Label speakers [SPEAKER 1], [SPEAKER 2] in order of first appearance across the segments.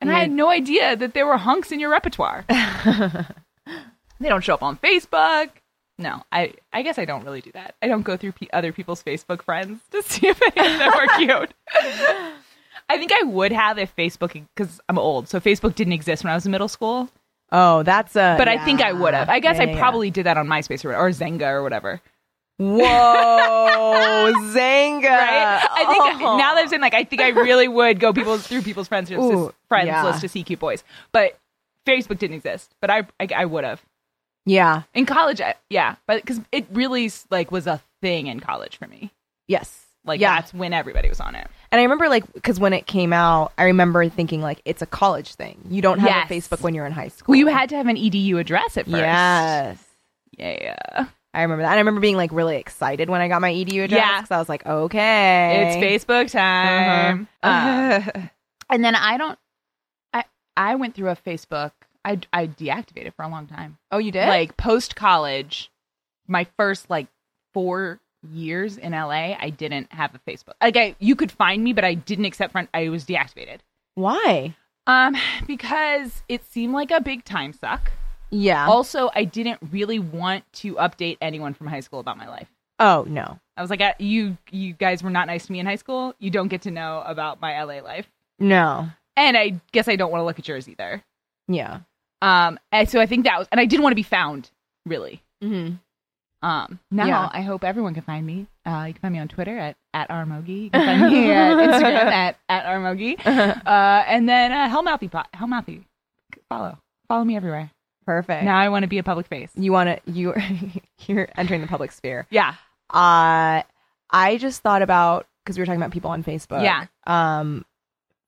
[SPEAKER 1] And I had no idea that there were hunks in your repertoire. they don't show up on Facebook. No, I, I guess I don't really do that. I don't go through pe other people's Facebook friends to see if any of them are cute. I think I would have if Facebook, because I'm old, so Facebook didn't exist when I was in middle school.
[SPEAKER 2] Oh, that's a.
[SPEAKER 1] But I think I would have. I guess
[SPEAKER 2] Yeah, yeah,
[SPEAKER 1] I
[SPEAKER 2] yeah.
[SPEAKER 1] probably did that on MySpace or, or Zynga or whatever.
[SPEAKER 2] Whoa, Zanga!
[SPEAKER 1] right? I think
[SPEAKER 2] Uh, Oh.
[SPEAKER 1] now that I'm saying like I think I really would go people through people's friends list,
[SPEAKER 2] Ooh,
[SPEAKER 1] friends
[SPEAKER 2] yeah.
[SPEAKER 1] list to see cute boys, but Facebook didn't exist. But I I, I would have
[SPEAKER 2] Yeah.
[SPEAKER 1] in college. I, yeah, but because it really like was a thing in college for me.
[SPEAKER 2] Yes.
[SPEAKER 1] Like
[SPEAKER 2] yeah.
[SPEAKER 1] that's when everybody was on it.
[SPEAKER 2] And I remember like because when it came out, I remember thinking like it's a college thing. You don't have
[SPEAKER 1] Yes.
[SPEAKER 2] a Facebook when you're in high school.
[SPEAKER 1] Well, you had to have an edu address at first.
[SPEAKER 2] Yes.
[SPEAKER 1] yeah.
[SPEAKER 2] I remember that. And I remember being like really excited when I got my edu address
[SPEAKER 1] Yeah.
[SPEAKER 2] because I was like, okay, Uh-huh.
[SPEAKER 1] It's Facebook time. Um, and then I don't. I I went through a Facebook. I I deactivated for a long time.
[SPEAKER 2] oh, you did?
[SPEAKER 1] like post college, my first like four years in LA, I didn't have a Facebook. Like I, you could find me, but I didn't accept friend. I was deactivated.
[SPEAKER 2] why?
[SPEAKER 1] Um, because it seemed like a big time suck.
[SPEAKER 2] Yeah.
[SPEAKER 1] Also, I didn't really want to update anyone from high school about my life.
[SPEAKER 2] oh no,
[SPEAKER 1] I was like, I- you, you guys were not nice to me in high school. You don't get to know about my LA life,
[SPEAKER 2] no.
[SPEAKER 1] and I guess I don't want to look at yours either.
[SPEAKER 2] Yeah.
[SPEAKER 1] Um, and so I think that was, and I didn't want to be found, really.
[SPEAKER 2] Mm-hmm.
[SPEAKER 1] Um, now
[SPEAKER 2] Yeah.
[SPEAKER 1] I hope everyone can find me. Uh, you can find me on Twitter at, at Armogi. You can find me at Instagram at, at Armogi. Uh, and then uh, Hellmouthy, po- Hellmouthy, follow. Follow me everywhere.
[SPEAKER 2] Perfect.
[SPEAKER 1] Now I want to be a public face.
[SPEAKER 2] you want to you you're entering the public sphere.
[SPEAKER 1] Yeah.
[SPEAKER 2] uh i just thought about because we were talking about people on facebook
[SPEAKER 1] Yeah.
[SPEAKER 2] um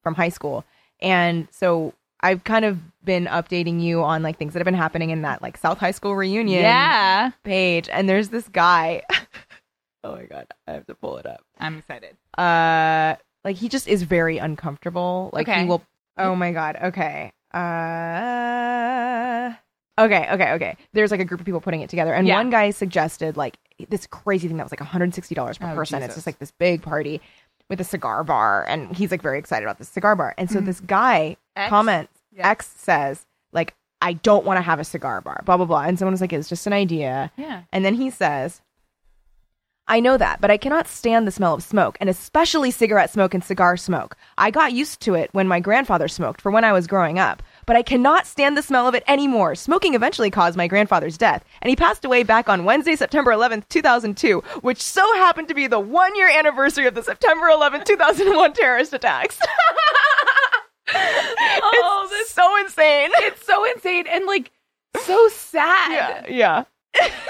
[SPEAKER 2] from high school and so i've kind of been updating you on like things that have been happening in that like south high school reunion
[SPEAKER 1] Yeah.
[SPEAKER 2] page and there's this guy oh my god i have to pull it up
[SPEAKER 1] I'm excited.
[SPEAKER 2] uh like he just is very uncomfortable like
[SPEAKER 1] Okay.
[SPEAKER 2] he will oh my god okay uh okay okay okay there's like a group of people putting it together and
[SPEAKER 1] Yeah.
[SPEAKER 2] one guy suggested like this crazy thing that was like $160 per
[SPEAKER 1] Oh,
[SPEAKER 2] person
[SPEAKER 1] Jesus.
[SPEAKER 2] it's just like this big party with a cigar bar and he's like very excited about this cigar bar and so this guy
[SPEAKER 1] Mm-hmm. X?
[SPEAKER 2] comments
[SPEAKER 1] Yeah.
[SPEAKER 2] x says like i don't want to have a cigar bar blah blah blah and someone was like it's just an idea
[SPEAKER 1] Yeah.
[SPEAKER 2] and then he says, I know that, but I cannot stand the smell of smoke, and especially cigarette smoke and cigar smoke. I got used to it when my grandfather smoked for when I was growing up, but I cannot stand the smell of it anymore. Smoking eventually caused my grandfather's death, and he passed away back on Wednesday, September 11th, 2002, which so happened to be the one year anniversary of the September 11th, 2001 terrorist attacks.
[SPEAKER 1] Oh,
[SPEAKER 2] It's so insane.
[SPEAKER 1] it's so insane and like so sad.
[SPEAKER 2] Yeah. yeah.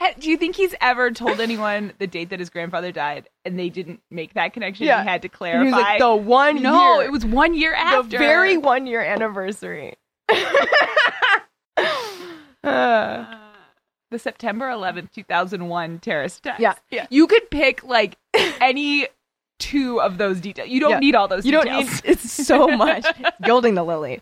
[SPEAKER 1] Ha- Do you think he's ever told anyone the date that his grandfather died and they didn't make that connection?
[SPEAKER 2] Yeah.
[SPEAKER 1] He had to
[SPEAKER 2] And
[SPEAKER 1] clarify.
[SPEAKER 2] he was like, the one
[SPEAKER 1] no,
[SPEAKER 2] year.
[SPEAKER 1] it was one year after.
[SPEAKER 2] the very one year anniversary. Uh,
[SPEAKER 1] the September 11th, 2001 terrorist attacks.
[SPEAKER 2] Yeah, yeah.
[SPEAKER 1] You could pick like any two of those details. You don't
[SPEAKER 2] Yeah.
[SPEAKER 1] need all those
[SPEAKER 2] you don't
[SPEAKER 1] details.
[SPEAKER 2] need it's so much It's gilding the lily.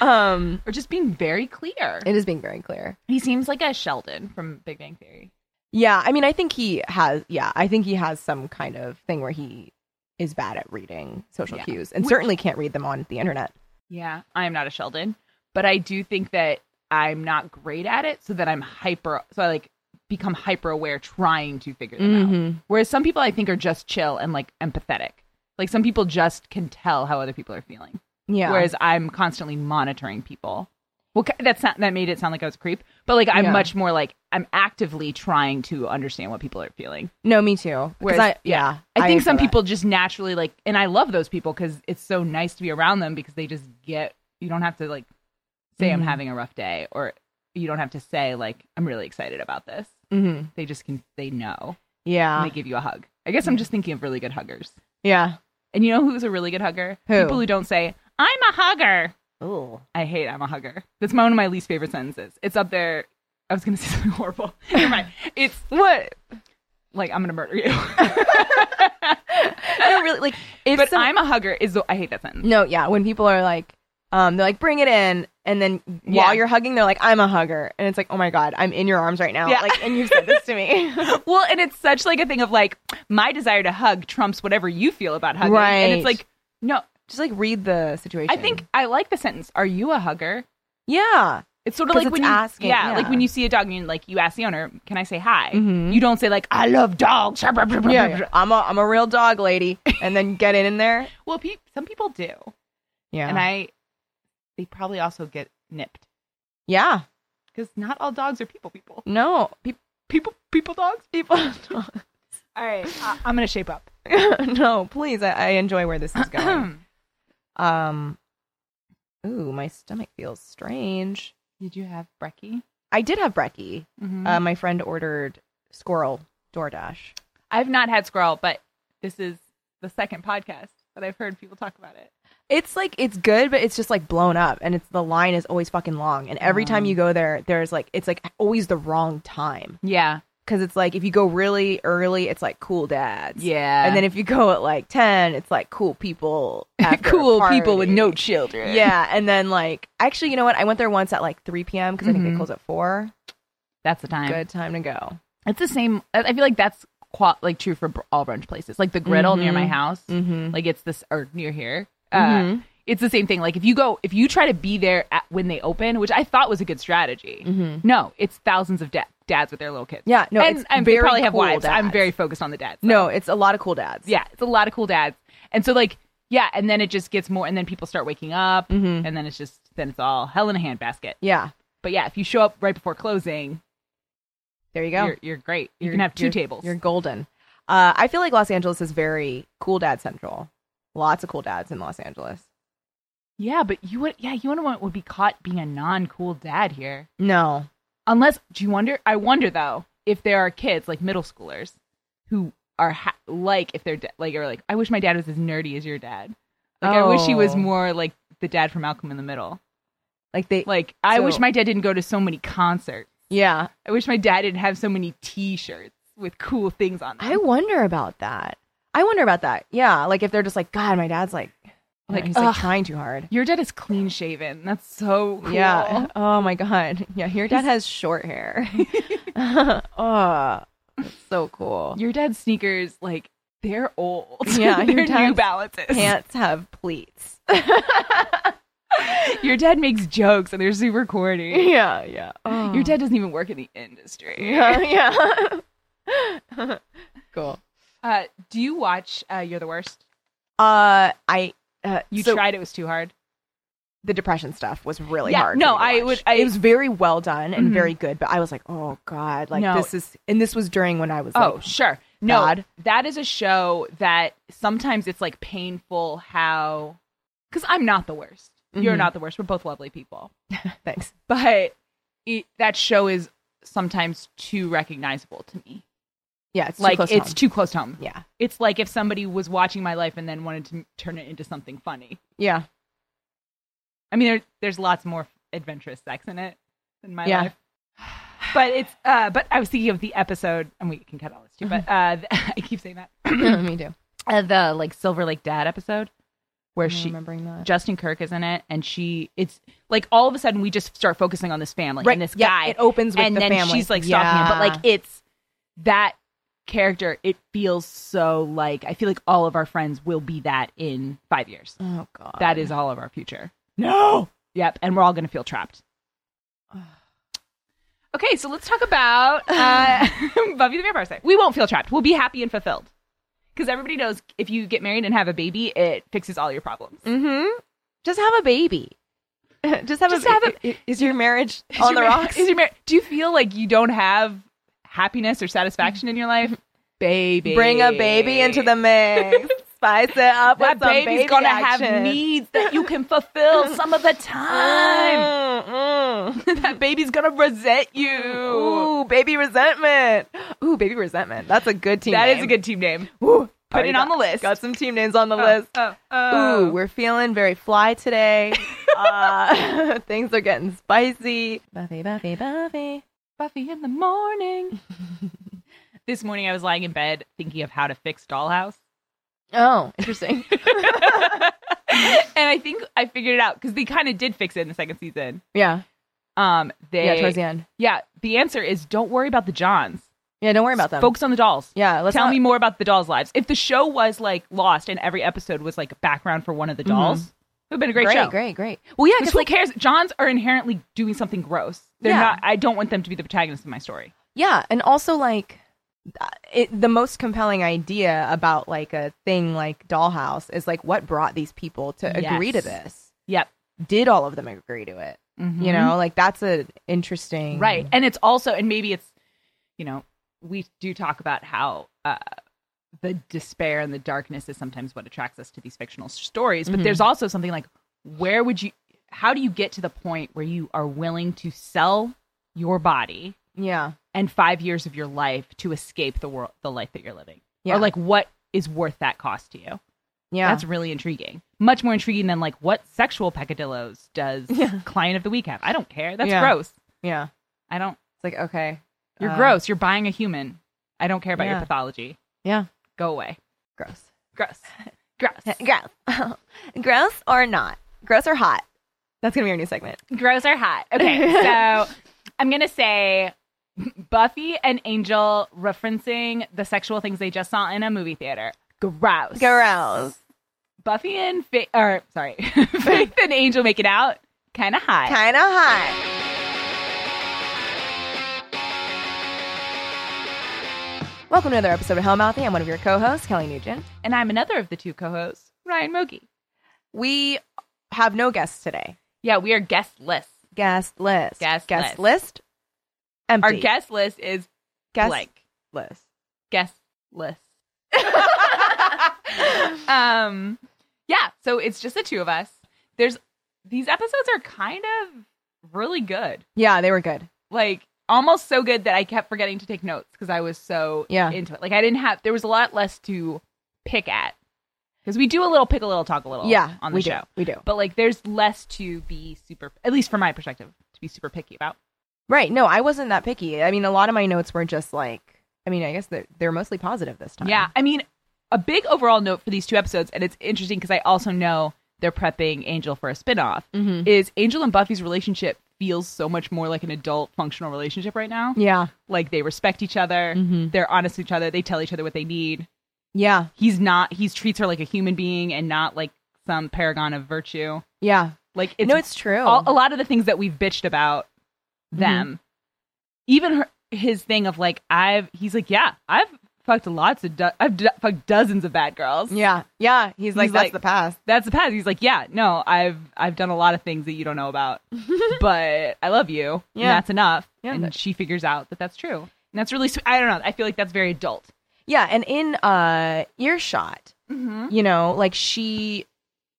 [SPEAKER 2] Um,
[SPEAKER 1] or just being very clear.
[SPEAKER 2] it is being very clear.
[SPEAKER 1] He seems like a Sheldon from Big Bang Theory.
[SPEAKER 2] Yeah, I mean, I think he has. Yeah, I think he has some kind of thing where he is bad at reading social
[SPEAKER 1] Yeah.
[SPEAKER 2] cues and
[SPEAKER 1] Which-
[SPEAKER 2] certainly can't read them on the internet.
[SPEAKER 1] Yeah. I am not a Sheldon, but I do think that I'm not great at it so that I'm hyper so I like become hyper aware trying to figure them out.
[SPEAKER 2] Mm-hmm.
[SPEAKER 1] Whereas some people I think are just chill and like empathetic. Like some people just can tell how other people are feeling.
[SPEAKER 2] Yeah,
[SPEAKER 1] Whereas I'm constantly monitoring people. Well, ca- that's not that made it sound like I was a creep, but like I'm
[SPEAKER 2] Yeah.
[SPEAKER 1] much more like I'm actively trying to understand what people are feeling.
[SPEAKER 2] no, me too. 'Cause
[SPEAKER 1] Whereas-
[SPEAKER 2] I, yeah,
[SPEAKER 1] I think
[SPEAKER 2] feel
[SPEAKER 1] some
[SPEAKER 2] that.
[SPEAKER 1] people just naturally like, and I love those people because it's so nice to be around them because they just get. You don't have to like say I'm
[SPEAKER 2] Mhm.
[SPEAKER 1] having a rough day, or you don't have to say like I'm really excited about this.
[SPEAKER 2] Mhm.
[SPEAKER 1] They just can. They know.
[SPEAKER 2] Yeah,
[SPEAKER 1] and they give you a hug. I guess I'm just thinking of really good huggers.
[SPEAKER 2] yeah.
[SPEAKER 1] And you know who's a really good hugger?
[SPEAKER 2] Who?
[SPEAKER 1] People who don't say I'm a hugger.
[SPEAKER 2] Oh,
[SPEAKER 1] I hate I'm a hugger. That's my, one of my least favorite sentences. It's up there. I was going to say something horrible. Never mind. It's
[SPEAKER 2] what?
[SPEAKER 1] like, I'm going to murder you.
[SPEAKER 2] No, really. Like, if
[SPEAKER 1] but
[SPEAKER 2] some-
[SPEAKER 1] I'm a hugger is, the, I hate that sentence.
[SPEAKER 2] No, yeah. When people are like, um, they're like, bring it in. And then
[SPEAKER 1] Yeah.
[SPEAKER 2] while you're hugging, they're like, I'm a hugger. And it's like, oh my God, I'm in your arms right now.
[SPEAKER 1] Yeah.
[SPEAKER 2] Like, and you said this to me.
[SPEAKER 1] Well, and it's such like a thing of like, my desire to hug trumps whatever you feel about hugging. And
[SPEAKER 2] Right.
[SPEAKER 1] it's like, no,
[SPEAKER 2] Just like read the situation.
[SPEAKER 1] I think I like the sentence. Are you a hugger?
[SPEAKER 2] Yeah.
[SPEAKER 1] It's sort of
[SPEAKER 2] 'Cause
[SPEAKER 1] like
[SPEAKER 2] it's
[SPEAKER 1] when you
[SPEAKER 2] asking,
[SPEAKER 1] yeah,
[SPEAKER 2] yeah.
[SPEAKER 1] like when you see a dog and you, like you ask the owner, "Can I say hi?"
[SPEAKER 2] Mhm.
[SPEAKER 1] You don't say like, "I love dogs."
[SPEAKER 2] Yeah, yeah. I'm a I'm a real dog lady, and then get in in there.
[SPEAKER 1] Well, pe- some people do,
[SPEAKER 2] Yeah.
[SPEAKER 1] and I they probably also get nipped
[SPEAKER 2] yeah.
[SPEAKER 1] because not all dogs are people. People,
[SPEAKER 2] No. People.
[SPEAKER 1] people, people, dogs.
[SPEAKER 2] people
[SPEAKER 1] All right, I- I'm gonna shape up.
[SPEAKER 2] no, please. I, I enjoy where this is going. um. Ooh, my stomach feels strange.
[SPEAKER 1] Did you have brekkie?
[SPEAKER 2] I did have brekkie.
[SPEAKER 1] Mm-hmm.
[SPEAKER 2] Uh, my friend ordered squirrel DoorDash.
[SPEAKER 1] I've not had squirrel, but this is the second podcast that I've heard people talk about it.
[SPEAKER 2] It's like it's good, but it's just like blown up, and it's the line is always fucking long. And every time
[SPEAKER 1] Mm.
[SPEAKER 2] you go there, there's like it's like always the wrong time
[SPEAKER 1] Yeah,
[SPEAKER 2] because it's like if you go really early, it's like cool dads.
[SPEAKER 1] yeah.
[SPEAKER 2] And then if you go at like 10, it's like cool people. after a
[SPEAKER 1] cool people with
[SPEAKER 2] party.
[SPEAKER 1] no children.
[SPEAKER 2] Yeah. And then like, actually, you know what? I went there once at like 3 p.m. because I think
[SPEAKER 1] Mhm.
[SPEAKER 2] they close at 4.
[SPEAKER 1] that's the time.
[SPEAKER 2] Good time to go.
[SPEAKER 1] It's the same. I I feel like that's qua like true for br- all brunch places. Like the griddle near my
[SPEAKER 2] Mhm.
[SPEAKER 1] house,
[SPEAKER 2] Mm-hmm.
[SPEAKER 1] like it's this or near here. Uh, It's the same thing. Like if you go, if you try to be there at, when they open, which I thought was a good strategy. No, it's thousands of da- dads with their little kids.
[SPEAKER 2] Mm-hmm. Yeah. No,
[SPEAKER 1] and,
[SPEAKER 2] it's
[SPEAKER 1] and they
[SPEAKER 2] very
[SPEAKER 1] probably have
[SPEAKER 2] cool
[SPEAKER 1] wives. I'm
[SPEAKER 2] dads.
[SPEAKER 1] very focused on the dads. though.
[SPEAKER 2] No, it's a lot of cool dads.
[SPEAKER 1] yeah, it's a lot of cool dads, and so like yeah, and then it just gets more, and then people start waking up,
[SPEAKER 2] Mhm.
[SPEAKER 1] and then it's just then it's all hell in a handbasket.
[SPEAKER 2] Yeah.
[SPEAKER 1] But yeah, if you show up right before closing,
[SPEAKER 2] There you go.
[SPEAKER 1] you're, you're great. You
[SPEAKER 2] You're-
[SPEAKER 1] can have 2
[SPEAKER 2] you're-
[SPEAKER 1] tables.
[SPEAKER 2] You're golden. Uh, I feel like Los Angeles is very cool dad central. Lots of cool dads in Los Angeles.
[SPEAKER 1] Yeah, but you would. Yeah, you wouldn't want would be caught being a non-cool dad here.
[SPEAKER 2] No.
[SPEAKER 1] Unless do you wonder? I wonder though if there are kids like middle schoolers who are ha- like if they're da- like or like I wish my dad was as nerdy as your dad. Like I wish he was
[SPEAKER 2] Oh.
[SPEAKER 1] more like the dad from Malcolm in the Middle.
[SPEAKER 2] Like they,
[SPEAKER 1] Like I
[SPEAKER 2] So-
[SPEAKER 1] wish my dad didn't go to so many concerts.
[SPEAKER 2] yeah.
[SPEAKER 1] I wish my dad didn't have so many T-shirts with cool things on them.
[SPEAKER 2] I wonder about that. I wonder about that. Yeah, like if they're just like, God, my dad's like,
[SPEAKER 1] Like,
[SPEAKER 2] like he's like
[SPEAKER 1] ugh.
[SPEAKER 2] trying too hard.
[SPEAKER 1] your dad is clean shaven. That's so cool.
[SPEAKER 2] Yeah. Oh my God. Yeah, your dad has short hair. oh, that's so cool.
[SPEAKER 1] Your dad's sneakers like they're old.
[SPEAKER 2] Yeah, your
[SPEAKER 1] they're New
[SPEAKER 2] dad's
[SPEAKER 1] Balances.
[SPEAKER 2] Pants have pleats.
[SPEAKER 1] Your dad makes jokes and they're super corny.
[SPEAKER 2] yeah, yeah. Oh.
[SPEAKER 1] Your dad doesn't even work in the industry.
[SPEAKER 2] Yeah, yeah. cool.
[SPEAKER 1] Uh, do you watch uh, You're the Worst?
[SPEAKER 2] Uh, I. Uh,
[SPEAKER 1] You
[SPEAKER 2] so
[SPEAKER 1] tried. It was too hard.
[SPEAKER 2] the depression stuff was really
[SPEAKER 1] Yeah,
[SPEAKER 2] hard.
[SPEAKER 1] no,
[SPEAKER 2] for me to
[SPEAKER 1] I
[SPEAKER 2] watch.
[SPEAKER 1] would- I-
[SPEAKER 2] it was very well done and
[SPEAKER 1] Mhm.
[SPEAKER 2] very good, but I was like, oh god, like
[SPEAKER 1] No.
[SPEAKER 2] this is, and this was during when I was
[SPEAKER 1] Oh,
[SPEAKER 2] like,
[SPEAKER 1] sure. No,
[SPEAKER 2] God.
[SPEAKER 1] that is a show that sometimes it's like painful how. Because I'm not the worst. You're
[SPEAKER 2] Mhm.
[SPEAKER 1] not the worst. We're both lovely people.
[SPEAKER 2] thanks.
[SPEAKER 1] But it, that show is sometimes too recognizable to me.
[SPEAKER 2] Yeah, it's
[SPEAKER 1] like
[SPEAKER 2] too close
[SPEAKER 1] it's
[SPEAKER 2] home.
[SPEAKER 1] too close to home.
[SPEAKER 2] yeah,
[SPEAKER 1] It's like if somebody was watching my life and then wanted to m- turn it into something funny.
[SPEAKER 2] yeah,
[SPEAKER 1] I mean, there, there's lots more adventurous sex in it than my
[SPEAKER 2] Yeah.
[SPEAKER 1] life. But it's uh, but I was thinking of the episode, and we can cut all this too.
[SPEAKER 2] Mm-hmm.
[SPEAKER 1] But uh, the, I keep saying that
[SPEAKER 2] me too.
[SPEAKER 1] uh, the like Silver Lake Dad episode where
[SPEAKER 2] I'm
[SPEAKER 1] she
[SPEAKER 2] remembering that.
[SPEAKER 1] Justin Kirk is in it, and she it's like all of a sudden we just start focusing on this family and this
[SPEAKER 2] yeah,
[SPEAKER 1] guy,
[SPEAKER 2] It opens with
[SPEAKER 1] and
[SPEAKER 2] the
[SPEAKER 1] then
[SPEAKER 2] family.
[SPEAKER 1] she's like stalking him. But
[SPEAKER 2] Yeah.
[SPEAKER 1] like it's that character. It feels so like I feel like all of our friends will be that in five years.
[SPEAKER 2] oh god,
[SPEAKER 1] That is all of our future.
[SPEAKER 2] no.
[SPEAKER 1] Yep, and we're all gonna feel trapped. Okay, so let's talk about uh, Buffy the Vampire Slayer. We won't feel trapped. We'll be happy and fulfilled because everybody knows if you get married and have a baby, it fixes all your problems.
[SPEAKER 2] Mm-hmm. Just have a baby. Just have
[SPEAKER 1] Just
[SPEAKER 2] a.
[SPEAKER 1] have
[SPEAKER 2] baby. is your marriage
[SPEAKER 1] Is
[SPEAKER 2] on
[SPEAKER 1] your
[SPEAKER 2] the
[SPEAKER 1] mar-
[SPEAKER 2] rocks?
[SPEAKER 1] Is your mar- Do you feel like you don't have happiness or satisfaction in your life, baby?
[SPEAKER 2] Bring a baby into the mix. Spice it up
[SPEAKER 1] That
[SPEAKER 2] with some
[SPEAKER 1] baby's
[SPEAKER 2] baby
[SPEAKER 1] gonna have
[SPEAKER 2] action.
[SPEAKER 1] needs that you can fulfill some of the time.
[SPEAKER 2] Mm, mm.
[SPEAKER 1] that baby's gonna resent you.
[SPEAKER 2] Ooh, baby resentment. Ooh, baby resentment. That's a good team.
[SPEAKER 1] That is
[SPEAKER 2] name.
[SPEAKER 1] a good team name.
[SPEAKER 2] Ooh,
[SPEAKER 1] Put it
[SPEAKER 2] already
[SPEAKER 1] on the
[SPEAKER 2] got-
[SPEAKER 1] list.
[SPEAKER 2] Got some team names on the
[SPEAKER 1] Oh,
[SPEAKER 2] list.
[SPEAKER 1] oh, oh.
[SPEAKER 2] Uh, Ooh, we're feeling very fly today. uh, things are getting spicy. Buffy, Buffy, Buffy.
[SPEAKER 1] Buffy in the morning. this morning I was lying in bed thinking of how to fix Dollhouse.
[SPEAKER 2] Oh, interesting.
[SPEAKER 1] and I think I figured it out because they kind of did fix it in the second season.
[SPEAKER 2] yeah,
[SPEAKER 1] Um, they
[SPEAKER 2] yeah. Towards the end.
[SPEAKER 1] Yeah, the answer is don't worry about the Johns.
[SPEAKER 2] Yeah, don't worry about them.
[SPEAKER 1] Focus on the dolls.
[SPEAKER 2] yeah, let's
[SPEAKER 1] Tell
[SPEAKER 2] not-
[SPEAKER 1] me more about the dolls' lives. If the show was like Lost and every episode was like background for one of the dolls, it would have been a great,
[SPEAKER 2] Mm-hmm. Great,
[SPEAKER 1] show.
[SPEAKER 2] great, great. Well, yeah,
[SPEAKER 1] 'Cause
[SPEAKER 2] because
[SPEAKER 1] who
[SPEAKER 2] like,
[SPEAKER 1] cares? Johns are inherently doing something gross. They're
[SPEAKER 2] Yeah.
[SPEAKER 1] not. I don't want them to be the protagonist of my story.
[SPEAKER 2] yeah, and also like, uh, it, the most compelling idea about like a thing like Dollhouse is like what brought these people to agree to
[SPEAKER 1] Yes.
[SPEAKER 2] this.
[SPEAKER 1] Yep. Mm-hmm.
[SPEAKER 2] Did all of them agree to it? You know, like that's an interesting
[SPEAKER 1] Right. And it's also, and maybe it's, you know, we do talk about how uh, the despair and the darkness is sometimes what attracts us to these fictional stories.
[SPEAKER 2] Mm-hmm.
[SPEAKER 1] But there's also something like, where would you, how do you get to the point where you are willing to sell your body
[SPEAKER 2] Yeah,
[SPEAKER 1] and five years of your life to escape the world, the life that you're living?
[SPEAKER 2] Yeah.
[SPEAKER 1] Or like, what is worth that cost to you?
[SPEAKER 2] yeah,
[SPEAKER 1] That's really intriguing. Much more intriguing than like, what sexual peccadillos does client of the week have? I don't care. That's
[SPEAKER 2] Yeah.
[SPEAKER 1] gross.
[SPEAKER 2] yeah.
[SPEAKER 1] I don't.
[SPEAKER 2] It's like okay,
[SPEAKER 1] You're
[SPEAKER 2] uh,
[SPEAKER 1] gross. You're buying a human. I don't care about
[SPEAKER 2] Yeah.
[SPEAKER 1] your pathology.
[SPEAKER 2] Yeah,
[SPEAKER 1] Go away.
[SPEAKER 2] gross.
[SPEAKER 1] Gross. Gross.
[SPEAKER 2] Gross. gross or not. Gross or hot. That's going to be our new segment.
[SPEAKER 1] Gross are hot. Okay, so I'm going to say Buffy and Angel referencing the sexual things they just saw in a movie theater. Gross.
[SPEAKER 2] Gross.
[SPEAKER 1] Buffy and Faith, or sorry, Faith and Angel make it out. Kind of hot.
[SPEAKER 2] Kind of hot. Welcome to another episode of Hellmouthy. I'm one of your co-hosts, Kelly Nugent.
[SPEAKER 1] And I'm another of the two co hosts, Ryan Mogi.
[SPEAKER 2] We have no guests today.
[SPEAKER 1] Yeah, we are guestless.
[SPEAKER 2] Guest list.
[SPEAKER 1] Guest
[SPEAKER 2] guest
[SPEAKER 1] list.
[SPEAKER 2] list. Empty.
[SPEAKER 1] Our guest list is
[SPEAKER 2] guest
[SPEAKER 1] blank.
[SPEAKER 2] list.
[SPEAKER 1] guestless. um, yeah, so it's just the two of us. There's these episodes are kind of really good,
[SPEAKER 2] Yeah, they were good.
[SPEAKER 1] like almost so good that I kept forgetting to take notes because I was so
[SPEAKER 2] Yeah.
[SPEAKER 1] into it. Like I didn't have there was a lot less to pick at because we do a little pick a little talk a little
[SPEAKER 2] yeah,
[SPEAKER 1] on the
[SPEAKER 2] we
[SPEAKER 1] show,
[SPEAKER 2] do. We do.
[SPEAKER 1] but like there's less to be super at least from my perspective to be super picky about.
[SPEAKER 2] Right. No, I wasn't that picky. I mean, a lot of my notes were just like, I mean, I guess they're, they're mostly positive this time.
[SPEAKER 1] Yeah, I mean, a big overall note for these two episodes, and it's interesting because I also know they're prepping Angel for a spinoff,
[SPEAKER 2] Mhm.
[SPEAKER 1] is Angel and Buffy's relationship feels so much more like an adult functional relationship right now.
[SPEAKER 2] Yeah.
[SPEAKER 1] Like they respect each other,
[SPEAKER 2] Mhm.
[SPEAKER 1] they're honest with each other, they tell each other what they need.
[SPEAKER 2] Yeah.
[SPEAKER 1] He's not he's treats her like a human being and not like some paragon of virtue.
[SPEAKER 2] Yeah.
[SPEAKER 1] Like it's,
[SPEAKER 2] no, it's true.
[SPEAKER 1] all, a lot of the things that we've bitched about
[SPEAKER 2] Mm-hmm.
[SPEAKER 1] them. Even her, his thing of like I've he's like yeah I've fucked lots of do- I've do- fucked dozens of bad girls.
[SPEAKER 2] yeah. Yeah. He's like,
[SPEAKER 1] He's
[SPEAKER 2] that's
[SPEAKER 1] like-
[SPEAKER 2] the past.
[SPEAKER 1] That's the past. He's like, yeah, no, I've I've done a lot of things that you don't know about, but I love you.
[SPEAKER 2] Yeah.
[SPEAKER 1] and that's enough.
[SPEAKER 2] Yeah,
[SPEAKER 1] and
[SPEAKER 2] that-
[SPEAKER 1] she figures out that that's true. And that's really sweet. I don't know. I feel like that's very adult.
[SPEAKER 2] Yeah. And in uh earshot,
[SPEAKER 1] Mm-hmm.
[SPEAKER 2] you know, like she,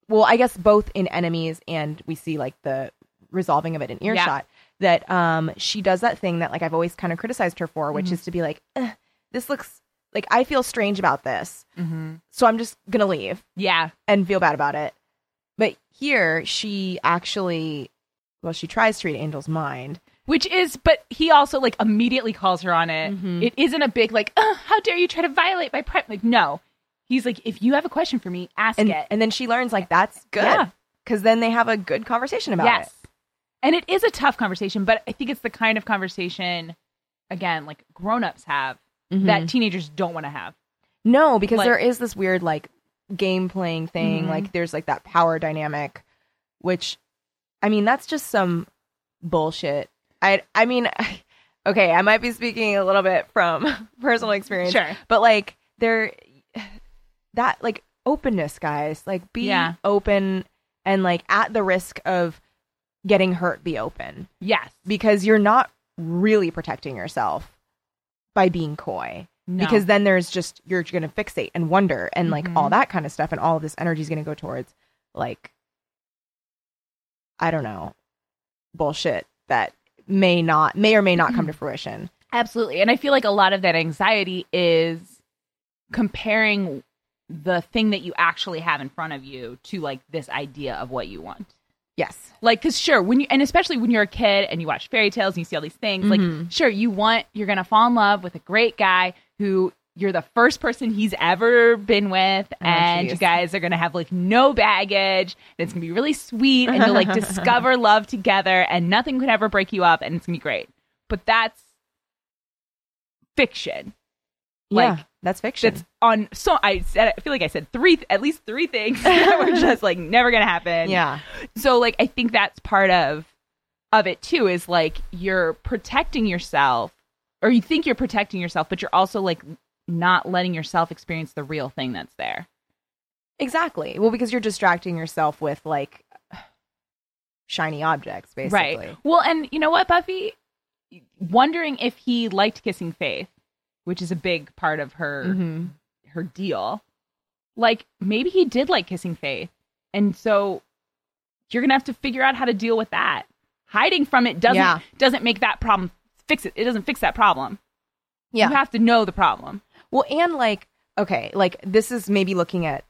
[SPEAKER 2] well, I guess both in enemies and we see like the resolving of it in
[SPEAKER 1] Yeah.
[SPEAKER 2] earshot that um she does that thing that like I've always kind of criticized her for, which
[SPEAKER 1] Mhm.
[SPEAKER 2] is to be like, "Ugh, this looks like I feel strange about this.
[SPEAKER 1] Mm-hmm.
[SPEAKER 2] So I'm just going to leave.
[SPEAKER 1] Yeah,
[SPEAKER 2] and feel bad about it. But here she actually well, she tries to read Angel's mind.
[SPEAKER 1] which is, but he also like immediately calls her on it.
[SPEAKER 2] Mhm.
[SPEAKER 1] It isn't a big like, "Ugh, how dare you try to violate my pride? Like, no. He's like, if you have a question for me, ask
[SPEAKER 2] And
[SPEAKER 1] it.
[SPEAKER 2] and then she learns like that's good.
[SPEAKER 1] Yeah.
[SPEAKER 2] Cause then they have a good conversation about
[SPEAKER 1] yes.
[SPEAKER 2] it.
[SPEAKER 1] And it is a tough conversation, but I think it's the kind of conversation, again, like grown-ups have
[SPEAKER 2] Mm-hmm.
[SPEAKER 1] that teenagers don't want to have.
[SPEAKER 2] No, because
[SPEAKER 1] like-
[SPEAKER 2] there is this weird like game playing thing.
[SPEAKER 1] Mhm.
[SPEAKER 2] Like there's like that power dynamic, which I mean, that's just some bullshit. I I mean okay, I might be speaking a little bit from personal experience.
[SPEAKER 1] Sure.
[SPEAKER 2] But like there that like openness, guys. Like be
[SPEAKER 1] Yeah.
[SPEAKER 2] open and like at the risk of getting hurt, be open.
[SPEAKER 1] Yes.
[SPEAKER 2] Because you're not really protecting yourself by being coy
[SPEAKER 1] No.
[SPEAKER 2] because then there's just you're going to fixate and wonder and like all that kind of stuff and all of this energy is going to go towards like i don't know bullshit that may not may or may not come to fruition
[SPEAKER 1] Absolutely. And I feel like a lot of that anxiety is comparing the thing that you actually have in front of you to like this idea of what you want.
[SPEAKER 2] yes
[SPEAKER 1] Like, cause sure, when you, and especially when you're a kid and you watch fairy tales and you see all these things,
[SPEAKER 2] Mhm.
[SPEAKER 1] like, sure, you want, you're going to fall in love with a great guy who you're the first person he's ever been with. and you
[SPEAKER 2] Oh, jeez.
[SPEAKER 1] guys are going to have like no baggage and it's going to be really sweet and you'll like discover love together and nothing could ever break you up and it's going to be great. But that's fiction.
[SPEAKER 2] Like,
[SPEAKER 1] Like
[SPEAKER 2] yeah, that's fiction.
[SPEAKER 1] that's on so I said I feel like I said three at least three things that were just like never gonna happen.
[SPEAKER 2] yeah.
[SPEAKER 1] So like I think that's part of of it too is like you're protecting yourself or you think you're protecting yourself, but you're also like not letting yourself experience the real thing that's there.
[SPEAKER 2] Exactly. Well, because you're distracting yourself with like shiny objects, basically.
[SPEAKER 1] Right. Well, and you know what, Buffy? Wondering if he liked kissing Faith, which is a big part of her
[SPEAKER 2] Mm-hmm.
[SPEAKER 1] her deal. Like maybe he did like kissing Faith, and so you're gonna have to figure out how to deal with that. Hiding from it doesn't
[SPEAKER 2] Yeah.
[SPEAKER 1] doesn't make that problem fix it. It doesn't fix that problem.
[SPEAKER 2] Yeah.
[SPEAKER 1] You have to know the problem.
[SPEAKER 2] Well, and like, okay, like this is maybe looking at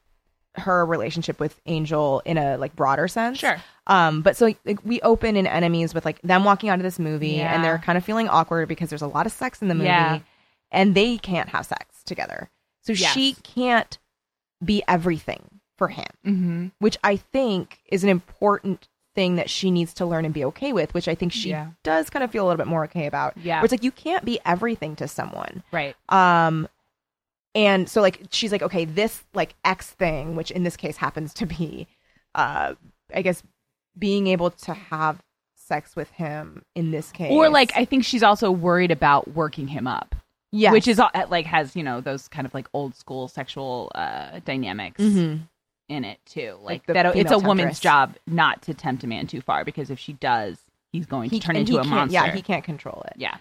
[SPEAKER 2] her relationship with Angel in a like broader sense.
[SPEAKER 1] Sure.
[SPEAKER 2] Um, but so like, like, we open in enemies with like them walking out of this movie
[SPEAKER 1] Yeah.
[SPEAKER 2] and they're kind of feeling awkward because there's a lot of sex in the movie
[SPEAKER 1] Yeah.
[SPEAKER 2] and they can't have sex together. So
[SPEAKER 1] Yes.
[SPEAKER 2] she can't be everything for him,
[SPEAKER 1] Mm-hmm.
[SPEAKER 2] which I think is an important thing that she needs to learn and be okay with, which I think she
[SPEAKER 1] Yeah.
[SPEAKER 2] does kind of feel a little bit more okay about.
[SPEAKER 1] Yeah.
[SPEAKER 2] Where it's like you can't be everything to someone
[SPEAKER 1] Right.
[SPEAKER 2] um and so like she's like okay this like x thing which in this case happens to be uh i guess being able to have sex with him in this case
[SPEAKER 1] Or like I think she's also worried about working him up.
[SPEAKER 2] yeah
[SPEAKER 1] which is uh, like has you know those kind of like old school sexual uh, dynamics
[SPEAKER 2] Mhm.
[SPEAKER 1] in it too. Like,
[SPEAKER 2] Like the
[SPEAKER 1] that, it's a
[SPEAKER 2] female
[SPEAKER 1] woman's job
[SPEAKER 2] temptress.
[SPEAKER 1] not to tempt a man too far because if she does, he's going to
[SPEAKER 2] he,
[SPEAKER 1] turn
[SPEAKER 2] and
[SPEAKER 1] into
[SPEAKER 2] he
[SPEAKER 1] a
[SPEAKER 2] can't-
[SPEAKER 1] monster.
[SPEAKER 2] yeah he can't control it
[SPEAKER 1] Yeah.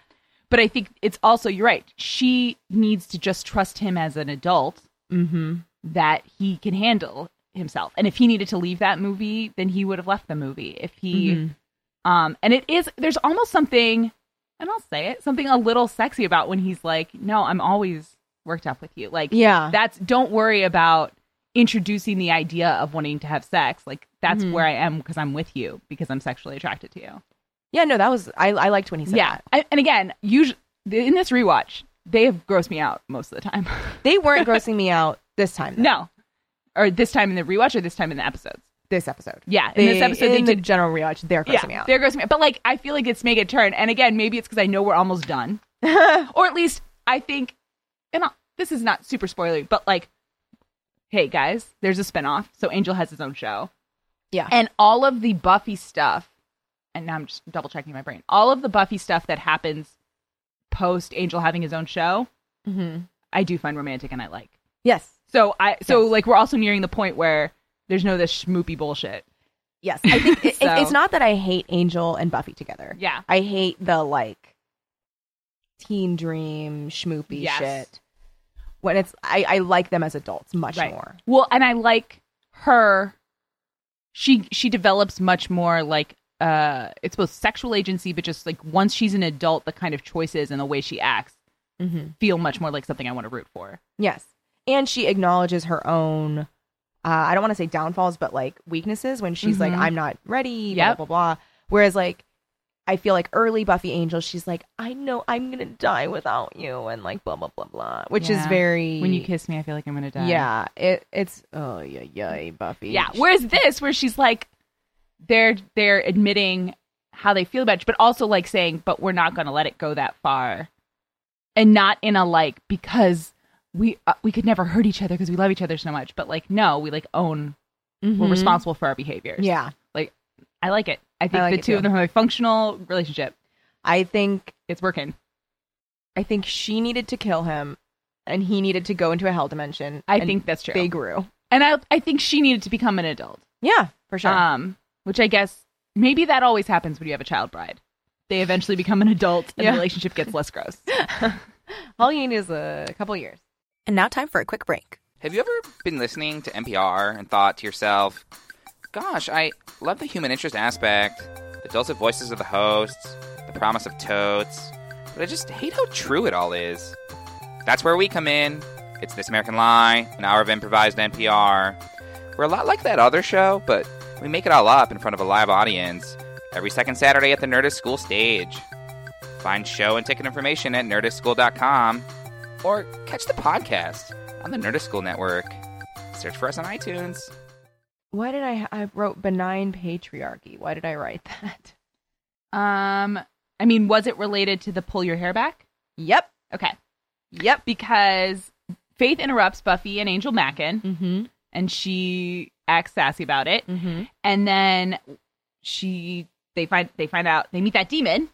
[SPEAKER 1] But I think it's also you're right. She needs to just trust him as an adult
[SPEAKER 2] mm-hmm
[SPEAKER 1] that he can handle himself. And if he needed to leave that movie, then he would have left the movie. If he um and it is there's almost something and I'll say it, something a little sexy about when he's like, "No, I'm always worked up with you." Like
[SPEAKER 2] yeah
[SPEAKER 1] that's don't worry about introducing the idea of wanting to have sex. Like that's
[SPEAKER 2] Mhm.
[SPEAKER 1] where I am because I'm with you because I'm sexually attracted to you.
[SPEAKER 2] yeah no that was i i liked when he said
[SPEAKER 1] yeah,
[SPEAKER 2] that
[SPEAKER 1] I, and again, usually in this rewatch, they have grossed me out most of the time.
[SPEAKER 2] they weren't grossing me out this time though,
[SPEAKER 1] no, or this time in the rewatch, or this time in the episodes.
[SPEAKER 2] this episode
[SPEAKER 1] Yeah, in this episode
[SPEAKER 2] in
[SPEAKER 1] they
[SPEAKER 2] the
[SPEAKER 1] did.
[SPEAKER 2] general rewatch they're
[SPEAKER 1] Yeah,
[SPEAKER 2] grossing me out
[SPEAKER 1] they're grossing me out. But like, I feel like it's make a turn. And again, maybe it's because I know we're almost done, or at least I think. And I'll, this is not super spoilery, but like, hey guys, there's a spinoff. So Angel has his own show.
[SPEAKER 2] yeah
[SPEAKER 1] and all of the Buffy stuff, and now I'm just double checking my brain. All of the Buffy stuff that happens post Angel having his own show,
[SPEAKER 2] Mhm.
[SPEAKER 1] I do find romantic and I like.
[SPEAKER 2] yes
[SPEAKER 1] So I so
[SPEAKER 2] Yes.
[SPEAKER 1] like we're also nearing the point where there's no this schmoopy bullshit.
[SPEAKER 2] Yes, I think it,
[SPEAKER 1] So-
[SPEAKER 2] it, it's not that I hate Angel and Buffy together.
[SPEAKER 1] Yeah.
[SPEAKER 2] I hate the like teen dream schmoopy
[SPEAKER 1] Yes.
[SPEAKER 2] shit. When it's, I, I like them as adults much
[SPEAKER 1] Right.
[SPEAKER 2] more.
[SPEAKER 1] Well, and I like her. She she develops much more like uh it's both sexual agency, but just like once she's an adult, the kind of choices and the way she acts
[SPEAKER 2] Mm-hmm.
[SPEAKER 1] feel much more like something I want to root for.
[SPEAKER 2] Yes, and she acknowledges her own. Uh, I don't want to say downfalls, but like weaknesses when she's
[SPEAKER 1] Mhm.
[SPEAKER 2] like, "I'm not ready,"
[SPEAKER 1] Yep.
[SPEAKER 2] blah blah blah. Whereas like, I feel like early Buffy Angel, she's like, "I know I'm gonna die without you," and like blah blah blah blah, which is
[SPEAKER 1] Yeah.
[SPEAKER 2] very
[SPEAKER 1] When you kiss me, I feel like I'm gonna die.
[SPEAKER 2] Yeah, it, it's oh yeah yeah Buffy.
[SPEAKER 1] Yeah. Whereas this, where she's like, they're they're admitting how they feel about you, but also like saying, but we're not going to let it go that far, and not in a like because we uh, we could never hurt each other because we love each other so much, but like no, we like own we're
[SPEAKER 2] Mhm.
[SPEAKER 1] responsible for our behaviors.
[SPEAKER 2] Yeah,
[SPEAKER 1] I like it. I think
[SPEAKER 2] like
[SPEAKER 1] the
[SPEAKER 2] it,
[SPEAKER 1] two
[SPEAKER 2] too.
[SPEAKER 1] of them have a functional relationship.
[SPEAKER 2] I think
[SPEAKER 1] It's working.
[SPEAKER 2] I think she needed to kill him, and he needed to go into a hell dimension.
[SPEAKER 1] I
[SPEAKER 2] and
[SPEAKER 1] think that's true.
[SPEAKER 2] they grew.
[SPEAKER 1] and I I think she needed to become an adult.
[SPEAKER 2] Yeah, for sure.
[SPEAKER 1] Um, which I guess maybe that always happens when you have a child bride. They eventually become an adult, and
[SPEAKER 2] Yeah.
[SPEAKER 1] the relationship gets less gross.
[SPEAKER 2] All you need is a couple years.
[SPEAKER 3] And now, time for a quick break.
[SPEAKER 4] Have you ever been listening to NPR and thought to yourself, gosh, I love the human interest aspect, the dulcet voices of the hosts, the promise of totes, but I just hate how true it all is? That's where we come in. It's This American Lie, an hour of improvised NPR. We're a lot like that other show, but we make it all up in front of a live audience every second Saturday at the Nerdist School stage. Find show and ticket information at nerdistschool.com or catch the podcast on the Nerdist School Network. Search for us on iTunes.
[SPEAKER 2] Why did I? I wrote benign patriarchy. Why did I write that?
[SPEAKER 1] Um, I mean, was it related to the pull your hair back?
[SPEAKER 2] Yep.
[SPEAKER 1] Okay.
[SPEAKER 2] Yep.
[SPEAKER 1] because Faith interrupts Buffy and Angel Mackin
[SPEAKER 2] Mm-hmm.
[SPEAKER 1] and she acts sassy about it.
[SPEAKER 2] Mm-hmm.
[SPEAKER 1] And then she they find they find out they meet that demon.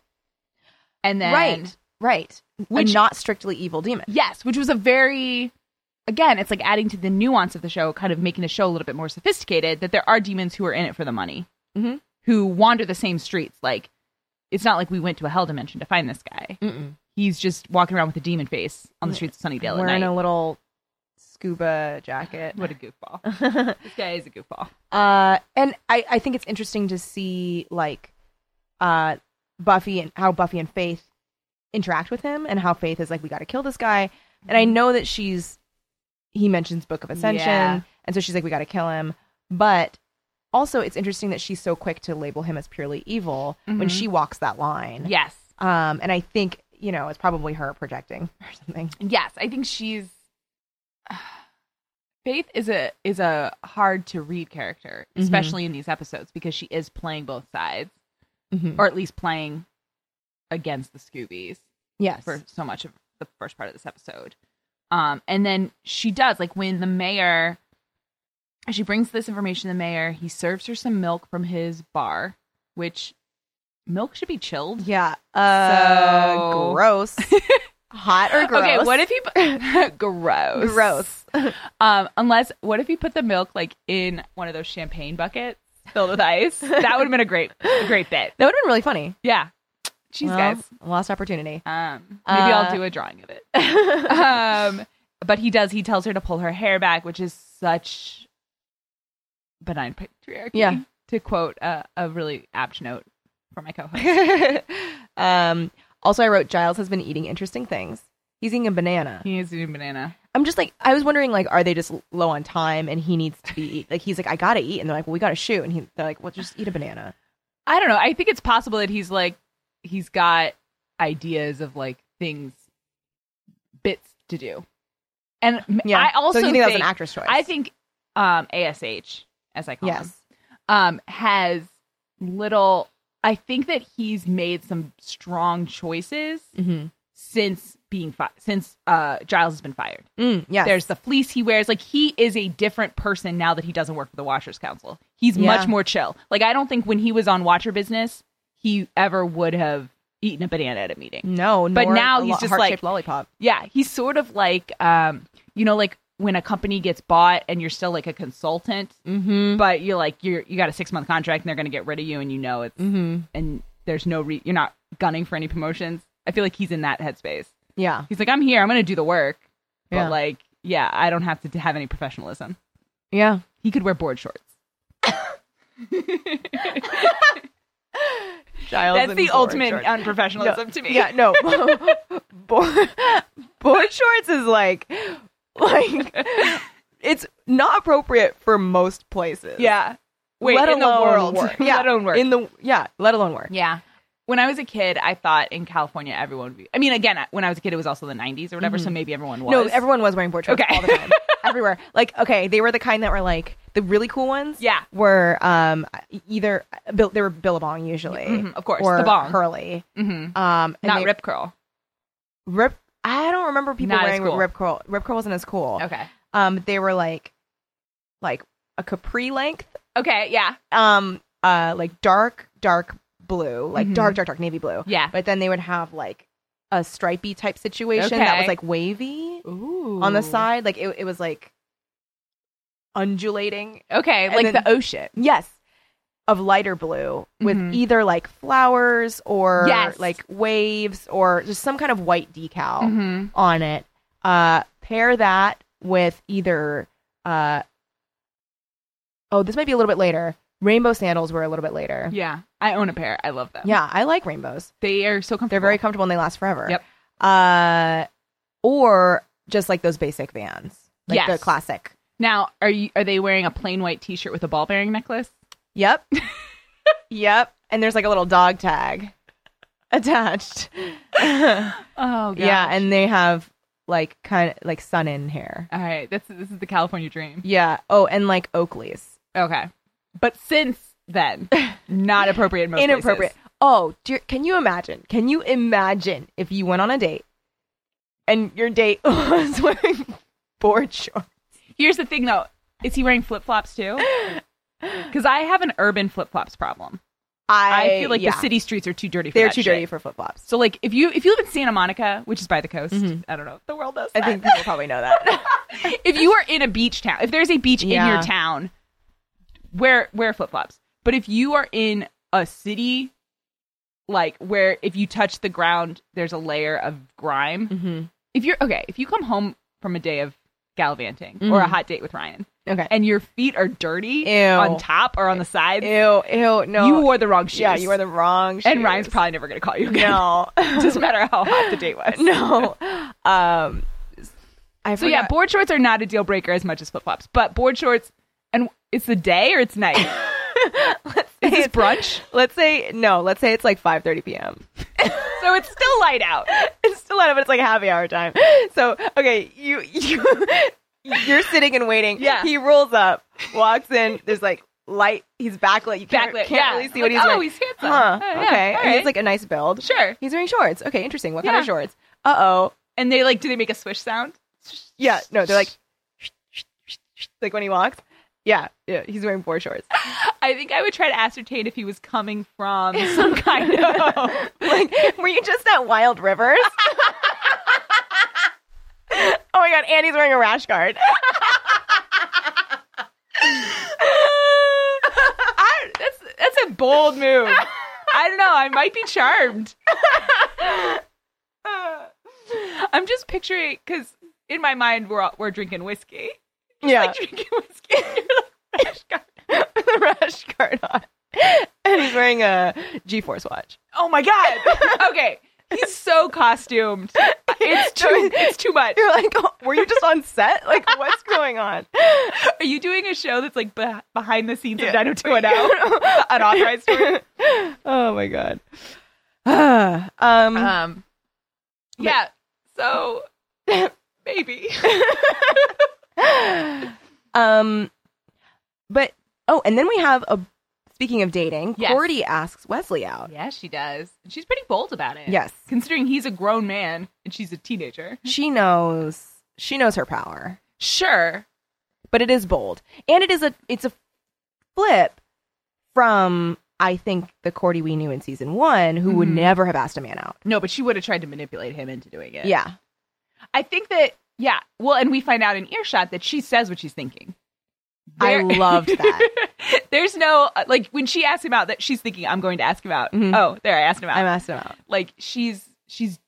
[SPEAKER 1] And then
[SPEAKER 2] Right. Right.
[SPEAKER 1] Which-
[SPEAKER 2] Which not strictly evil demon.
[SPEAKER 1] Yes, which was a very again, it's like adding to the nuance of the show, kind of making the show a little bit more sophisticated that there are demons who are in it for the money.
[SPEAKER 2] Mhm.
[SPEAKER 1] Who wander the same streets. Like it's not like we went to a hell dimension to find this guy.
[SPEAKER 2] Mm-mm.
[SPEAKER 1] He's just walking around with a demon face on the streets of Sunnydale at
[SPEAKER 2] Wearing
[SPEAKER 1] night.
[SPEAKER 2] a little scuba jacket.
[SPEAKER 1] what a goofball.
[SPEAKER 2] uh,
[SPEAKER 1] this guy is a goofball.
[SPEAKER 2] and I, I think it's interesting to see like uh, Buffy and how Buffy and Faith interact with him, and how Faith is like, we got to kill this guy. And I
[SPEAKER 1] Mm-hmm.
[SPEAKER 2] know that she's he mentions Book of Ascension,
[SPEAKER 1] Yeah.
[SPEAKER 2] and so she's like, we got to kill him. But also, it's interesting that she's so quick to label him as purely evil when
[SPEAKER 1] Mhm.
[SPEAKER 2] she walks that line.
[SPEAKER 1] Yes.
[SPEAKER 2] Um, and I think you know it's probably her projecting or something.
[SPEAKER 1] Yes, I think she's Faith is a is a hard to read character,
[SPEAKER 2] Mhm.
[SPEAKER 1] especially in these episodes because she is playing both sides
[SPEAKER 2] Mm-hmm.
[SPEAKER 1] or at least playing against the Scoobies
[SPEAKER 2] Yes.
[SPEAKER 1] for so much of the first part of this episode. Um and then she does like when the mayor she brings this information to the mayor, he serves her some milk from his bar, which milk should be chilled.
[SPEAKER 2] Yeah. Uh,
[SPEAKER 1] So-
[SPEAKER 2] gross. Hot or gross?
[SPEAKER 1] Okay, what if he put gross?
[SPEAKER 2] gross?
[SPEAKER 1] Um, unless what if he put the milk like in one of those champagne buckets filled with ice? That would have been a great, a great bit.
[SPEAKER 2] That would have been really funny.
[SPEAKER 1] Yeah. Jeez,
[SPEAKER 2] Well,
[SPEAKER 1] guys.
[SPEAKER 2] lost opportunity.
[SPEAKER 1] Um, maybe
[SPEAKER 2] Uh,
[SPEAKER 1] I'll do a drawing of it. um, but he does. He tells her to pull her hair back, which is such benign patriarchy.
[SPEAKER 2] Yeah.
[SPEAKER 1] To quote uh, a really apt note from my co-host.
[SPEAKER 2] um, also, I wrote Giles has been eating interesting things. He's eating a banana.
[SPEAKER 1] he is eating banana.
[SPEAKER 2] I'm just like, I was wondering, like, are they just low on time and he needs to be eat? Like, he's like, I gotta eat, and they're like, well, we gotta shoot, and he, they're like, well, just eat a banana.
[SPEAKER 1] I don't know. I think it's possible that he's like he's got ideas of like things bits to do. And m-
[SPEAKER 2] Yeah.
[SPEAKER 1] I also
[SPEAKER 2] so you think,
[SPEAKER 1] think,
[SPEAKER 2] that was an actress choice?
[SPEAKER 1] I think um ASH as I call him
[SPEAKER 2] yes.
[SPEAKER 1] um has little I think that he's made some strong choices
[SPEAKER 2] Mm-hmm.
[SPEAKER 1] since being fi- since uh Giles has been fired.
[SPEAKER 2] Mm, yes.
[SPEAKER 1] There's the fleece he wears. Like he is a different person now that he doesn't work for the Watchers Council. He's
[SPEAKER 2] Yeah.
[SPEAKER 1] much more chill. Like I don't think when he was on Watcher business, he ever would have eaten a banana at a meeting.
[SPEAKER 2] no,
[SPEAKER 1] But
[SPEAKER 2] nor
[SPEAKER 1] now
[SPEAKER 2] a
[SPEAKER 1] he's
[SPEAKER 2] lo-
[SPEAKER 1] just like-
[SPEAKER 2] heart-shaped lollipop.
[SPEAKER 1] Yeah, he's sort of like um, you know, like when a company gets bought and you're still like a consultant,
[SPEAKER 2] Mm-hmm.
[SPEAKER 1] but you're like you're you got a six month contract and they're gonna get rid of you and you know it's
[SPEAKER 2] Mm-hmm.
[SPEAKER 1] and there's no re- you're not gunning for any promotions. I feel like he's in that headspace.
[SPEAKER 2] Yeah.
[SPEAKER 1] He's like, I'm here, I'm gonna do the work, but
[SPEAKER 2] Yeah.
[SPEAKER 1] like, yeah, I don't have to have any professionalism.
[SPEAKER 2] Yeah.
[SPEAKER 1] He could wear board shorts.
[SPEAKER 2] Giles
[SPEAKER 1] That's
[SPEAKER 2] and
[SPEAKER 1] the
[SPEAKER 2] board
[SPEAKER 1] ultimate
[SPEAKER 2] shorts.
[SPEAKER 1] unprofessionalism to me.
[SPEAKER 2] Yeah, no. board, board shorts is like like it's not appropriate for most places.
[SPEAKER 1] Yeah. Wait,
[SPEAKER 2] let
[SPEAKER 1] in the
[SPEAKER 2] alone
[SPEAKER 1] world.
[SPEAKER 2] work. Yeah.
[SPEAKER 1] Let alone work.
[SPEAKER 2] In the yeah, let alone work.
[SPEAKER 1] yeah. When I was a kid, I thought in California everyone would be. I mean, again, I- when I was a kid, it was also the 90s or whatever, so maybe everyone was.
[SPEAKER 2] No, everyone was wearing board shorts
[SPEAKER 1] Okay.
[SPEAKER 2] all the time. Everywhere. Like, okay, they were the kind that were like the really cool ones.
[SPEAKER 1] Yeah.
[SPEAKER 2] Were um either bill they were billabong usually.
[SPEAKER 1] Mhm, of course.
[SPEAKER 2] Or
[SPEAKER 1] the bong.
[SPEAKER 2] curly.
[SPEAKER 1] Mhm.
[SPEAKER 2] Um and
[SPEAKER 1] Not
[SPEAKER 2] they-
[SPEAKER 1] rip curl.
[SPEAKER 2] rip I don't remember people
[SPEAKER 1] Not as
[SPEAKER 2] wearing
[SPEAKER 1] cool.
[SPEAKER 2] rip curl. Rip curl wasn't as cool.
[SPEAKER 1] Okay.
[SPEAKER 2] Um, they were like, like a capri length.
[SPEAKER 1] Okay. Yeah.
[SPEAKER 2] Um, uh, like dark, dark blue, like
[SPEAKER 1] Mhm.
[SPEAKER 2] dark, dark, dark navy blue.
[SPEAKER 1] Yeah.
[SPEAKER 2] But then they would have like a stripy type situation that
[SPEAKER 1] Okay.
[SPEAKER 2] was like wavy
[SPEAKER 1] Ooh.
[SPEAKER 2] on the side. Like it, it was like undulating.
[SPEAKER 1] Okay.
[SPEAKER 2] And
[SPEAKER 1] Like
[SPEAKER 2] then-
[SPEAKER 1] the ocean.
[SPEAKER 2] Yes. Of lighter blue with
[SPEAKER 1] Mhm.
[SPEAKER 2] either like flowers or
[SPEAKER 1] Yes.
[SPEAKER 2] like waves or just some kind of white decal
[SPEAKER 1] Mm-hmm.
[SPEAKER 2] on it. Uh, pair that with either. Uh, oh, this might be a little bit later. Rainbow sandals were a little bit later. Yeah,
[SPEAKER 1] Yeah. I own a pair. I love them.
[SPEAKER 2] I like rainbows.
[SPEAKER 1] They are so comfortable.
[SPEAKER 2] They're very comfortable and they last forever.
[SPEAKER 1] Yep.
[SPEAKER 2] Uh, or just like those basic vans, like
[SPEAKER 1] Yes.
[SPEAKER 2] the classic.
[SPEAKER 1] Now, are you are they wearing a plain white t-shirt with a ball bearing necklace?
[SPEAKER 2] Yep. yep. And there's like a little dog tag attached.
[SPEAKER 1] Oh,
[SPEAKER 2] Yeah, and they have like kind of like sun in hair.
[SPEAKER 1] all right. That's this is the California dream.
[SPEAKER 2] Yeah. Oh, and like Oakleys.
[SPEAKER 1] Okay. But since then, not appropriate in most
[SPEAKER 2] inappropriate. Oh, dear, can you imagine? Can you imagine if you went on a date and your date was wearing board shorts.
[SPEAKER 1] Here's the thing, though. Is he wearing flip flops too? Because I have an urban flip flops problem. I, feel like
[SPEAKER 2] yeah.
[SPEAKER 1] the city streets are too dirty. for
[SPEAKER 2] They're
[SPEAKER 1] that
[SPEAKER 2] too
[SPEAKER 1] shit.
[SPEAKER 2] dirty for flip flops.
[SPEAKER 1] So, like, if you if you live in Santa Monica, which is by the coast, I don't know, if the world knows.
[SPEAKER 2] Mm-hmm. I
[SPEAKER 1] that.
[SPEAKER 2] think people probably know that.
[SPEAKER 1] if you are in a beach town, if there's a beach in
[SPEAKER 2] Yeah.
[SPEAKER 1] your town, wear wear flip flops. But if you are in a city, like where if you touch the ground, there's a layer of grime.
[SPEAKER 2] Mm-hmm.
[SPEAKER 1] If you're okay, if you come home from a day of gallivanting or a hot date with Ryan,
[SPEAKER 2] Okay.
[SPEAKER 1] and your feet are dirty
[SPEAKER 2] Mm. Ew.
[SPEAKER 1] on top or on the side,
[SPEAKER 2] ew, ew, no.
[SPEAKER 1] you wore the wrong shoes.
[SPEAKER 2] Yeah, you were the wrong.
[SPEAKER 1] and Ryan's
[SPEAKER 2] shoes.
[SPEAKER 1] probably never gonna call you again.
[SPEAKER 2] no,
[SPEAKER 1] Doesn't matter how hot the date was.
[SPEAKER 2] no. Um, I
[SPEAKER 1] So yeah, board shorts are not a deal breaker as much as flip flops, but board shorts, and it's the day or it's night. is this brunch?
[SPEAKER 2] Let's say no. Let's say it's like 5:30 p.m.
[SPEAKER 1] So it's still light out.
[SPEAKER 2] It's still out of it. It's like happy hour time. So okay, you you you're sitting and waiting.
[SPEAKER 1] Yeah.
[SPEAKER 2] He rolls up, walks in. There's like light. He's backlit. You can't,
[SPEAKER 1] Backlit,
[SPEAKER 2] can't
[SPEAKER 1] yeah.
[SPEAKER 2] really see what
[SPEAKER 1] Like,
[SPEAKER 2] he's
[SPEAKER 1] oh,
[SPEAKER 2] wearing.
[SPEAKER 1] he's handsome.
[SPEAKER 2] Huh.
[SPEAKER 1] Oh, yeah,
[SPEAKER 2] okay.
[SPEAKER 1] all
[SPEAKER 2] And He's
[SPEAKER 1] right.
[SPEAKER 2] like a nice build.
[SPEAKER 1] Sure.
[SPEAKER 2] He's wearing shorts. Okay. Interesting. What kind of
[SPEAKER 1] Yeah.
[SPEAKER 2] shorts? Uh oh.
[SPEAKER 1] And they like, do they make a swish sound?
[SPEAKER 2] Yeah. No. They're like like when he walks. Yeah. Yeah. He's wearing board shorts.
[SPEAKER 1] I think I would try to ascertain if he was coming from some kind of.
[SPEAKER 2] like, were you just at Wild Rivers? oh my god, Annie's wearing a rash guard.
[SPEAKER 1] I, that's that's a bold move. I don't know. I might be charmed. I'm just picturing because in my mind we're all, we're drinking whiskey.
[SPEAKER 2] Yeah,
[SPEAKER 1] Like drinking whiskey. You're like, "Fresh guy."
[SPEAKER 2] with a rash guard on. And he's wearing a G-force watch.
[SPEAKER 1] Oh my god. Okay. He's so costumed. It's too it's too much.
[SPEAKER 2] You're like, oh, were you just on set? Like, what's going on?
[SPEAKER 1] Are you doing a show that's like beh behind the scenes of 90210? Unauthorized story?
[SPEAKER 2] Oh my god. Ah, um,
[SPEAKER 1] Um Yeah. So maybe.
[SPEAKER 2] um, but oh, and then we have a. Speaking of dating,
[SPEAKER 1] Yes.
[SPEAKER 2] Cordy asks Wesley out.
[SPEAKER 1] Yeah, she does. And she's pretty bold about it.
[SPEAKER 2] Yes,
[SPEAKER 1] Considering he's a grown man and she's a teenager.
[SPEAKER 2] she knows. She knows her power.
[SPEAKER 1] Sure.
[SPEAKER 2] but it is bold and it is a it's a flip from i think the cordy we knew in season one who would
[SPEAKER 1] Mhm.
[SPEAKER 2] never have asked a man out
[SPEAKER 1] No, but she would have tried to manipulate him into doing it.
[SPEAKER 2] yeah
[SPEAKER 1] I think that yeah. Well, and we find out in earshot that she says what she's thinking.
[SPEAKER 2] I
[SPEAKER 1] There-
[SPEAKER 2] loved that.
[SPEAKER 1] There's no uh, like when she asks him out that she's thinking I'm going to ask him out.
[SPEAKER 2] Mhm.
[SPEAKER 1] Oh, there I asked him out.
[SPEAKER 2] i'm asked him out
[SPEAKER 1] like she's she's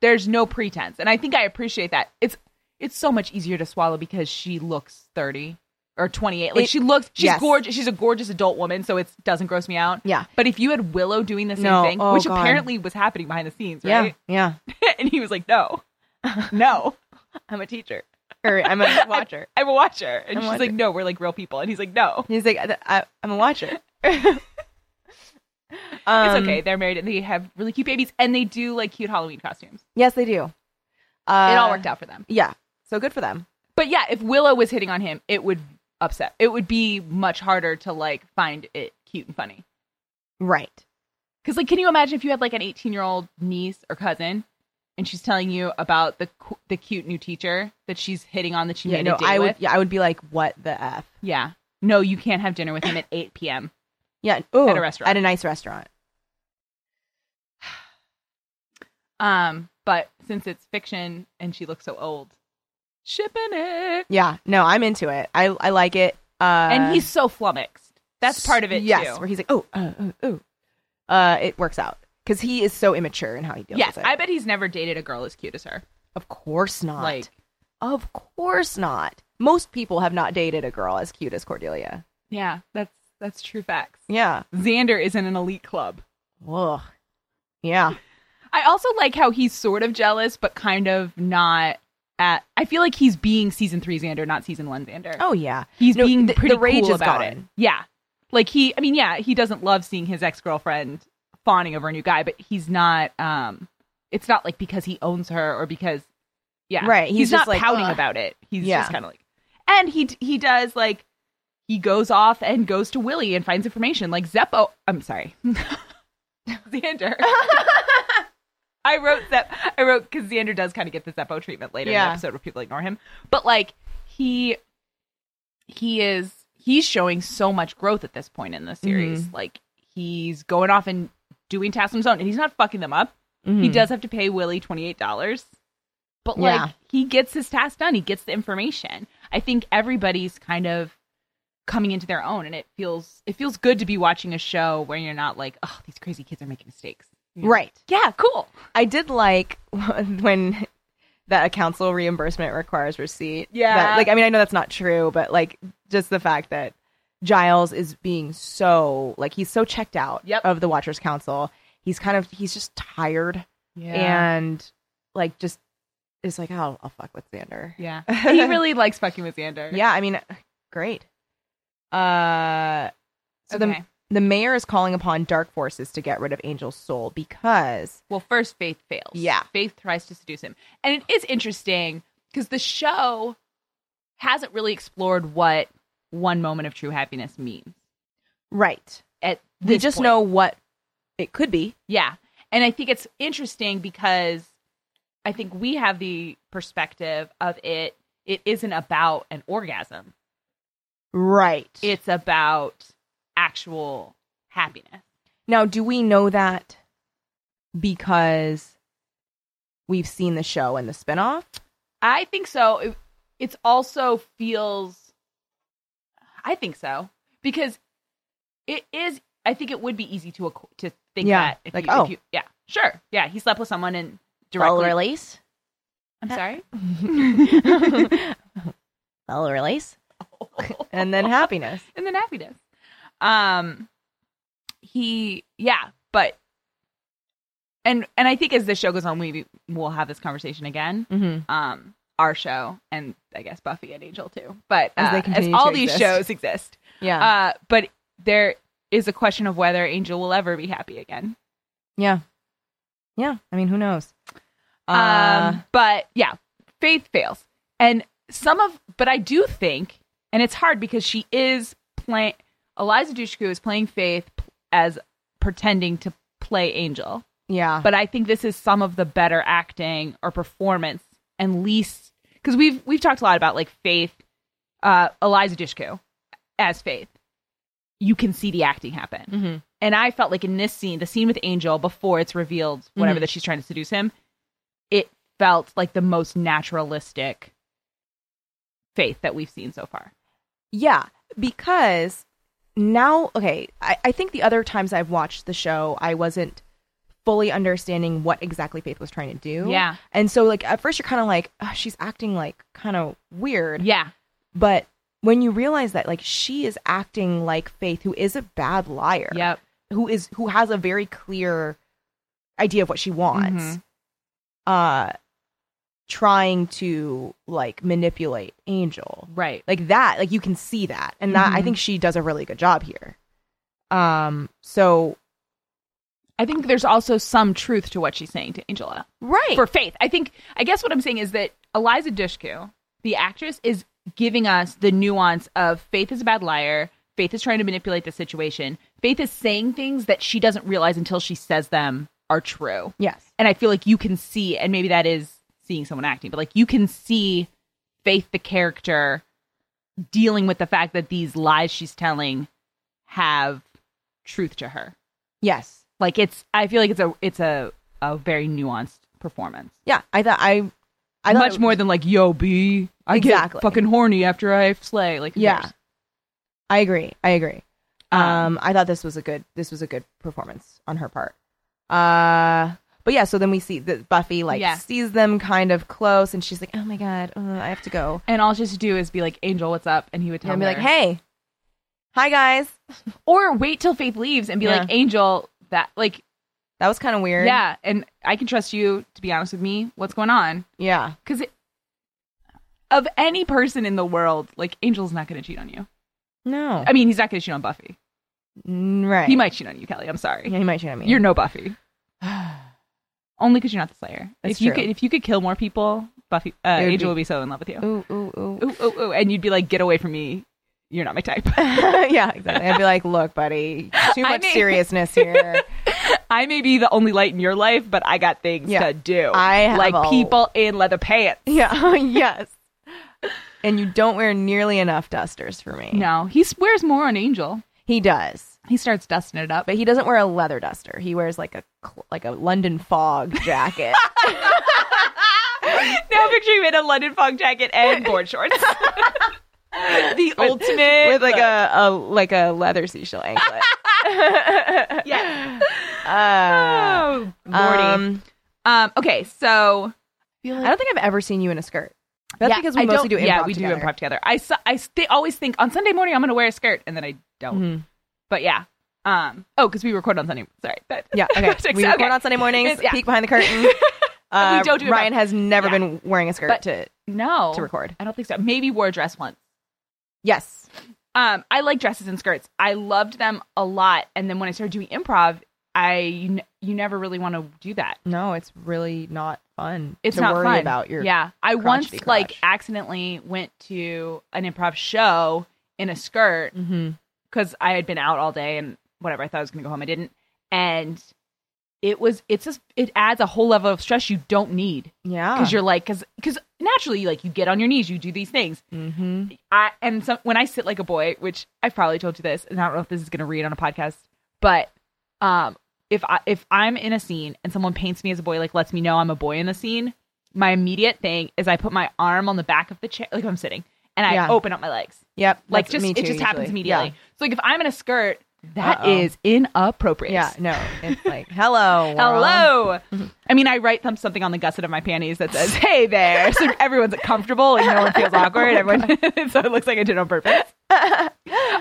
[SPEAKER 1] there's no pretense, and I think I appreciate that. It's it's so much easier to swallow because she looks 30 or 28. Like
[SPEAKER 2] It-
[SPEAKER 1] she looks she's
[SPEAKER 2] yes.
[SPEAKER 1] gorgeous. She's a gorgeous adult woman, so it doesn't gross me out.
[SPEAKER 2] yeah
[SPEAKER 1] But if you had Willow doing the same
[SPEAKER 2] No.
[SPEAKER 1] thing,
[SPEAKER 2] Oh,
[SPEAKER 1] which
[SPEAKER 2] God.
[SPEAKER 1] apparently was happening behind the scenes,
[SPEAKER 2] yeah
[SPEAKER 1] right?
[SPEAKER 2] yeah
[SPEAKER 1] and he was like, "No, no, I'm a teacher.
[SPEAKER 2] or i'm a watcher
[SPEAKER 1] I'm a watcher." And
[SPEAKER 2] I'm a
[SPEAKER 1] she's
[SPEAKER 2] watcher.
[SPEAKER 1] like, "No, we're like real people." And he's like, "No,
[SPEAKER 2] he's like I, I, i'm a watcher
[SPEAKER 1] it's
[SPEAKER 2] Um,
[SPEAKER 1] okay. They're married and they have really cute babies, and they do like cute Halloween costumes.
[SPEAKER 2] yes they do uh,
[SPEAKER 1] it all worked out for them."
[SPEAKER 2] yeah so good for them
[SPEAKER 1] But yeah, if Willow was hitting on him, it would upset. It would be much harder to like find it cute and funny.
[SPEAKER 2] right
[SPEAKER 1] Because like, can you imagine if you had like an 18 year old niece or cousin? And she's telling you about the cu- the cute new teacher that she's hitting on that she
[SPEAKER 2] yeah
[SPEAKER 1] made
[SPEAKER 2] no
[SPEAKER 1] a date
[SPEAKER 2] i would
[SPEAKER 1] with.
[SPEAKER 2] yeah i would be like what the f
[SPEAKER 1] Yeah. No, you can't have dinner with him at 8 p.m.
[SPEAKER 2] yeah ooh,
[SPEAKER 1] restaurant.
[SPEAKER 2] at a nice restaurant
[SPEAKER 1] Um, but since it's fiction and she looks so old, shipping it.
[SPEAKER 2] yeah no i'm into it i i like it uh
[SPEAKER 1] and he's so flummoxed. That's part of it
[SPEAKER 2] Yes,
[SPEAKER 1] too.
[SPEAKER 2] where he's like, oh, uh, oh, oh. Uh, it works out because he is so immature in how he deals
[SPEAKER 1] Yes,
[SPEAKER 2] with it.
[SPEAKER 1] I bet he's never dated a girl as cute as her.
[SPEAKER 2] of course not.
[SPEAKER 1] Like,
[SPEAKER 2] of course not. Most people have not dated a girl as cute as Cordelia.
[SPEAKER 1] yeah, that's that's true facts.
[SPEAKER 2] Yeah.
[SPEAKER 1] Xander is in an elite club.
[SPEAKER 2] Ugh. Yeah.
[SPEAKER 1] I also like how he's sort of jealous, but kind of not. At I feel like he's being season three Xander, not season one Xander.
[SPEAKER 2] Oh yeah.
[SPEAKER 1] he's
[SPEAKER 2] No,
[SPEAKER 1] being
[SPEAKER 2] the,
[SPEAKER 1] pretty
[SPEAKER 2] the rage
[SPEAKER 1] cool
[SPEAKER 2] is
[SPEAKER 1] about
[SPEAKER 2] gone.
[SPEAKER 1] it. Yeah, like he. I mean, yeah, he doesn't love seeing his ex girlfriend fawning over a new guy, but he's not. um It's not like because he owns her or because, yeah,
[SPEAKER 2] Right, he's
[SPEAKER 1] He's, not
[SPEAKER 2] just like,
[SPEAKER 1] pouting
[SPEAKER 2] "Ugh."
[SPEAKER 1] about it. He's
[SPEAKER 2] Yeah.
[SPEAKER 1] just kind of like, and he he does like he goes off and goes to Willie and finds information like Zeppo. I'm sorry, Xander. I wrote that. I wrote because Xander does kind of get the Zeppo treatment later in
[SPEAKER 2] Yeah.
[SPEAKER 1] the episode where people ignore him, but like he he is he's showing so much growth at this point in the series.
[SPEAKER 2] Mm-hmm.
[SPEAKER 1] Like he's going off and doing tasks on his own, and he's not fucking them up.
[SPEAKER 2] Mm-hmm.
[SPEAKER 1] He does have to pay Willie twenty eight dollars, but like
[SPEAKER 2] Mm. Yeah.
[SPEAKER 1] he gets his task done. He gets the information. I think everybody's kind of coming into their own, and it feels it feels good to be watching a show where you're not like, oh, these crazy kids are making mistakes.
[SPEAKER 2] Right.
[SPEAKER 1] Yeah, cool.
[SPEAKER 2] I did like when that a council reimbursement requires receipt.
[SPEAKER 1] Yeah.
[SPEAKER 2] That- like I mean I know that's not true, but like just the fact that Giles is being so like he's so checked out
[SPEAKER 1] Yep.
[SPEAKER 2] of the Watchers Council. He's kind of he's just tired and like just is like oh I'll fuck with Xander.
[SPEAKER 1] yeah. he really likes fucking with Xander.
[SPEAKER 2] Yeah, I mean great. Uh so
[SPEAKER 1] Okay.
[SPEAKER 2] the the mayor is calling upon dark forces to get rid of Angel's soul because
[SPEAKER 1] Well, first Faith fails.
[SPEAKER 2] Yeah.
[SPEAKER 1] Faith tries to seduce him. And it is interesting because the show hasn't really explored what one moment of true happiness means.
[SPEAKER 2] right.
[SPEAKER 1] At
[SPEAKER 2] We
[SPEAKER 1] this
[SPEAKER 2] just
[SPEAKER 1] point.
[SPEAKER 2] know what it could be.
[SPEAKER 1] Yeah. And I think it's interesting because I think we have the perspective of it it isn't about an orgasm.
[SPEAKER 2] Right.
[SPEAKER 1] It's about actual happiness.
[SPEAKER 2] now, do we know that because we've seen the show and the spinoff?
[SPEAKER 1] I think so. It, it's also feels. I think so because it is. I think it would be easy to acqu- to think
[SPEAKER 2] Yeah,
[SPEAKER 1] that. If
[SPEAKER 2] like,
[SPEAKER 1] you,
[SPEAKER 2] oh.
[SPEAKER 1] if you, yeah, sure, yeah. He slept with someone and
[SPEAKER 2] Well
[SPEAKER 1] directly.
[SPEAKER 2] release.
[SPEAKER 1] I'm sorry.
[SPEAKER 2] Well release. And then happiness.
[SPEAKER 1] and then happiness. Um, he yeah, but and and I think as the show goes on, we we'll have this conversation again.
[SPEAKER 2] Mm-hmm.
[SPEAKER 1] um our show and I guess Buffy and Angel too. But
[SPEAKER 2] As
[SPEAKER 1] uh,
[SPEAKER 2] they
[SPEAKER 1] as,
[SPEAKER 2] continue
[SPEAKER 1] all
[SPEAKER 2] to
[SPEAKER 1] these
[SPEAKER 2] exist.
[SPEAKER 1] shows exist,
[SPEAKER 2] Yeah.
[SPEAKER 1] uh, but there is a question of whether Angel will ever be happy again.
[SPEAKER 2] yeah. Yeah. I mean, who knows? Uh,
[SPEAKER 1] um, but yeah, Faith fails, and some of. But I do think, and it's hard because she is playing Eliza Dushku is playing Faith p- as pretending to play Angel.
[SPEAKER 2] yeah.
[SPEAKER 1] but I think this is some of the better acting or performance and least because we've we've talked a lot about like Faith, uh, Eliza Dushku as Faith. You can see the acting happen,
[SPEAKER 2] Mhm.
[SPEAKER 1] and I felt like in this scene, the scene with Angel before it's revealed whatever that she's trying to seduce him, it felt like the most naturalistic Faith that we've seen so far.
[SPEAKER 2] Yeah, because now, okay, I, I think the other times I've watched the show, I wasn't fully understanding what exactly Faith was trying to do.
[SPEAKER 1] Yeah.
[SPEAKER 2] And so, like, at first you're kind of like, oh, she's acting like kind of weird.
[SPEAKER 1] Yeah,
[SPEAKER 2] But when you realize that, like, she is acting like Faith, who is a bad liar,
[SPEAKER 1] yep,
[SPEAKER 2] who is, who has a very clear idea of what she wants, uh, trying to, like, manipulate Angel
[SPEAKER 1] right.
[SPEAKER 2] like that like you can see that and that i
[SPEAKER 1] Mhm.
[SPEAKER 2] think she does a really good job here um so
[SPEAKER 1] I think there's also some truth to what she's saying to Angela.
[SPEAKER 2] right
[SPEAKER 1] for faith. I think I guess what I'm saying is that Eliza Dushku, the actress, is giving us the nuance of faith is a bad liar. Faith is trying to manipulate the situation. Faith is saying things that she doesn't realize until she says them are true.
[SPEAKER 2] yes
[SPEAKER 1] And I feel like you can see, and maybe that is seeing someone acting, but like you can see Faith, the character, dealing with the fact that these lies she's telling have truth to her.
[SPEAKER 2] yes
[SPEAKER 1] Like it's, I feel like it's a, it's a, a very nuanced performance
[SPEAKER 2] yeah i thought i i thought
[SPEAKER 1] much more than like yo b I
[SPEAKER 2] Exactly.
[SPEAKER 1] get fucking horny after I slay. Like who
[SPEAKER 2] Yeah.
[SPEAKER 1] cares?
[SPEAKER 2] i agree i agree um,
[SPEAKER 1] Um,
[SPEAKER 2] i thought this was a good this was a good performance on her part uh but yeah so then we see that buffy like
[SPEAKER 1] Yeah.
[SPEAKER 2] sees them kind of close and she's like oh my god uh, i have to go
[SPEAKER 1] and all she has to do is be like Angel, what's up? And he would tell
[SPEAKER 2] and be
[SPEAKER 1] her.
[SPEAKER 2] like hey hi guys
[SPEAKER 1] or wait till Faith leaves and be like
[SPEAKER 2] Yeah.
[SPEAKER 1] Angel that like
[SPEAKER 2] that was kind of weird
[SPEAKER 1] yeah, and I can trust you to be honest with me. What's going on?
[SPEAKER 2] yeah
[SPEAKER 1] Because of any person in the world, like Angel's not going to cheat on you.
[SPEAKER 2] no
[SPEAKER 1] I mean, he's not going to cheat on Buffy.
[SPEAKER 2] Mm, right
[SPEAKER 1] He might cheat on you, Kelly. I'm sorry.
[SPEAKER 2] yeah he might shoot at me
[SPEAKER 1] You're no Buffy. Only because you're not the Slayer.
[SPEAKER 2] That's
[SPEAKER 1] if you
[SPEAKER 2] true.
[SPEAKER 1] could, if you could kill more people, Buffy, uh,
[SPEAKER 2] It would
[SPEAKER 1] Angel
[SPEAKER 2] be-
[SPEAKER 1] would be so in love with you.
[SPEAKER 2] ooh ooh ooh
[SPEAKER 1] ooh, ooh, ooh, and you'd be like, get away from me. You're not my type.
[SPEAKER 2] yeah, exactly. I'd be like, look, buddy, too
[SPEAKER 1] I
[SPEAKER 2] much
[SPEAKER 1] mean-
[SPEAKER 2] seriousness here.
[SPEAKER 1] I may be the only light in your life, but I got things
[SPEAKER 2] Yeah.
[SPEAKER 1] to do.
[SPEAKER 2] I have
[SPEAKER 1] like
[SPEAKER 2] a-
[SPEAKER 1] people in leather pants.
[SPEAKER 2] Yeah. yes. And you don't wear nearly enough dusters for me.
[SPEAKER 1] No, he wears more on Angel.
[SPEAKER 2] He does,
[SPEAKER 1] He starts dusting it up.
[SPEAKER 2] but he doesn't wear a leather duster. He wears like a cl- like a London fog jacket.
[SPEAKER 1] now picture him in a London fog jacket and board shorts. the ultimate
[SPEAKER 2] with like a, a like a leather seashell anklet.
[SPEAKER 1] yeah.
[SPEAKER 2] Uh,
[SPEAKER 1] Oh, lordy. Um,
[SPEAKER 2] um,
[SPEAKER 1] okay, so
[SPEAKER 2] I don't think I've ever seen you in a skirt. That's
[SPEAKER 1] Yeah,
[SPEAKER 2] because we
[SPEAKER 1] I
[SPEAKER 2] mostly do
[SPEAKER 1] don't-
[SPEAKER 2] improv
[SPEAKER 1] yeah we
[SPEAKER 2] together.
[SPEAKER 1] do improv together. I su- I st- always think on Sunday morning I'm going to wear a skirt and then I don't.
[SPEAKER 2] Mhm.
[SPEAKER 1] But yeah. Um. Oh, because we record on Sunday. Sorry. That-
[SPEAKER 2] Yeah, okay. we record on Sunday mornings.
[SPEAKER 1] It's- yeah.
[SPEAKER 2] Peek behind the curtain. Uh,
[SPEAKER 1] don't do
[SPEAKER 2] Ryan
[SPEAKER 1] improv.
[SPEAKER 2] has never
[SPEAKER 1] Yeah.
[SPEAKER 2] been wearing a skirt
[SPEAKER 1] But-
[SPEAKER 2] to
[SPEAKER 1] no
[SPEAKER 2] to record.
[SPEAKER 1] I don't think so. Maybe wore a dress once.
[SPEAKER 2] Yes,
[SPEAKER 1] um, I like dresses and skirts. I loved them a lot, and then when I started doing improv, I you, n- you never really want to do that.
[SPEAKER 2] no, it's really not fun.
[SPEAKER 1] It's
[SPEAKER 2] to
[SPEAKER 1] not
[SPEAKER 2] worry
[SPEAKER 1] fun
[SPEAKER 2] about your
[SPEAKER 1] yeah. I once
[SPEAKER 2] crotchety
[SPEAKER 1] like
[SPEAKER 2] crotch.
[SPEAKER 1] accidentally went to an improv show in a skirt
[SPEAKER 2] Mhm.
[SPEAKER 1] because I had been out all day and whatever. I thought I was going to go home. I didn't, and it was it's just it adds a whole level of stress you don't need
[SPEAKER 2] yeah.
[SPEAKER 1] because you're like because because naturally like you get on your knees, you do these things.
[SPEAKER 2] mm-hmm.
[SPEAKER 1] I and some when I sit like a boy, which I've probably told you this, and I don't know if this is gonna read on a podcast, but um, if I if I'm in a scene and someone paints me as a boy, like lets me know I'm a boy in the scene, my immediate thing is I put my arm on the back of the chair, like if I'm sitting, and I
[SPEAKER 2] Yeah.
[SPEAKER 1] open up my legs,
[SPEAKER 2] Yep.
[SPEAKER 1] like
[SPEAKER 2] that's
[SPEAKER 1] just
[SPEAKER 2] me
[SPEAKER 1] it
[SPEAKER 2] too,
[SPEAKER 1] just happens
[SPEAKER 2] usually.
[SPEAKER 1] immediately. So like if I'm in a skirt, that
[SPEAKER 2] Uh-oh.
[SPEAKER 1] is inappropriate.
[SPEAKER 2] Yeah. yeah. No. It's like hello. world.
[SPEAKER 1] Hello. I mean, I write them something on the gusset of my panties that says, "Hey there," so everyone's comfortable and no one feels awkward.
[SPEAKER 2] Oh
[SPEAKER 1] Everyone, so it looks like I did on purpose. I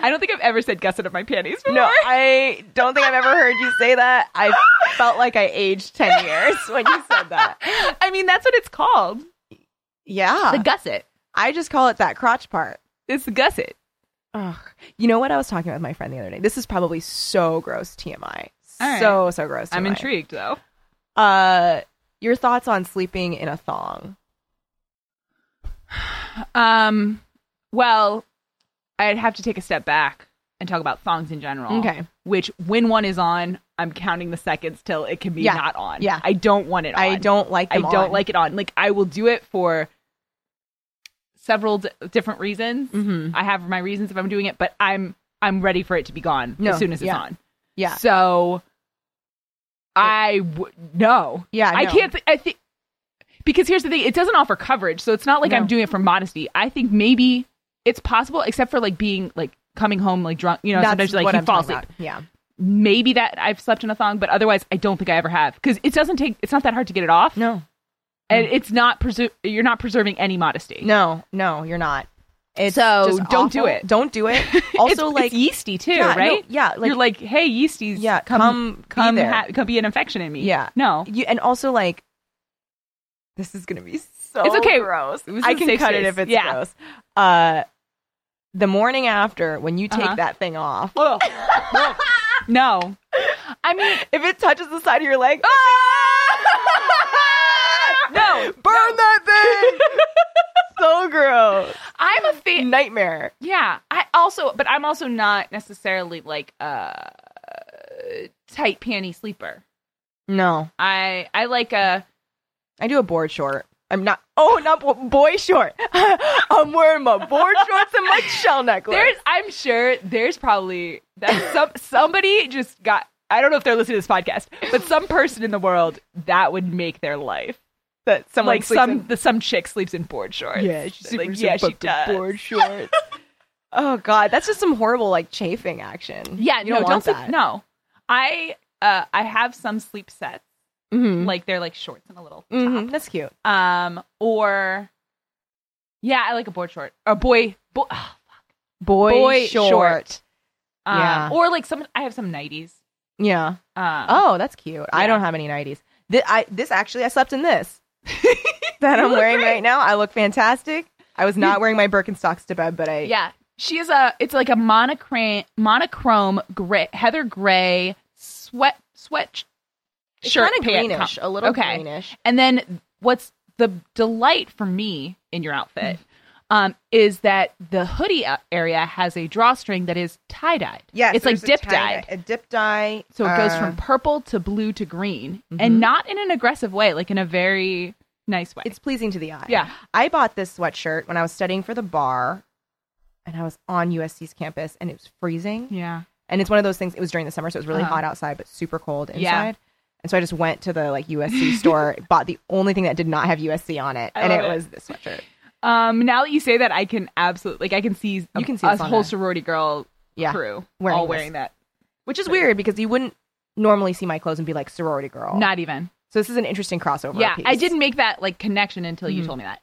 [SPEAKER 1] don't think I've ever said gusset of my panties before.
[SPEAKER 2] No, I don't think I've ever heard you say that. I felt like I aged ten years when you said that.
[SPEAKER 1] I mean that's what it's called.
[SPEAKER 2] Yeah.
[SPEAKER 1] The gusset.
[SPEAKER 2] I just call it that crotch part.
[SPEAKER 1] It's the gusset.
[SPEAKER 2] Ugh. You know what I was talking about with my friend the other day? This is probably so gross TMI.
[SPEAKER 1] All right.
[SPEAKER 2] So so gross.
[SPEAKER 1] I'm
[SPEAKER 2] TMI.
[SPEAKER 1] intrigued though.
[SPEAKER 2] Uh, your thoughts on sleeping in a thong?
[SPEAKER 1] Um, well, I'd have to take a step back and talk about thongs in general.
[SPEAKER 2] Okay.
[SPEAKER 1] Which, when one is on, I'm counting the seconds till it can be
[SPEAKER 2] Yeah.
[SPEAKER 1] not on.
[SPEAKER 2] Yeah.
[SPEAKER 1] I don't want it. on.
[SPEAKER 2] I don't like.
[SPEAKER 1] I
[SPEAKER 2] Them
[SPEAKER 1] don't
[SPEAKER 2] on.
[SPEAKER 1] like it on. Like I will do it for several d- different reasons.
[SPEAKER 2] Mhm.
[SPEAKER 1] I have my reasons if I'm doing it, but I'm I'm ready for it to be gone
[SPEAKER 2] No,
[SPEAKER 1] as soon as
[SPEAKER 2] yeah.
[SPEAKER 1] it's on.
[SPEAKER 2] Yeah.
[SPEAKER 1] So I w- no.
[SPEAKER 2] Yeah,
[SPEAKER 1] I
[SPEAKER 2] no.
[SPEAKER 1] can't. Th- I think because here's the thing: it doesn't offer coverage, so it's not like
[SPEAKER 2] No.
[SPEAKER 1] I'm doing it for modesty. I think maybe it's possible, except for like being like coming home like drunk. You know,
[SPEAKER 2] That's
[SPEAKER 1] sometimes like
[SPEAKER 2] what
[SPEAKER 1] you
[SPEAKER 2] I'm
[SPEAKER 1] fall
[SPEAKER 2] talking
[SPEAKER 1] asleep.
[SPEAKER 2] about. Yeah.
[SPEAKER 1] Maybe that I've slept in a thong, but otherwise I don't think I ever have because it doesn't take. It's not that hard to get it off
[SPEAKER 2] No.
[SPEAKER 1] and it's not preser- you're not preserving any modesty.
[SPEAKER 2] No. No. You're not. It's
[SPEAKER 1] So,
[SPEAKER 2] just
[SPEAKER 1] don't do
[SPEAKER 2] awful.
[SPEAKER 1] it.
[SPEAKER 2] Don't do it.
[SPEAKER 1] It's-
[SPEAKER 2] Also,
[SPEAKER 1] it's
[SPEAKER 2] like
[SPEAKER 1] yeasty too,
[SPEAKER 2] yeah, no,
[SPEAKER 1] right?
[SPEAKER 2] yeah. Like
[SPEAKER 1] you're like, hey, yeasties,
[SPEAKER 2] yeah. Come,
[SPEAKER 1] come,
[SPEAKER 2] be
[SPEAKER 1] come,
[SPEAKER 2] there.
[SPEAKER 1] ha- come be an infection in me.
[SPEAKER 2] Yeah.
[SPEAKER 1] no,
[SPEAKER 2] you and also like this is gonna be so
[SPEAKER 1] It's okay.
[SPEAKER 2] gross
[SPEAKER 1] This is
[SPEAKER 2] i
[SPEAKER 1] a
[SPEAKER 2] can
[SPEAKER 1] safe
[SPEAKER 2] cut it
[SPEAKER 1] space.
[SPEAKER 2] if it's
[SPEAKER 1] Yeah.
[SPEAKER 2] gross uh the morning after when you take
[SPEAKER 1] Uh-huh.
[SPEAKER 2] that thing off
[SPEAKER 1] Ugh. Ugh. no. I mean,
[SPEAKER 2] if it touches the side of your
[SPEAKER 1] Ah!
[SPEAKER 2] leg
[SPEAKER 1] no.
[SPEAKER 2] burn that thing so gross
[SPEAKER 1] I'm a fan.
[SPEAKER 2] nightmare
[SPEAKER 1] Yeah, I also, but I'm also not necessarily like a tight panty sleeper.
[SPEAKER 2] no
[SPEAKER 1] I I like a
[SPEAKER 2] i do a board short i'm not oh not bo- boy short i'm wearing my board shorts and my shell necklace
[SPEAKER 1] There's, I'm sure there's probably that some somebody just got. I don't know if they're listening to this podcast, but some person in the world that would make their life.
[SPEAKER 2] that someone
[SPEAKER 1] like
[SPEAKER 2] sleeps
[SPEAKER 1] some
[SPEAKER 2] in.
[SPEAKER 1] the, some chick sleeps in board shorts.
[SPEAKER 2] Yeah, she's
[SPEAKER 1] like,
[SPEAKER 2] super
[SPEAKER 1] yeah, she does.
[SPEAKER 2] board shorts. oh god, that's just some horrible like chafing action.
[SPEAKER 1] Yeah,
[SPEAKER 2] you
[SPEAKER 1] no,
[SPEAKER 2] don't want
[SPEAKER 1] sleep-
[SPEAKER 2] that.
[SPEAKER 1] No, I uh, I have some sleep sets.
[SPEAKER 2] Mhm.
[SPEAKER 1] Like they're like shorts and a little top.
[SPEAKER 2] Mhm, that's cute.
[SPEAKER 1] Um, or yeah, I like a board short or boy. Bo- um, ugh,
[SPEAKER 2] Boy,
[SPEAKER 1] Boy
[SPEAKER 2] short.
[SPEAKER 1] short. um,
[SPEAKER 2] Yeah.
[SPEAKER 1] Or like some. I have some nighties.
[SPEAKER 2] Yeah.
[SPEAKER 1] Um,
[SPEAKER 2] Oh, that's cute. I
[SPEAKER 1] Yeah.
[SPEAKER 2] don't have any nineties. This, I this actually I slept in this that I'm wearing right now. I look fantastic. I was not wearing my Birkenstocks to bed, but I
[SPEAKER 1] Yeah. She is a it's like a monochrome monochrome gray heather gray sweat sweat
[SPEAKER 2] it's
[SPEAKER 1] shirt
[SPEAKER 2] kind of
[SPEAKER 1] pant
[SPEAKER 2] greenish,
[SPEAKER 1] com-
[SPEAKER 2] a little
[SPEAKER 1] okay.
[SPEAKER 2] greenish.
[SPEAKER 1] And then what's the delight for me in your outfit um, is that the hoodie a- area has a drawstring that is tie dyed.
[SPEAKER 5] Yes,
[SPEAKER 1] it's like
[SPEAKER 5] there's a
[SPEAKER 1] dip
[SPEAKER 5] tie-
[SPEAKER 1] dyed.
[SPEAKER 5] A dip dye.
[SPEAKER 1] So it goes
[SPEAKER 5] uh,
[SPEAKER 1] from purple to blue to green, and not in an aggressive way, like in a very nice way.
[SPEAKER 2] Mm-hmm. It's pleasing to the eye.
[SPEAKER 1] Yeah.
[SPEAKER 2] I bought this sweatshirt when I was studying for the bar and I was on USC's campus and it was freezing.
[SPEAKER 1] yeah,
[SPEAKER 2] And it's one of those things, it was during the summer, so it was really
[SPEAKER 1] Uh-huh.
[SPEAKER 2] hot outside, but super cold inside.
[SPEAKER 1] Yeah.
[SPEAKER 2] And so I just went to the like USC store, bought the only thing that did not have USC on it,
[SPEAKER 1] I
[SPEAKER 2] and
[SPEAKER 1] love
[SPEAKER 2] it,
[SPEAKER 1] it.
[SPEAKER 2] was this sweatshirt.
[SPEAKER 1] Um, now that you say that, I can absolutely like I can see
[SPEAKER 2] You can see
[SPEAKER 1] a
[SPEAKER 2] us on
[SPEAKER 1] whole
[SPEAKER 2] there.
[SPEAKER 1] sorority girl
[SPEAKER 2] Yeah,
[SPEAKER 1] crew
[SPEAKER 2] wearing
[SPEAKER 1] all
[SPEAKER 2] this.
[SPEAKER 1] wearing that.
[SPEAKER 2] Which is weird because you wouldn't normally see my clothes and be like sorority girl.
[SPEAKER 1] Not even.
[SPEAKER 2] so this is an interesting crossover.
[SPEAKER 1] yeah,
[SPEAKER 2] piece.
[SPEAKER 1] I didn't make that like connection until
[SPEAKER 2] Mm-hmm.
[SPEAKER 1] you told me that.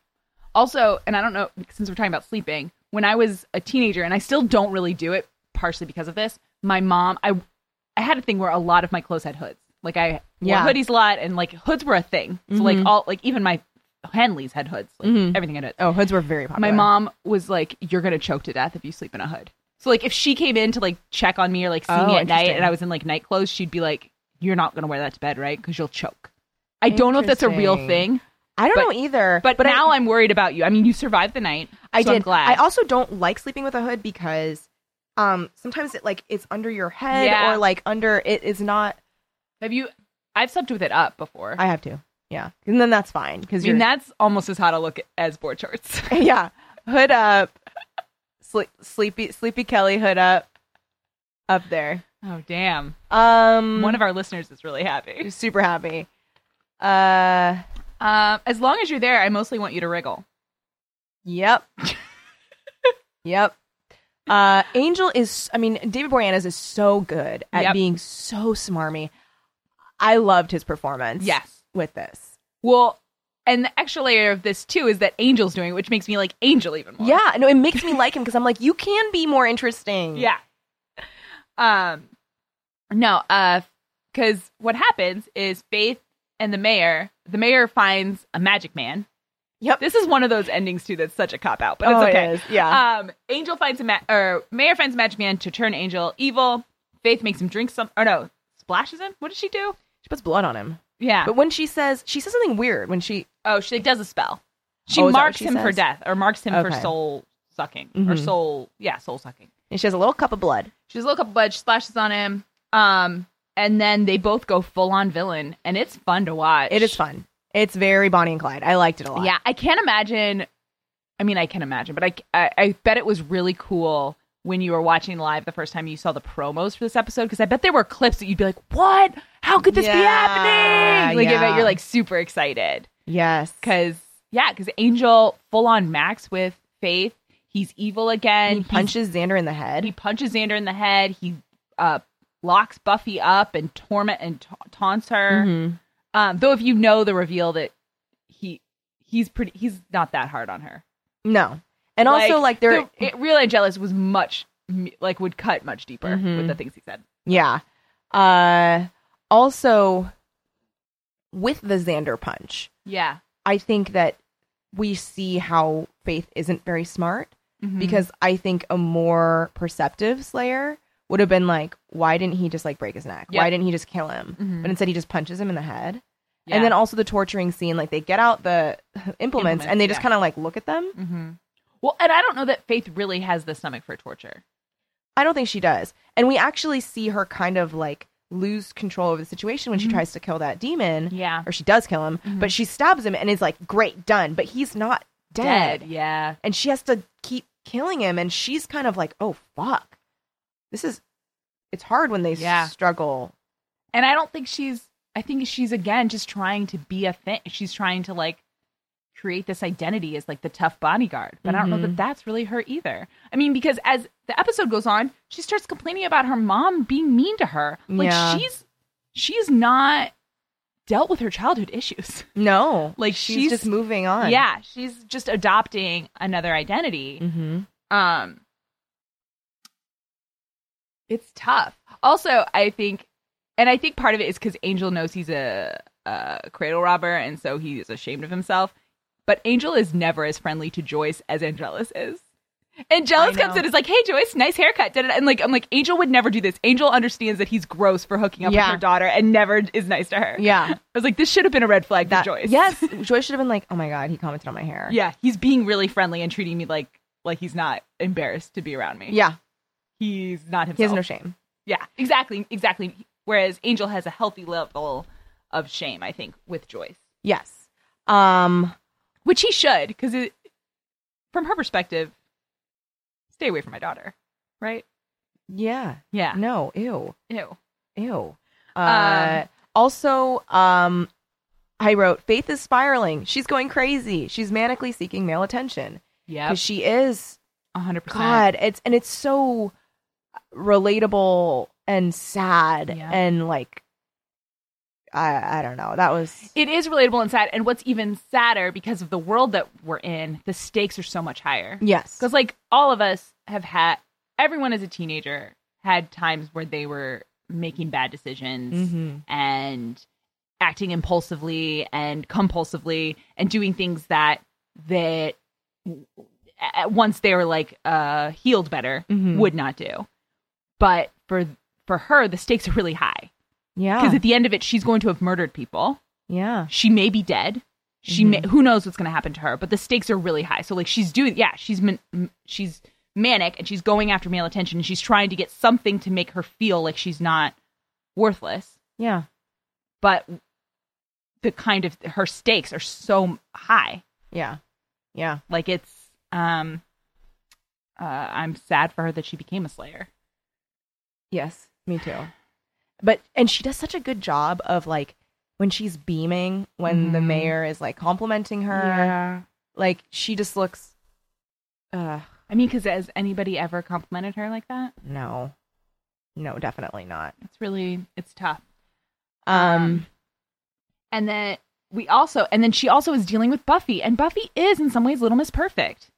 [SPEAKER 1] Also, and I don't know since we're talking about sleeping. When I was a teenager, and I still don't really do it, partially because of this. My mom, I, I had a thing where a lot of my clothes had hoods. Like I wore
[SPEAKER 2] Yeah. Mm-hmm.
[SPEAKER 1] hoodies a lot, and like hoods were a thing. So like all like even my Henleys had hoods. Like
[SPEAKER 2] Mhm.
[SPEAKER 1] everything had hoods.
[SPEAKER 2] Oh, hoods were very popular.
[SPEAKER 1] my mom was like, "You're gonna choke to death if you sleep in a hood." So like, if she came in to like check on me or like see
[SPEAKER 2] Oh,
[SPEAKER 1] me at night,
[SPEAKER 2] interesting.
[SPEAKER 1] and I was in like night clothes, she'd be like, "You're not gonna wear that to bed, right? Because you'll choke." I don't know if that's a real
[SPEAKER 2] Interesting.
[SPEAKER 1] thing,
[SPEAKER 2] I don't
[SPEAKER 1] but-
[SPEAKER 2] know either.
[SPEAKER 1] but,
[SPEAKER 2] I-
[SPEAKER 1] now I, am worried about you. I mean, you survived the night.
[SPEAKER 2] I
[SPEAKER 1] so
[SPEAKER 2] did.
[SPEAKER 1] I'm glad.
[SPEAKER 2] I also don't like sleeping with a hood because um sometimes it like it's under your head
[SPEAKER 1] Yeah.
[SPEAKER 2] or like under it is not.
[SPEAKER 1] have you. I've slept with it up before. I,
[SPEAKER 2] I have to. Yeah, and then that's fine because
[SPEAKER 1] mean,
[SPEAKER 2] you're
[SPEAKER 1] that's almost as hot a look as board shorts.
[SPEAKER 2] yeah hood up, Sle- sleepy sleepy Kelly hood up, up there.
[SPEAKER 1] oh damn!
[SPEAKER 2] Um,
[SPEAKER 1] One of our listeners is really happy.
[SPEAKER 2] super happy. Uh,
[SPEAKER 1] Um, as long as you're there, I mostly want you to wriggle.
[SPEAKER 2] yep, yep. Uh, Angel is. I mean, David Boreanaz is so good at
[SPEAKER 1] Yep.
[SPEAKER 2] being so smarmy. I loved his performance.
[SPEAKER 1] Yes.
[SPEAKER 2] with this.
[SPEAKER 1] Well, and the extra layer of this too is that Angel's doing, it, which makes me like Angel even more.
[SPEAKER 2] Yeah, no, it makes me like him because I'm like, you can be more interesting.
[SPEAKER 1] yeah. Um, no, uh, because what happens is Faith and the mayor, the mayor finds a magic man.
[SPEAKER 2] Yep.
[SPEAKER 1] This is one of those endings too that's such a cop out, but
[SPEAKER 2] Oh,
[SPEAKER 1] it's
[SPEAKER 2] it
[SPEAKER 1] okay.
[SPEAKER 2] is, yeah.
[SPEAKER 1] Um, Angel finds a ma- or mayor finds a magic man to turn Angel evil. Faith makes him drink some, or no, splashes him. What does she do?
[SPEAKER 2] she puts blood on him.
[SPEAKER 1] Yeah.
[SPEAKER 2] But when she says, she says something weird when she.
[SPEAKER 1] Oh, she does a spell. She
[SPEAKER 2] Oh, is that what
[SPEAKER 1] marks
[SPEAKER 2] she
[SPEAKER 1] him for
[SPEAKER 2] says?
[SPEAKER 1] death, or marks him for
[SPEAKER 2] Okay.
[SPEAKER 1] soul sucking, or
[SPEAKER 2] Mhm.
[SPEAKER 1] soul, yeah, soul sucking.
[SPEAKER 2] And she has a little cup of blood.
[SPEAKER 1] She's a little cup of blood, she splashes on him, um, and then they both go full on villain, and it's fun to watch.
[SPEAKER 2] It is fun. It's very Bonnie and Clyde. I liked it a lot.
[SPEAKER 1] Yeah, I can't imagine. I mean, I can imagine, but I, I, I bet it was really cool when you were watching live the first time you saw the promos for this episode because I bet there were clips that you'd be like, "What? How could this be
[SPEAKER 2] Yeah,
[SPEAKER 1] happening?" Like, I bet
[SPEAKER 2] yeah.
[SPEAKER 1] you're like super excited.
[SPEAKER 2] Yes.
[SPEAKER 1] Because yeah, because Angel full on max with Faith. He's evil again.
[SPEAKER 2] he
[SPEAKER 1] He's-
[SPEAKER 2] punches Xander in the head.
[SPEAKER 1] he punches Xander in the head. He uh, locks Buffy up and torment and ta- taunts her.
[SPEAKER 2] Mhm.
[SPEAKER 1] Um, though if you know the reveal that he he's pretty he's not that hard on her.
[SPEAKER 2] No. And also, like, there.
[SPEAKER 1] the- it- real Angelus was much m- like would cut much deeper
[SPEAKER 2] Mhm.
[SPEAKER 1] with the things he said.
[SPEAKER 2] Yeah. Uh, also, with the Xander punch,
[SPEAKER 1] Yeah,
[SPEAKER 2] I think that we see how Faith isn't very smart
[SPEAKER 1] Mm-hmm.
[SPEAKER 2] because I think a more perceptive Slayer would have been like, why didn't he just like break his neck? Why
[SPEAKER 1] Yep.
[SPEAKER 2] didn't he just kill him?
[SPEAKER 1] Mhm.
[SPEAKER 2] But instead, he just punches him in the head.
[SPEAKER 1] yeah.
[SPEAKER 2] And then also the torturing scene, like they get out the implements,
[SPEAKER 1] Implements,
[SPEAKER 2] and they just
[SPEAKER 1] yeah.
[SPEAKER 2] kind of like look at them.
[SPEAKER 1] hmm well, and I don't know that Faith really has the stomach for torture.
[SPEAKER 2] I don't think she does. And we actually see her kind of like lose control over the situation when she
[SPEAKER 1] Mm-hmm.
[SPEAKER 2] tries to kill that demon.
[SPEAKER 1] Yeah,
[SPEAKER 2] Or she does kill him,
[SPEAKER 1] Mhm.
[SPEAKER 2] but she stabs him and is like, great, done. But he's not dead.
[SPEAKER 1] Yeah,
[SPEAKER 2] And she has to keep killing him. And she's kind of like, oh, fuck. This is, it's hard when they s-
[SPEAKER 1] Yeah.
[SPEAKER 2] struggle.
[SPEAKER 1] and I don't think she's. I think she's again just trying to be a thing. She's trying to like create this identity as like the tough bodyguard, but I don't know that that's really her either. I mean, because as the episode goes on, she starts complaining about her mom being mean to her. Like
[SPEAKER 2] Yeah.
[SPEAKER 1] she's she's not dealt with her childhood issues.
[SPEAKER 2] No.
[SPEAKER 1] Like
[SPEAKER 2] she's,
[SPEAKER 1] she's-
[SPEAKER 2] just moving on.
[SPEAKER 1] Yeah, she's just adopting another identity.
[SPEAKER 2] hmm
[SPEAKER 1] Um It's tough. Also, I think and I think part of it is cuz Angel knows he's a, a cradle robber and so he is ashamed of himself. But Angel is never as friendly to Joyce as Angelus is. And Jealous
[SPEAKER 2] I know.
[SPEAKER 1] comes in is like, "Hey, Joyce, nice haircut." da-da-da." And like, I'm like, Angel would never do this. Angel understands that he's gross for hooking up
[SPEAKER 2] Yeah.
[SPEAKER 1] with her daughter and never is nice to her.
[SPEAKER 2] Yeah.
[SPEAKER 1] I was like, this should have been a red flag
[SPEAKER 2] That
[SPEAKER 1] for Joyce.
[SPEAKER 2] Yes, Joyce should have been like, "Oh my god, he commented on my hair."
[SPEAKER 1] yeah, he's being really friendly and treating me like like he's not embarrassed to be around me.
[SPEAKER 2] yeah,
[SPEAKER 1] he's not himself.
[SPEAKER 2] he has no shame.
[SPEAKER 1] Yeah, exactly, exactly. Whereas Angel has a healthy level of shame, I think, with Joyce,
[SPEAKER 2] Yes, um,
[SPEAKER 1] which he should, because it, from her perspective, stay away from my daughter, right?
[SPEAKER 2] yeah,
[SPEAKER 1] Yeah.
[SPEAKER 2] no, ew,
[SPEAKER 1] Ew.
[SPEAKER 2] ew.
[SPEAKER 1] Um,
[SPEAKER 2] Uh, also, um, I wrote, "Faith is spiraling. She's going crazy. She's manically seeking male attention
[SPEAKER 1] Yeah.
[SPEAKER 2] because she is
[SPEAKER 1] hundred percent.
[SPEAKER 2] God, it's and it's so relatable and sad
[SPEAKER 1] Yeah.
[SPEAKER 2] and like I I don't know. That was
[SPEAKER 1] It is relatable and sad, and what's even sadder because of the world that we're in, the stakes are so much higher.
[SPEAKER 2] yes.
[SPEAKER 1] Because like all of us have had, everyone as a teenager had times where they were making bad decisions.
[SPEAKER 2] Mhm.
[SPEAKER 1] and acting impulsively and compulsively and doing things that that at once they were like uh healed better
[SPEAKER 2] Mhm.
[SPEAKER 1] would not do but for for her the stakes are really high because
[SPEAKER 2] Yeah.
[SPEAKER 1] at the end of it she's going to have murdered people
[SPEAKER 2] yeah.
[SPEAKER 1] she may be dead she may, who knows what's going to happen to her but the stakes are really high so like she's doing yeah she's man, m- she's manic and she's going after male attention and she's trying to get something to make her feel like she's not worthless
[SPEAKER 2] Yeah.
[SPEAKER 1] but the kind of her stakes are so high
[SPEAKER 2] Yeah. Yeah.
[SPEAKER 1] like it's um uh i'm sad for her that she became a slayer
[SPEAKER 2] Yes, me too. But and she does such a good job of like when she's beaming, when the
[SPEAKER 1] Mhm.
[SPEAKER 2] mayor is like complimenting her, like she just looks uh
[SPEAKER 1] i mean because has anybody ever complimented her like that
[SPEAKER 2] no. No, definitely not.
[SPEAKER 1] it's really it's tough
[SPEAKER 2] Um
[SPEAKER 1] and then we also and then she also is dealing with buffy and buffy is in some ways little miss perfect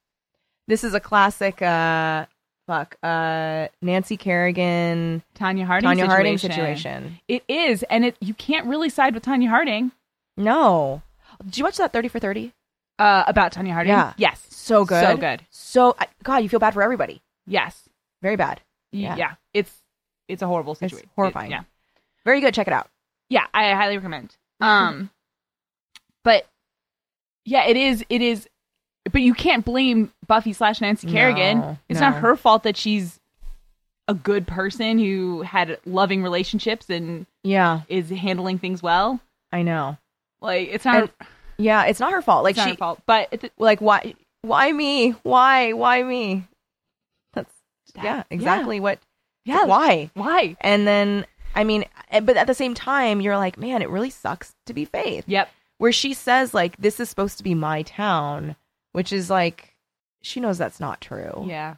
[SPEAKER 2] this is a classic uh fuck uh Nancy Kerrigan
[SPEAKER 1] tanya harding
[SPEAKER 2] Tanya Harding
[SPEAKER 1] situation
[SPEAKER 2] situation.
[SPEAKER 1] it is and it you can't really side with tanya harding
[SPEAKER 2] No. Did you watch that 30 for 30?
[SPEAKER 1] uh about tanya harding
[SPEAKER 2] Yeah.
[SPEAKER 1] yes
[SPEAKER 2] So good.
[SPEAKER 1] so good
[SPEAKER 2] So I- god, you feel bad for everybody.
[SPEAKER 1] yes
[SPEAKER 2] Very bad.
[SPEAKER 1] yeah.
[SPEAKER 2] Yeah.
[SPEAKER 1] it's it's a horrible situation
[SPEAKER 2] horrifying.
[SPEAKER 1] yeah
[SPEAKER 2] Very good. Check it out.
[SPEAKER 1] yeah i highly recommend um but yeah it is it is but you can't blame buffy slash nancy kerrigan
[SPEAKER 2] No,
[SPEAKER 1] it's
[SPEAKER 2] no.
[SPEAKER 1] not her fault that she's a good person who had loving relationships and
[SPEAKER 2] Yeah,
[SPEAKER 1] is handling things well
[SPEAKER 2] I know.
[SPEAKER 1] like it's not,
[SPEAKER 2] And, Yeah, it's not her fault. Like
[SPEAKER 1] it's not
[SPEAKER 2] she
[SPEAKER 1] her fault but it's,
[SPEAKER 2] like why why me? Why? Why me? That's yeah, exactly what
[SPEAKER 1] yeah
[SPEAKER 2] why?
[SPEAKER 1] why
[SPEAKER 2] And then I mean and- but at the same time you're like, man, it really sucks to be Faith.
[SPEAKER 1] yep
[SPEAKER 2] Where she says like this is supposed to be my town, which is like she knows that's not true.
[SPEAKER 1] yeah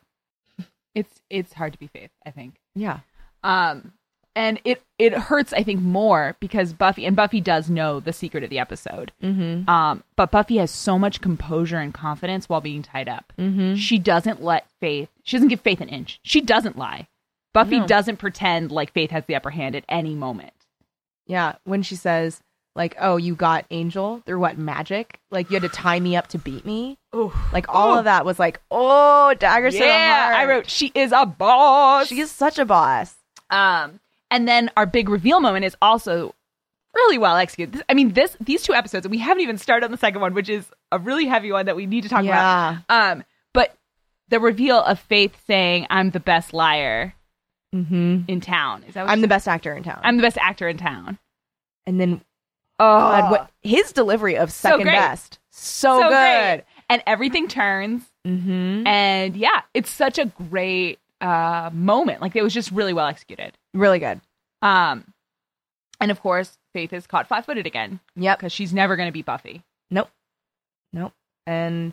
[SPEAKER 1] it's it's hard to be faith i think
[SPEAKER 2] Yeah.
[SPEAKER 1] Um, and it it hurts I think more because Buffy and Buffy does know the secret of the episode.
[SPEAKER 2] Mhm.
[SPEAKER 1] Um, but Buffy has so much composure and confidence while being tied up.
[SPEAKER 2] Mhm.
[SPEAKER 1] She doesn't let Faith. She doesn't give Faith an inch. She doesn't lie. Buffy
[SPEAKER 2] No.
[SPEAKER 1] doesn't pretend like Faith has the upper hand at any moment.
[SPEAKER 2] Yeah, when she says like, "Oh, you got Angel through what magic? Like you had to tie me up to beat me."
[SPEAKER 1] Oh,
[SPEAKER 2] Like all of that was like, "Oh, daggers to the
[SPEAKER 1] yeah. I
[SPEAKER 2] heart.
[SPEAKER 1] wrote she is a boss.
[SPEAKER 2] She is such a boss.
[SPEAKER 1] Um, and then our big reveal moment is also really well executed. This- I mean, this these two episodes, and we haven't even started on the second one, which is a really heavy one that we need to talk
[SPEAKER 2] Yeah.
[SPEAKER 1] about. Um, but the reveal of Faith saying, "I'm the best liar
[SPEAKER 2] Mm-hmm.
[SPEAKER 1] in town." Is that what
[SPEAKER 2] I'm
[SPEAKER 1] she-
[SPEAKER 2] the best actor in town.
[SPEAKER 1] I'm the best actor in town.
[SPEAKER 2] and then
[SPEAKER 1] Oh,
[SPEAKER 2] God, what his delivery of second
[SPEAKER 1] great.
[SPEAKER 2] best, Ah. so,
[SPEAKER 1] so
[SPEAKER 2] good.
[SPEAKER 1] great! And everything turns,
[SPEAKER 2] Mm-hmm.
[SPEAKER 1] and yeah, it's such a great uh moment. Like it was just really well executed.
[SPEAKER 2] Really good.
[SPEAKER 1] Um, and of course, Faith is caught flat-footed again
[SPEAKER 2] Yep.
[SPEAKER 1] because she's never going to be Buffy.
[SPEAKER 2] Nope. Nope. And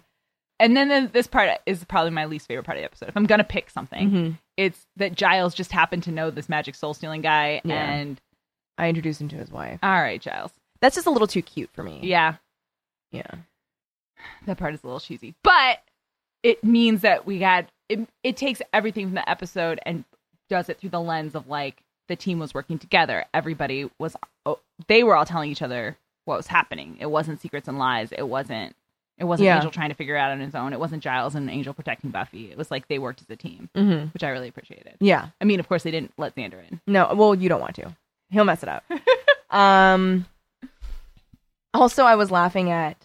[SPEAKER 1] And then the, this part is probably my least favorite part of the episode. If I'm gonna pick something,
[SPEAKER 2] Mhm.
[SPEAKER 1] it's that Giles just happened to know this magic soul stealing guy,
[SPEAKER 2] Yeah.
[SPEAKER 1] and
[SPEAKER 2] I introduced him to his wife.
[SPEAKER 1] all right, Giles,
[SPEAKER 2] That's just a little too cute for me.
[SPEAKER 1] yeah,
[SPEAKER 2] Yeah.
[SPEAKER 1] that part is a little cheesy, but it means that we got it. It takes everything from the episode and does it through the lens of like the team was working together. Everybody was, oh, they were all telling each other what was happening. It wasn't secrets and lies. It wasn't It wasn't
[SPEAKER 2] Yeah.
[SPEAKER 1] Angel trying to figure it out on his own. It wasn't Giles and Angel protecting Buffy. It was like they worked as a team,
[SPEAKER 2] Mm-hmm.
[SPEAKER 1] which I really appreciated.
[SPEAKER 2] Yeah.
[SPEAKER 1] I mean, of course, they didn't let Xander in.
[SPEAKER 2] No, well, you don't want to. He'll mess it up. um also I was laughing at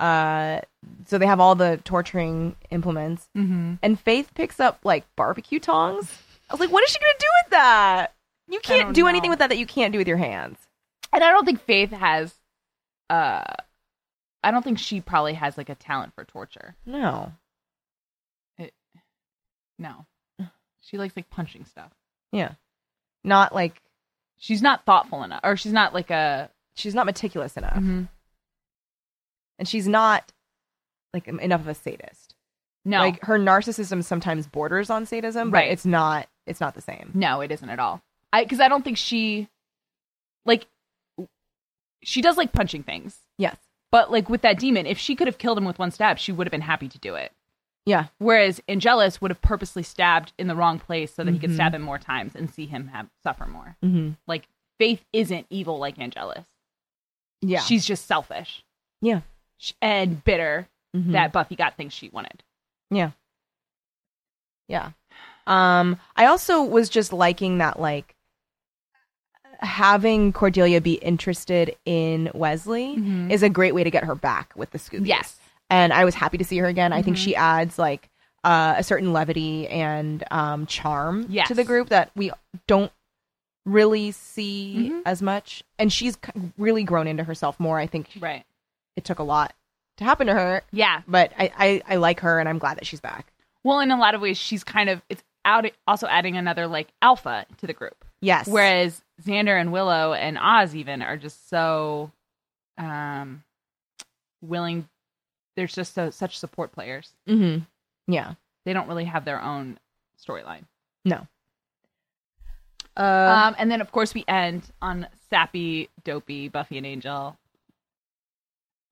[SPEAKER 2] uh so they have all the torturing implements
[SPEAKER 1] Mm-hmm.
[SPEAKER 2] and Faith picks up like barbecue tongs. I was like, what is she going to do with that? You can't
[SPEAKER 1] don't
[SPEAKER 2] do
[SPEAKER 1] know.
[SPEAKER 2] anything with that that you can't do with your hands.
[SPEAKER 1] And I don't think Faith has. uh I don't think she probably has like a talent for torture.
[SPEAKER 2] No.
[SPEAKER 1] No, she likes like punching stuff.
[SPEAKER 2] Yeah. Not like
[SPEAKER 1] She's not thoughtful enough, or she's not like a.
[SPEAKER 2] she's not meticulous enough
[SPEAKER 1] Mm-hmm.
[SPEAKER 2] and she's not like enough of a sadist.
[SPEAKER 1] No,
[SPEAKER 2] Like her narcissism sometimes borders on sadism, but
[SPEAKER 1] Right.
[SPEAKER 2] it's not it's not the same.
[SPEAKER 1] No, it isn't at all. I because I don't think she, like, she does like punching things,
[SPEAKER 2] Yes.
[SPEAKER 1] but like with that demon, if she could have killed him with one stab, she would have been happy to do it.
[SPEAKER 2] Yeah.
[SPEAKER 1] Whereas Angelus would have purposely stabbed in the wrong place so that he could
[SPEAKER 2] Mhm.
[SPEAKER 1] stab him more times and see him have suffer more.
[SPEAKER 2] Mm-hmm.
[SPEAKER 1] Like Faith isn't evil like Angelus.
[SPEAKER 2] Yeah.
[SPEAKER 1] she's just selfish.
[SPEAKER 2] Yeah.
[SPEAKER 1] Sh- and bitter
[SPEAKER 2] Mhm.
[SPEAKER 1] that Buffy got things she wanted.
[SPEAKER 2] Yeah. Um, I also was just liking that, like, having Cordelia be interested in Wesley
[SPEAKER 1] Mhm.
[SPEAKER 2] is a great way to get her back with the Scooby.
[SPEAKER 1] Yes.
[SPEAKER 2] And I was happy to see her again. I think
[SPEAKER 1] Mhm.
[SPEAKER 2] she adds, like, uh, a certain levity and um, charm
[SPEAKER 1] Yes.
[SPEAKER 2] to the group that we don't really see
[SPEAKER 1] Mhm.
[SPEAKER 2] as much. And she's k- really grown into herself more. I think
[SPEAKER 1] Right.
[SPEAKER 2] it took a lot to happen to her,
[SPEAKER 1] Yeah.
[SPEAKER 2] but I, I, I like her and I'm glad that she's back.
[SPEAKER 1] Well, in a lot of ways, she's kind of it's out also adding another like alpha to the group.
[SPEAKER 2] Yes.
[SPEAKER 1] Whereas Xander and Willow and Oz even are just so um willing. They're just so, such support players.
[SPEAKER 2] hmm Yeah.
[SPEAKER 1] They don't really have their own storyline.
[SPEAKER 2] Uh,
[SPEAKER 1] Um, and then of course we end on sappy, dopey Buffy and Angel.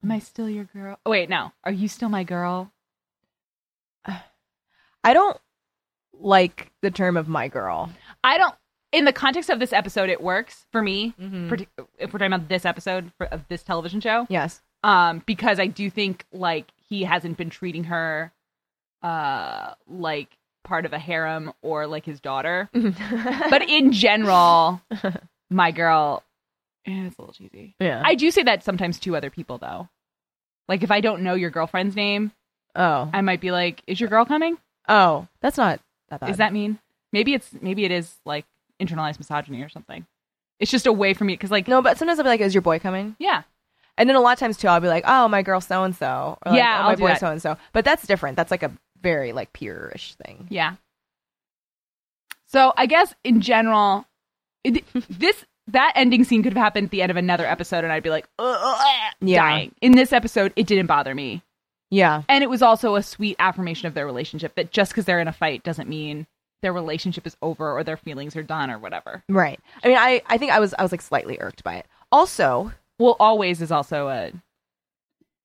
[SPEAKER 1] Am I still your girl? Oh wait, no. Are you still my girl?
[SPEAKER 2] I don't like the term of my girl.
[SPEAKER 1] I don't. In the context of this episode, it works for me.
[SPEAKER 2] Mm.
[SPEAKER 1] partic- if we're talking about this episode for, of this television show,
[SPEAKER 2] Yes.
[SPEAKER 1] um, because I do think like he hasn't been treating her, uh, like part of a harem or like his daughter.
[SPEAKER 2] but
[SPEAKER 1] But in general, my girl, eh, it's a little cheesy.
[SPEAKER 2] yeah.
[SPEAKER 1] I do say that sometimes to other people though. Like if I don't know your girlfriend's name,
[SPEAKER 2] oh.
[SPEAKER 1] I might be like, "Is your girl coming?"
[SPEAKER 2] oh, that's not that bad.
[SPEAKER 1] Is that mean? Maybe it's maybe it is like internalized misogyny or something. It's just a way for me because like
[SPEAKER 2] No, but sometimes I'll be like, "Is your boy coming?"
[SPEAKER 1] yeah,
[SPEAKER 2] And then a lot of times too, I'll be like, "Oh, my girl, so and so."
[SPEAKER 1] Yeah,
[SPEAKER 2] oh,
[SPEAKER 1] I'll
[SPEAKER 2] my
[SPEAKER 1] do
[SPEAKER 2] boy,
[SPEAKER 1] that.
[SPEAKER 2] so and so. But that's different. That's like a very like peerish thing.
[SPEAKER 1] Yeah. So I guess in general, it, this that ending scene could have happened at the end of another episode, and I'd be like, Ugh,
[SPEAKER 2] Yeah.
[SPEAKER 1] dying. In this episode, it didn't bother me,
[SPEAKER 2] Yeah.
[SPEAKER 1] and it was also a sweet affirmation of their relationship that just because they're in a fight doesn't mean their relationship is over or their feelings are done or whatever.
[SPEAKER 2] Right. I mean, I I think I was I was like slightly irked by it. Also,
[SPEAKER 1] Well, always is also a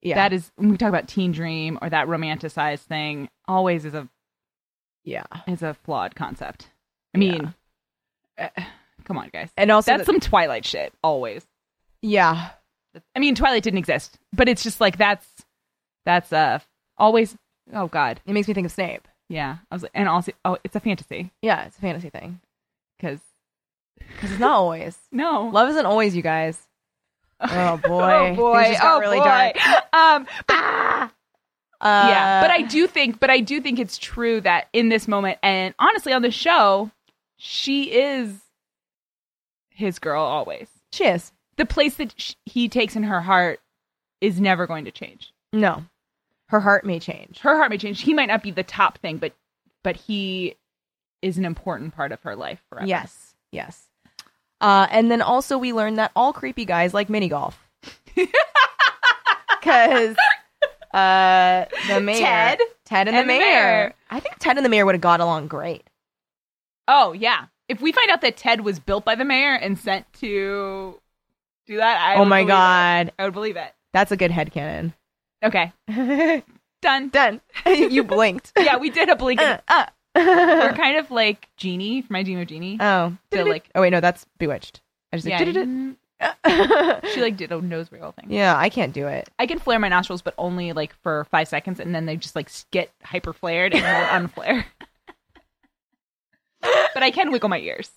[SPEAKER 2] yeah.
[SPEAKER 1] that is when we talk about teen dream or that romanticized thing. Always is a
[SPEAKER 2] yeah.
[SPEAKER 1] is a flawed concept. I
[SPEAKER 2] Yeah.
[SPEAKER 1] mean, eh, come on, guys.
[SPEAKER 2] And also
[SPEAKER 1] That's
[SPEAKER 2] the-
[SPEAKER 1] some Twilight shit. Always.
[SPEAKER 2] yeah.
[SPEAKER 1] I mean, Twilight didn't exist, but it's just like that's that's uh always. Oh God,
[SPEAKER 2] It makes me think of Snape.
[SPEAKER 1] yeah. I was like, and also, oh, it's a fantasy
[SPEAKER 2] Yeah, it's a fantasy thing.
[SPEAKER 1] because
[SPEAKER 2] Cuz it's not always.
[SPEAKER 1] no,
[SPEAKER 2] Love isn't always, you guys. Oh boy.
[SPEAKER 1] oh boy,
[SPEAKER 2] Things just got
[SPEAKER 1] oh
[SPEAKER 2] really
[SPEAKER 1] boy.
[SPEAKER 2] dark.
[SPEAKER 1] Um,
[SPEAKER 2] Uh,
[SPEAKER 1] yeah, but I do think, but I do think it's true that in this moment, and honestly, on the show, she is his girl always.
[SPEAKER 2] cheers.
[SPEAKER 1] The place that sh- he takes in her heart is never going to change.
[SPEAKER 2] No, her heart may change.
[SPEAKER 1] Her heart may change. He might not be the top thing, but but he is an important part of her life forever.
[SPEAKER 2] Yes, yes. Uh, and then also we learned that all creepy guys like mini golf because uh, the mayor,
[SPEAKER 1] Ted
[SPEAKER 2] Ted and, the,
[SPEAKER 1] and the
[SPEAKER 2] mayor.
[SPEAKER 1] mayor.
[SPEAKER 2] I think Ted and the mayor would have got along great.
[SPEAKER 1] Oh yeah. If we find out that Ted was built by the mayor and sent to do that, I
[SPEAKER 2] oh
[SPEAKER 1] would
[SPEAKER 2] my
[SPEAKER 1] believe
[SPEAKER 2] god,
[SPEAKER 1] it. I would believe it.
[SPEAKER 2] that's a good headcanon.
[SPEAKER 1] Okay, done.
[SPEAKER 2] Done. you blinked.
[SPEAKER 1] yeah, we did a blink.
[SPEAKER 2] Uh,
[SPEAKER 1] and-
[SPEAKER 2] uh.
[SPEAKER 1] We're kind of like genie from my Dream of Genie.
[SPEAKER 2] oh,
[SPEAKER 1] So, like-
[SPEAKER 2] oh wait, no, that's Bewitched. I just
[SPEAKER 1] yeah,
[SPEAKER 2] did it.
[SPEAKER 1] mm, She like did a nose wiggle thing.
[SPEAKER 2] Yeah, I can't do it.
[SPEAKER 1] I can flare my nostrils, but only like for five seconds, and then they just like get hyper flared and will unflare. but I can wiggle my ears.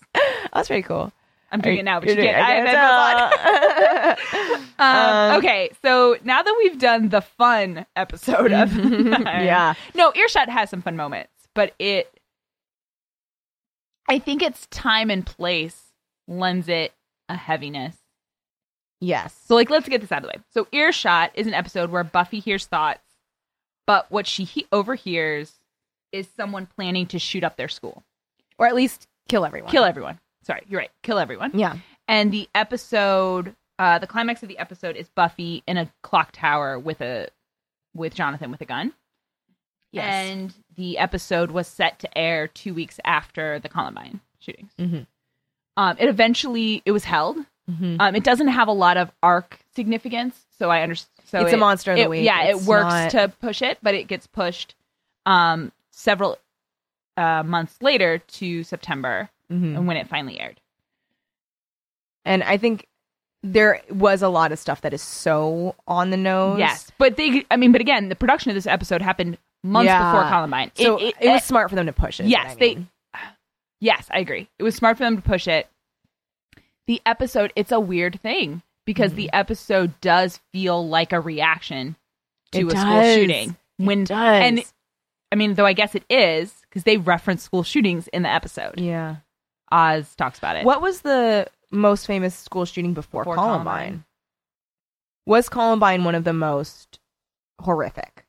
[SPEAKER 2] That's pretty cool.
[SPEAKER 1] I'm doing it now, but you
[SPEAKER 2] You're doing
[SPEAKER 1] can't. I,
[SPEAKER 2] it.
[SPEAKER 1] that's not allowed.
[SPEAKER 2] I can't
[SPEAKER 1] Um,
[SPEAKER 2] Um,
[SPEAKER 1] okay, so now that we've done the fun episode of
[SPEAKER 2] Yeah.
[SPEAKER 1] no, earshot has some fun moments, but it, I think its time and place lends it a heaviness.
[SPEAKER 2] yes.
[SPEAKER 1] So like, let's get this out of the way. So earshot is an episode where Buffy hears thoughts, but what she he- overhears is someone planning to shoot up their school,
[SPEAKER 2] Or at least kill everyone.
[SPEAKER 1] kill everyone. Sorry, you're right, kill everyone.
[SPEAKER 2] Yeah.
[SPEAKER 1] and the episode uh the climax of the episode is buffy in a clock tower with a with jonathan with a gun
[SPEAKER 2] Yes.
[SPEAKER 1] and the episode was set to air two weeks after the columbine shootings
[SPEAKER 2] Mhm.
[SPEAKER 1] um it eventually it was held
[SPEAKER 2] Mhm.
[SPEAKER 1] um it doesn't have a lot of arc significance so i understand so
[SPEAKER 2] It's a
[SPEAKER 1] it-
[SPEAKER 2] monster of the
[SPEAKER 1] it-
[SPEAKER 2] week.
[SPEAKER 1] yeah
[SPEAKER 2] It's
[SPEAKER 1] it works
[SPEAKER 2] not-
[SPEAKER 1] to push it but it gets pushed um several uh months later to september
[SPEAKER 2] Mhm.
[SPEAKER 1] and when it finally aired
[SPEAKER 2] And I think there was a lot of stuff that is so on the nose.
[SPEAKER 1] Yes, but they. I mean, but again, the production of this episode happened months
[SPEAKER 2] Yeah.
[SPEAKER 1] before Columbine.
[SPEAKER 2] So it,
[SPEAKER 1] it,
[SPEAKER 2] was smart for them to push it. is
[SPEAKER 1] Yes,
[SPEAKER 2] what I
[SPEAKER 1] they-
[SPEAKER 2] mean.
[SPEAKER 1] yes, I agree. It was smart for them to push it. The episode, it's a weird thing because the
[SPEAKER 2] Mm-hmm.
[SPEAKER 1] episode does feel like a reaction to
[SPEAKER 2] It
[SPEAKER 1] a
[SPEAKER 2] does.
[SPEAKER 1] school shooting. When
[SPEAKER 2] does.
[SPEAKER 1] and I mean, though I guess it is because they reference school shootings in the episode.
[SPEAKER 2] yeah.
[SPEAKER 1] Oz talks about it.
[SPEAKER 2] What was the most famous school shooting before,
[SPEAKER 1] Before
[SPEAKER 2] Columbine?
[SPEAKER 1] Columbine.
[SPEAKER 2] Was Columbine one of the most horrific?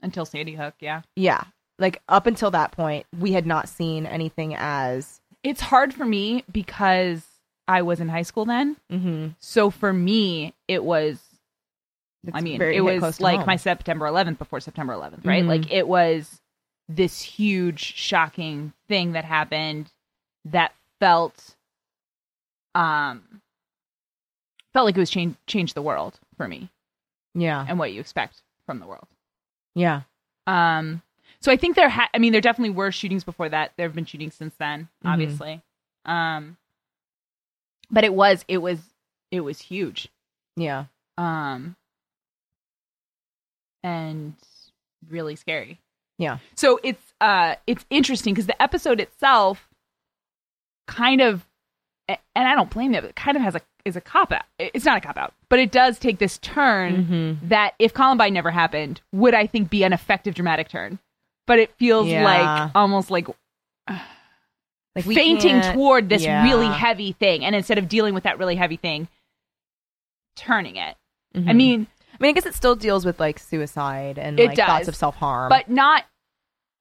[SPEAKER 1] until Sandy Hook? Yeah,
[SPEAKER 2] Yeah. Like up until that point, we had not seen anything as
[SPEAKER 1] it's hard for me because I was in high school then.
[SPEAKER 2] mm-hmm.
[SPEAKER 1] So for me, it was I mean, it was like my September 11th before September 11th, right?
[SPEAKER 2] Mhm.
[SPEAKER 1] Like it was this huge, shocking thing that happened that felt, um, felt like it was change changed the world for me
[SPEAKER 2] yeah,
[SPEAKER 1] and what you expect from the world.
[SPEAKER 2] yeah,
[SPEAKER 1] Um, so I think there ha- I mean, there definitely were shootings before that. There have been shootings since then,
[SPEAKER 2] Mhm.
[SPEAKER 1] obviously. Um, but it was, it was, it was huge.
[SPEAKER 2] yeah.
[SPEAKER 1] um and really scary
[SPEAKER 2] Yeah.
[SPEAKER 1] so it's uh it's interesting because the episode itself kind of a- and i don't blame it but it kind of has a is a cop out it's not a cop out but it does take this turn
[SPEAKER 2] Mm-hmm.
[SPEAKER 1] that if columbine never happened would i think be an effective dramatic turn but it feels
[SPEAKER 2] Yeah.
[SPEAKER 1] like almost like
[SPEAKER 2] Like
[SPEAKER 1] fainting toward this
[SPEAKER 2] yeah.
[SPEAKER 1] really heavy thing and instead of dealing with that really heavy thing turning it
[SPEAKER 2] Mm-hmm.
[SPEAKER 1] i mean
[SPEAKER 2] I mean, I guess it still deals with like suicide and
[SPEAKER 1] It
[SPEAKER 2] like
[SPEAKER 1] does.
[SPEAKER 2] thoughts of self harm,
[SPEAKER 1] but not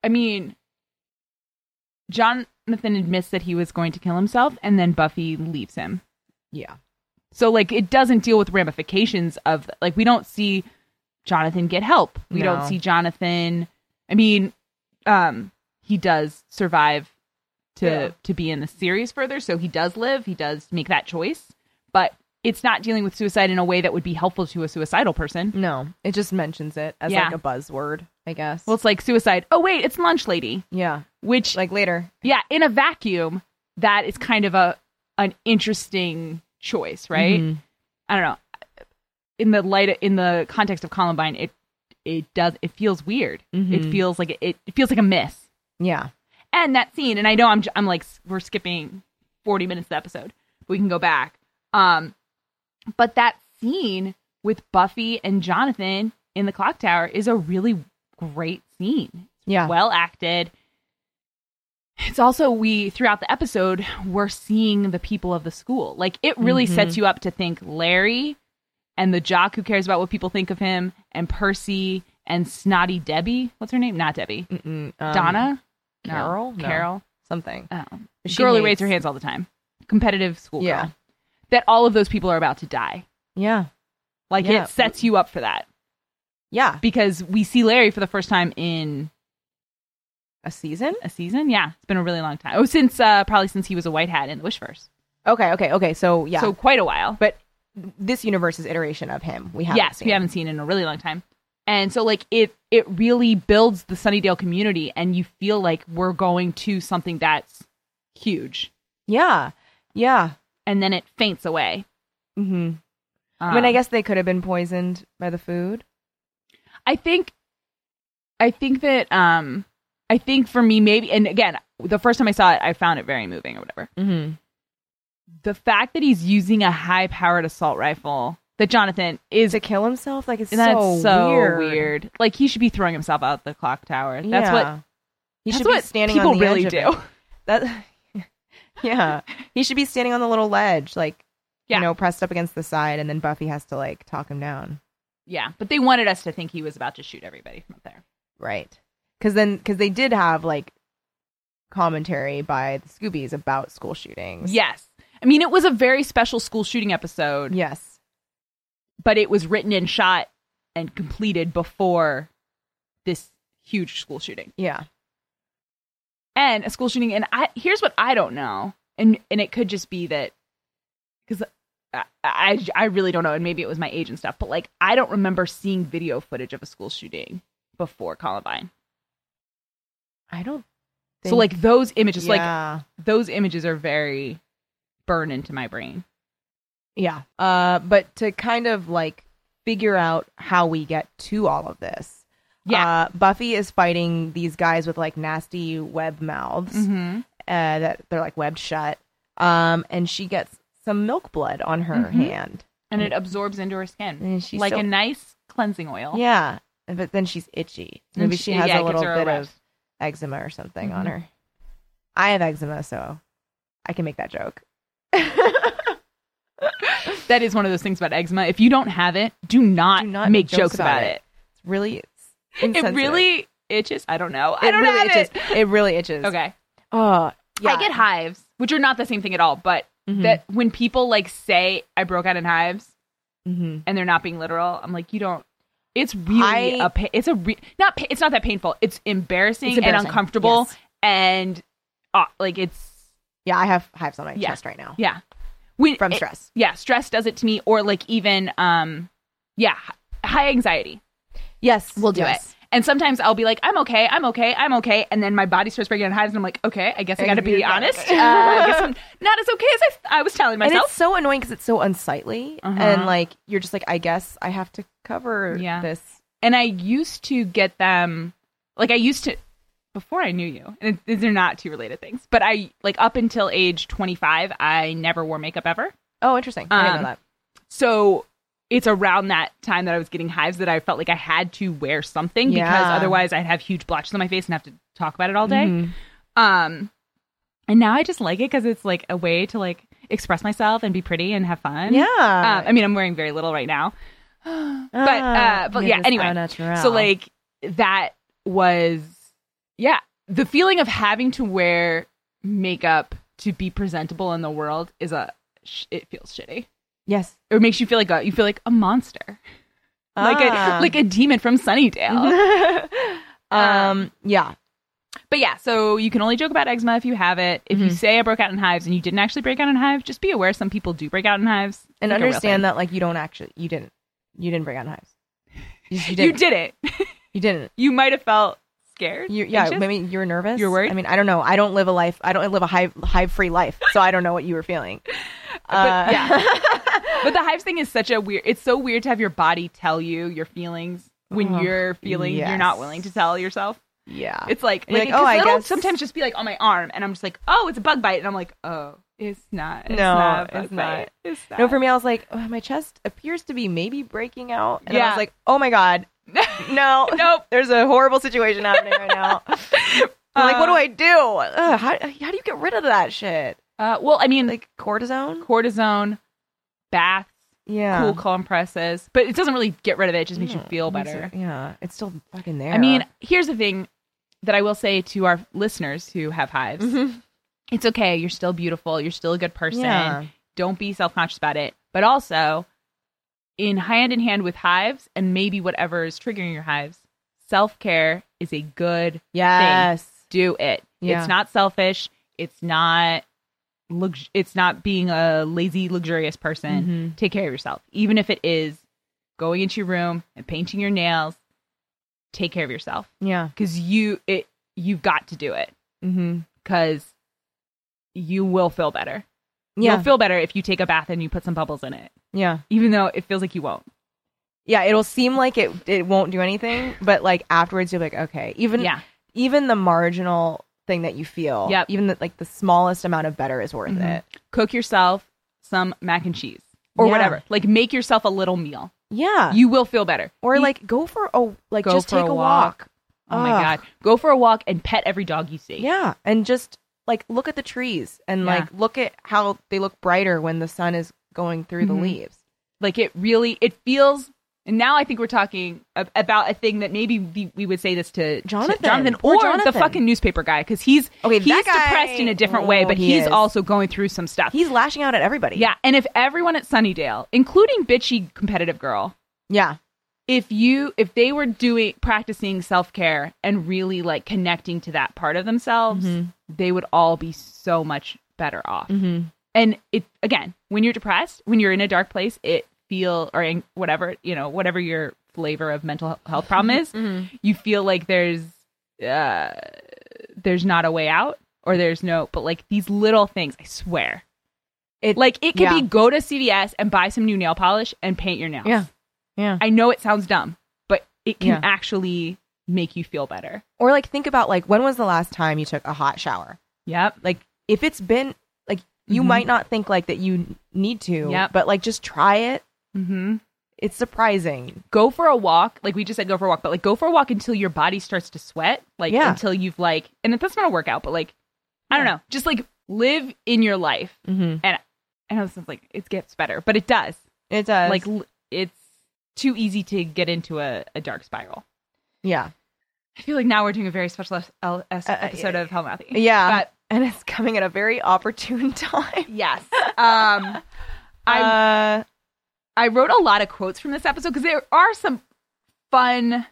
[SPEAKER 1] i mean jonathan admits that he was going to kill himself and then buffy leaves him
[SPEAKER 2] yeah,
[SPEAKER 1] so like it doesn't deal with ramifications of like we don't see jonathan get help we
[SPEAKER 2] No.
[SPEAKER 1] don't see jonathan i mean um he does survive to
[SPEAKER 2] Yeah.
[SPEAKER 1] to be in the series further so he does live he does make that choice but it's not dealing with suicide in a way that would be helpful to a suicidal person
[SPEAKER 2] no, it just mentions it as
[SPEAKER 1] Yeah.
[SPEAKER 2] like a buzzword, I guess.
[SPEAKER 1] well it's like suicide oh wait it's lunch lady
[SPEAKER 2] yeah,
[SPEAKER 1] which
[SPEAKER 2] like later,
[SPEAKER 1] yeah in a vacuum that is kind of a an interesting choice right
[SPEAKER 2] Mhm.
[SPEAKER 1] i don't know in the light in the context of columbine it it does it feels weird it
[SPEAKER 2] Mhm.
[SPEAKER 1] feels like it, it feels like a miss
[SPEAKER 2] Yeah,
[SPEAKER 1] and that scene and i know i'm j- i'm like s- we're skipping 40 minutes of the episode but we can go back um but that scene with buffy and jonathan in the clock tower is a really great scene
[SPEAKER 2] yeah,
[SPEAKER 1] well acted. It's also we throughout the episode we're seeing the people of the school. Like it really
[SPEAKER 2] Mhm.
[SPEAKER 1] sets you up to think Larry and the jock who cares about what people think of him and Percy and snotty Debbie. What's her name? Not Debbie.
[SPEAKER 2] Mm-mm, um,
[SPEAKER 1] Donna. No.
[SPEAKER 2] Carol, No,
[SPEAKER 1] Carol.
[SPEAKER 2] something.
[SPEAKER 1] Oh.
[SPEAKER 2] She
[SPEAKER 1] girl who raised
[SPEAKER 2] hates-
[SPEAKER 1] her hands all the time. Competitive school
[SPEAKER 2] Yeah.
[SPEAKER 1] girl. That all of those people are about to die.
[SPEAKER 2] Yeah,
[SPEAKER 1] Like
[SPEAKER 2] Yeah.
[SPEAKER 1] it sets you up for that
[SPEAKER 2] yeah,
[SPEAKER 1] because we see Larry for the first time in
[SPEAKER 2] a season.
[SPEAKER 1] a season. Yeah, it's been a really long time. Oh, since uh, probably since he was a white hat in the Wishverse.
[SPEAKER 2] Okay, okay, okay. So yeah,
[SPEAKER 1] So quite a while.
[SPEAKER 2] but this universe's iteration of him, we have
[SPEAKER 1] yes, we haven't seen in a really long time. And so like it it really builds the Sunnydale community and you feel like we're going to something that's huge.
[SPEAKER 2] Yeah, yeah.
[SPEAKER 1] And then it faints away.
[SPEAKER 2] Mm-hmm.
[SPEAKER 1] Um,
[SPEAKER 2] I mean, I guess they could have been poisoned by the food.
[SPEAKER 1] I think I think that um I think for me maybe and again the first time I saw it I found it very moving or whatever.
[SPEAKER 2] Mm-hmm.
[SPEAKER 1] The fact that he's using a high powered assault rifle that Jonathan is
[SPEAKER 2] To kill himself, like it's
[SPEAKER 1] and that's
[SPEAKER 2] so,
[SPEAKER 1] so
[SPEAKER 2] weird.
[SPEAKER 1] weird. Like he should be throwing himself out the clock tower. That's what
[SPEAKER 2] Yeah. he
[SPEAKER 1] that's
[SPEAKER 2] should
[SPEAKER 1] what
[SPEAKER 2] be standing
[SPEAKER 1] people
[SPEAKER 2] on the
[SPEAKER 1] really
[SPEAKER 2] edge
[SPEAKER 1] do.
[SPEAKER 2] Of it. That, yeah, he should be standing on the little ledge, like
[SPEAKER 1] Yeah.
[SPEAKER 2] you know, pressed up against the side, and then Buffy has to like talk him down.
[SPEAKER 1] Yeah, but they wanted us to think he was about to shoot everybody from up there.
[SPEAKER 2] Right. Because then, because they did have like commentary by the Scoobies about school shootings.
[SPEAKER 1] Yes. I mean, it was a very special school shooting episode,
[SPEAKER 2] Yes.
[SPEAKER 1] but it was written and shot and completed before this huge school shooting.
[SPEAKER 2] Yeah.
[SPEAKER 1] and a school shooting. And I here's what I don't know, and and it could just be that because I, I I really don't know, and maybe it was my age and stuff, but like I don't remember seeing video footage of a school shooting before Columbine.
[SPEAKER 2] I don't.
[SPEAKER 1] so like those images, like
[SPEAKER 2] yeah.
[SPEAKER 1] those images are very burned into my brain.
[SPEAKER 2] Yeah. Uh, but to kind of like figure out how we get to all of this.
[SPEAKER 1] Yeah.
[SPEAKER 2] Uh, Buffy is fighting these guys with like nasty web mouths
[SPEAKER 1] Mm-hmm.
[SPEAKER 2] uh, that they're like webbed shut. Um, and she gets some milk blood on her
[SPEAKER 1] Mhm.
[SPEAKER 2] hand.
[SPEAKER 1] And it absorbs into her skin
[SPEAKER 2] And she's
[SPEAKER 1] like
[SPEAKER 2] so-
[SPEAKER 1] a nice cleansing oil.
[SPEAKER 2] Yeah. But then she's itchy.
[SPEAKER 1] And
[SPEAKER 2] Maybe she has
[SPEAKER 1] yeah, it
[SPEAKER 2] a
[SPEAKER 1] gives
[SPEAKER 2] little
[SPEAKER 1] her
[SPEAKER 2] bit
[SPEAKER 1] rash.
[SPEAKER 2] of eczema or something on
[SPEAKER 1] Mhm.
[SPEAKER 2] her. I have eczema, so I can make that joke.
[SPEAKER 1] that is one of those things about eczema. If you don't have it, do not,
[SPEAKER 2] Do not
[SPEAKER 1] make
[SPEAKER 2] make
[SPEAKER 1] jokes,
[SPEAKER 2] jokes
[SPEAKER 1] about
[SPEAKER 2] about
[SPEAKER 1] it.
[SPEAKER 2] It's really it's
[SPEAKER 1] It
[SPEAKER 2] insensitive.
[SPEAKER 1] really itches. I don't know. I
[SPEAKER 2] it
[SPEAKER 1] don't
[SPEAKER 2] really
[SPEAKER 1] have
[SPEAKER 2] itches.
[SPEAKER 1] it.
[SPEAKER 2] It really itches.
[SPEAKER 1] Okay.
[SPEAKER 2] Oh, yeah.
[SPEAKER 1] I get hives, which are not the same thing at all, but
[SPEAKER 2] Mhm.
[SPEAKER 1] that when people like say I broke out in hives
[SPEAKER 2] Mhm.
[SPEAKER 1] and they're not being literal, I'm like, you don't it's really
[SPEAKER 2] I-
[SPEAKER 1] a pa- it's a re- not pa- it's not that painful. It's embarrassing,
[SPEAKER 2] It's embarrassing,
[SPEAKER 1] and uncomfortable
[SPEAKER 2] yes.
[SPEAKER 1] and uh, like it's
[SPEAKER 2] Yeah, I have hives on my
[SPEAKER 1] Yeah.
[SPEAKER 2] chest right now
[SPEAKER 1] yeah. When
[SPEAKER 2] from
[SPEAKER 1] it-
[SPEAKER 2] stress.
[SPEAKER 1] yeah, stress does it to me or like even um yeah, hi- high anxiety.
[SPEAKER 2] Yes,
[SPEAKER 1] We'll do
[SPEAKER 2] yes.
[SPEAKER 1] it. And sometimes I'll be like, I'm okay, I'm okay, I'm okay. And then my body starts breaking out in hives, and I'm like, okay, I guess I
[SPEAKER 2] I
[SPEAKER 1] gotta
[SPEAKER 2] guess you're
[SPEAKER 1] be
[SPEAKER 2] not
[SPEAKER 1] honest.
[SPEAKER 2] okay.
[SPEAKER 1] Uh, I guess I'm not as okay as I, I was telling
[SPEAKER 2] And
[SPEAKER 1] myself.
[SPEAKER 2] it's so annoying because it's so unsightly,
[SPEAKER 1] Uh-huh.
[SPEAKER 2] and like you're just like, I guess I have to cover
[SPEAKER 1] Yeah.
[SPEAKER 2] this.
[SPEAKER 1] and I used to get them like I used to before I knew you. And it, these are not two related things, but I like up until age 25, I never wore makeup ever.
[SPEAKER 2] Oh, interesting. I didn't
[SPEAKER 1] Um,
[SPEAKER 2] know that.
[SPEAKER 1] So it's around that time that I was getting hives that I felt like I had to wear something because
[SPEAKER 2] Yeah. Mm-hmm.
[SPEAKER 1] otherwise I'd have huge blotches on my face and have to talk about it all day. Um and now I just like it cuz it's like a way to like express myself and be pretty and have fun.
[SPEAKER 2] Yeah,
[SPEAKER 1] Um, I mean, I'm wearing very little right now. but
[SPEAKER 2] Ah.
[SPEAKER 1] uh, but yeah, anyway. So like that was yeah, the feeling of having to wear makeup to be presentable in the world is a sh- it feels shitty.
[SPEAKER 2] yes,
[SPEAKER 1] It makes you feel like a you feel like a monster. Like a like a demon from Sunnydale. uh,
[SPEAKER 2] um, yeah,
[SPEAKER 1] but yeah, so you can only joke about eczema if you have it. If you
[SPEAKER 2] Mhm.
[SPEAKER 1] say I broke out in hives and you didn't actually break out in hives, just be aware some people do break out in hives.
[SPEAKER 2] and understand that like you don't actually, you didn't, you didn't break out in hives. You, just- you
[SPEAKER 1] you
[SPEAKER 2] didn't.
[SPEAKER 1] did it.
[SPEAKER 2] You didn't.
[SPEAKER 1] You might have felt scared.
[SPEAKER 2] You, yeah,
[SPEAKER 1] anxious.
[SPEAKER 2] maybe you were nervous.
[SPEAKER 1] You're worried?
[SPEAKER 2] I mean, I don't know. I don't live a life. I don't live a hive hive free life, so I don't know what you were feeling. Uh,
[SPEAKER 1] But yeah. but the hives thing is such a weird it's so weird to have your body tell you your feelings when
[SPEAKER 2] Ugh,
[SPEAKER 1] you're feeling you're
[SPEAKER 2] Oh, yes.
[SPEAKER 1] not willing to tell yourself.
[SPEAKER 2] yeah.
[SPEAKER 1] It's like,
[SPEAKER 2] You're
[SPEAKER 1] like,
[SPEAKER 2] like, oh,
[SPEAKER 1] 'cause
[SPEAKER 2] I
[SPEAKER 1] it'll
[SPEAKER 2] guess-
[SPEAKER 1] sometimes just be like on my arm and I'm just like, "Oh, it's a bug bite." And I'm like, "Oh, it's not. It's
[SPEAKER 2] No,
[SPEAKER 1] not. a bug
[SPEAKER 2] it's not.
[SPEAKER 1] bite. It's not."
[SPEAKER 2] No, for me, I was like, oh, my chest appears to be maybe breaking out, and I
[SPEAKER 1] Yeah.
[SPEAKER 2] was like, oh my god, no,
[SPEAKER 1] Nope.
[SPEAKER 2] there's a horrible situation happening right now. I'm like, what do I do? Ugh, how how do you get rid of that shit?
[SPEAKER 1] Uh, well, I mean, like
[SPEAKER 2] Like cortisone?
[SPEAKER 1] cortisone, baths,
[SPEAKER 2] Yeah,
[SPEAKER 1] cool compresses, but it doesn't really get rid of it. It just makes you
[SPEAKER 2] Yeah,
[SPEAKER 1] feel
[SPEAKER 2] makes
[SPEAKER 1] better.
[SPEAKER 2] it- yeah, it's still fucking there.
[SPEAKER 1] I mean, here's the thing that I will say to our listeners who have hives.
[SPEAKER 2] Mhm.
[SPEAKER 1] It's okay. You're still beautiful. You're still a good person.
[SPEAKER 2] Yeah.
[SPEAKER 1] Don't be self conscious about it. But also, in hand in hand with hives and maybe whatever is triggering your hives, self care is a good
[SPEAKER 2] yes,
[SPEAKER 1] do it.
[SPEAKER 2] Yeah.
[SPEAKER 1] It's not selfish. It's not lux- it's not being a lazy luxurious person.
[SPEAKER 2] Mhm.
[SPEAKER 1] Take care of yourself. Even if it is going into your room and painting your nails, take care of yourself
[SPEAKER 2] yeah,
[SPEAKER 1] cuz you it you've got to do it
[SPEAKER 2] mm-hmm.
[SPEAKER 1] cuz you will feel better.
[SPEAKER 2] yeah.
[SPEAKER 1] You'll feel better if you take a bath and you put some bubbles in it.
[SPEAKER 2] Yeah.
[SPEAKER 1] even though it feels like you won't.
[SPEAKER 2] Yeah, it'll seem like it it won't do anything, but like afterwards you'll be like, okay, even
[SPEAKER 1] yeah.
[SPEAKER 2] even the marginal thing that you feel,
[SPEAKER 1] Yep.
[SPEAKER 2] even the, like the smallest amount of better is worth
[SPEAKER 1] Mhm.
[SPEAKER 2] it.
[SPEAKER 1] Cook yourself some mac and cheese or
[SPEAKER 2] Yeah.
[SPEAKER 1] whatever. Like make yourself a little meal.
[SPEAKER 2] Yeah.
[SPEAKER 1] You will feel better.
[SPEAKER 2] or
[SPEAKER 1] You-
[SPEAKER 2] like go for a like
[SPEAKER 1] Go
[SPEAKER 2] just
[SPEAKER 1] for
[SPEAKER 2] take
[SPEAKER 1] a
[SPEAKER 2] a
[SPEAKER 1] walk.
[SPEAKER 2] walk.
[SPEAKER 1] oh my
[SPEAKER 2] Ugh.
[SPEAKER 1] god, go for a walk and pet every dog you see.
[SPEAKER 2] Yeah, and just like look at the trees and
[SPEAKER 1] Yeah.
[SPEAKER 2] like look at how they look brighter when the sun is going through
[SPEAKER 1] Mhm.
[SPEAKER 2] the leaves.
[SPEAKER 1] Like it really it feels and now I think we're talking ab- about a thing that maybe we- we would say this to to
[SPEAKER 2] Jonathan.
[SPEAKER 1] Jonathan
[SPEAKER 2] Poor
[SPEAKER 1] or the
[SPEAKER 2] Jonathan.
[SPEAKER 1] fucking newspaper guy because he's
[SPEAKER 2] Okay, that
[SPEAKER 1] he's
[SPEAKER 2] guy-
[SPEAKER 1] depressed in a different way,
[SPEAKER 2] Oh,
[SPEAKER 1] but
[SPEAKER 2] he
[SPEAKER 1] he's
[SPEAKER 2] is.
[SPEAKER 1] also going through some stuff.
[SPEAKER 2] He's lashing out at everybody.
[SPEAKER 1] yeah, and if everyone at Sunnydale, including bitchy competitive girl,
[SPEAKER 2] yeah,
[SPEAKER 1] if you if they were doing practicing self-care and really like connecting to that part of themselves
[SPEAKER 2] Mm-hmm.
[SPEAKER 1] they would all be so much better off
[SPEAKER 2] Mhm.
[SPEAKER 1] and it again when you're depressed when you're in a dark place it feel or in whatever you know whatever your flavor of mental health problem is
[SPEAKER 2] Mm-hmm.
[SPEAKER 1] you feel like there's uh there's not a way out or there's no but like these little things i swear
[SPEAKER 2] It-
[SPEAKER 1] like it could
[SPEAKER 2] yeah.
[SPEAKER 1] be go to cvs and buy some new nail polish and paint your nails
[SPEAKER 2] yeah, yeah.
[SPEAKER 1] I know it sounds dumb, but it can
[SPEAKER 2] Yeah.
[SPEAKER 1] actually make you feel better.
[SPEAKER 2] Or like think about like when was the last time you took a hot shower?
[SPEAKER 1] Yep.
[SPEAKER 2] Like if it's been like you
[SPEAKER 1] Mhm.
[SPEAKER 2] might not think like that you need to,
[SPEAKER 1] Yep.
[SPEAKER 2] but like just try it.
[SPEAKER 1] Mm-hmm.
[SPEAKER 2] It's surprising.
[SPEAKER 1] Go for a walk. Like we just said, go for a walk, but like go for a walk until your body starts to sweat. Like
[SPEAKER 2] Yeah.
[SPEAKER 1] until you've like, and that's not a workout, but like, I don't know, just like live in your life.
[SPEAKER 2] Mm-hmm.
[SPEAKER 1] I know this is like, it gets better, but it does.
[SPEAKER 2] It does.
[SPEAKER 1] Like l- it's too easy to get into a, a dark spiral.
[SPEAKER 2] yeah,
[SPEAKER 1] I feel like now we're doing a very special es- el- es-
[SPEAKER 2] Uh, uh,
[SPEAKER 1] episode of Hellmouthy.
[SPEAKER 2] yeah.
[SPEAKER 1] But
[SPEAKER 2] and it's coming at a very opportune time.
[SPEAKER 1] yes. Um, I'm
[SPEAKER 2] uh,
[SPEAKER 1] I wrote a lot of quotes from this episode because there are some fun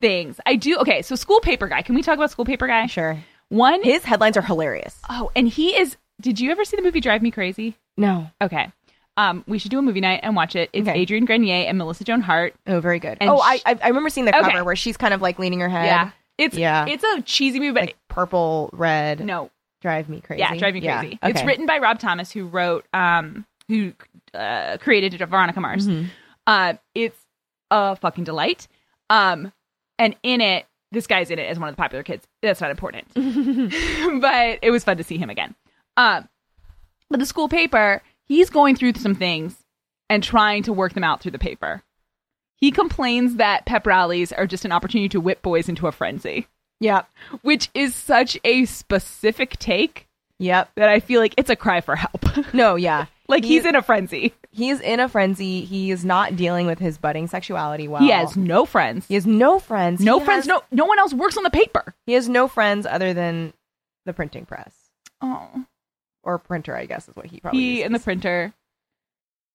[SPEAKER 1] things. I do. Okay, so school paper guy. Can we talk about school paper guy?
[SPEAKER 2] sure.
[SPEAKER 1] One.
[SPEAKER 2] His headlines are hilarious.
[SPEAKER 1] oh, and he is. Did you ever see the movie Drive Me Crazy?
[SPEAKER 2] No.
[SPEAKER 1] Okay. Um, we should do a movie night and watch it. It's
[SPEAKER 2] Okay.
[SPEAKER 1] Adrian Grenier and Melissa Joan Hart.
[SPEAKER 2] Oh, very good.
[SPEAKER 1] And
[SPEAKER 2] oh,
[SPEAKER 1] sh-
[SPEAKER 2] I, I I remember seeing the
[SPEAKER 1] Okay.
[SPEAKER 2] cover where she's kind of like leaning her head.
[SPEAKER 1] Yeah. It's
[SPEAKER 2] Yeah.
[SPEAKER 1] it's a cheesy movie, but
[SPEAKER 2] Like purple, red.
[SPEAKER 1] no,
[SPEAKER 2] Drive me crazy.
[SPEAKER 1] yeah, Drive Me Crazy.
[SPEAKER 2] Okay.
[SPEAKER 1] It's written by Rob Thomas, who wrote um who uh, created Veronica Mars.
[SPEAKER 2] Mhm.
[SPEAKER 1] Uh, it's a fucking delight. Um, and in it, this guy's in it as one of the popular kids. That's not important, but it was fun to see him again. Um, but the school paper, he's going through some things and trying to work them out through the paper. He complains that pep rallies are just an opportunity to whip boys into a frenzy,
[SPEAKER 2] Yep.
[SPEAKER 1] which is such a specific take
[SPEAKER 2] Yep.
[SPEAKER 1] that I feel like it's a cry for help.
[SPEAKER 2] No, yeah.
[SPEAKER 1] like
[SPEAKER 2] He-
[SPEAKER 1] he's in a frenzy.
[SPEAKER 2] He is in a frenzy. He is not dealing with his budding sexuality well.
[SPEAKER 1] He has no friends.
[SPEAKER 2] He has no friends.
[SPEAKER 1] no
[SPEAKER 2] He
[SPEAKER 1] friends.
[SPEAKER 2] has-
[SPEAKER 1] no, no one else works on the paper.
[SPEAKER 2] He has no friends other than the printing press
[SPEAKER 1] Oh,
[SPEAKER 2] or printer, I guess is what he probably.
[SPEAKER 1] he
[SPEAKER 2] uses.
[SPEAKER 1] and the printer,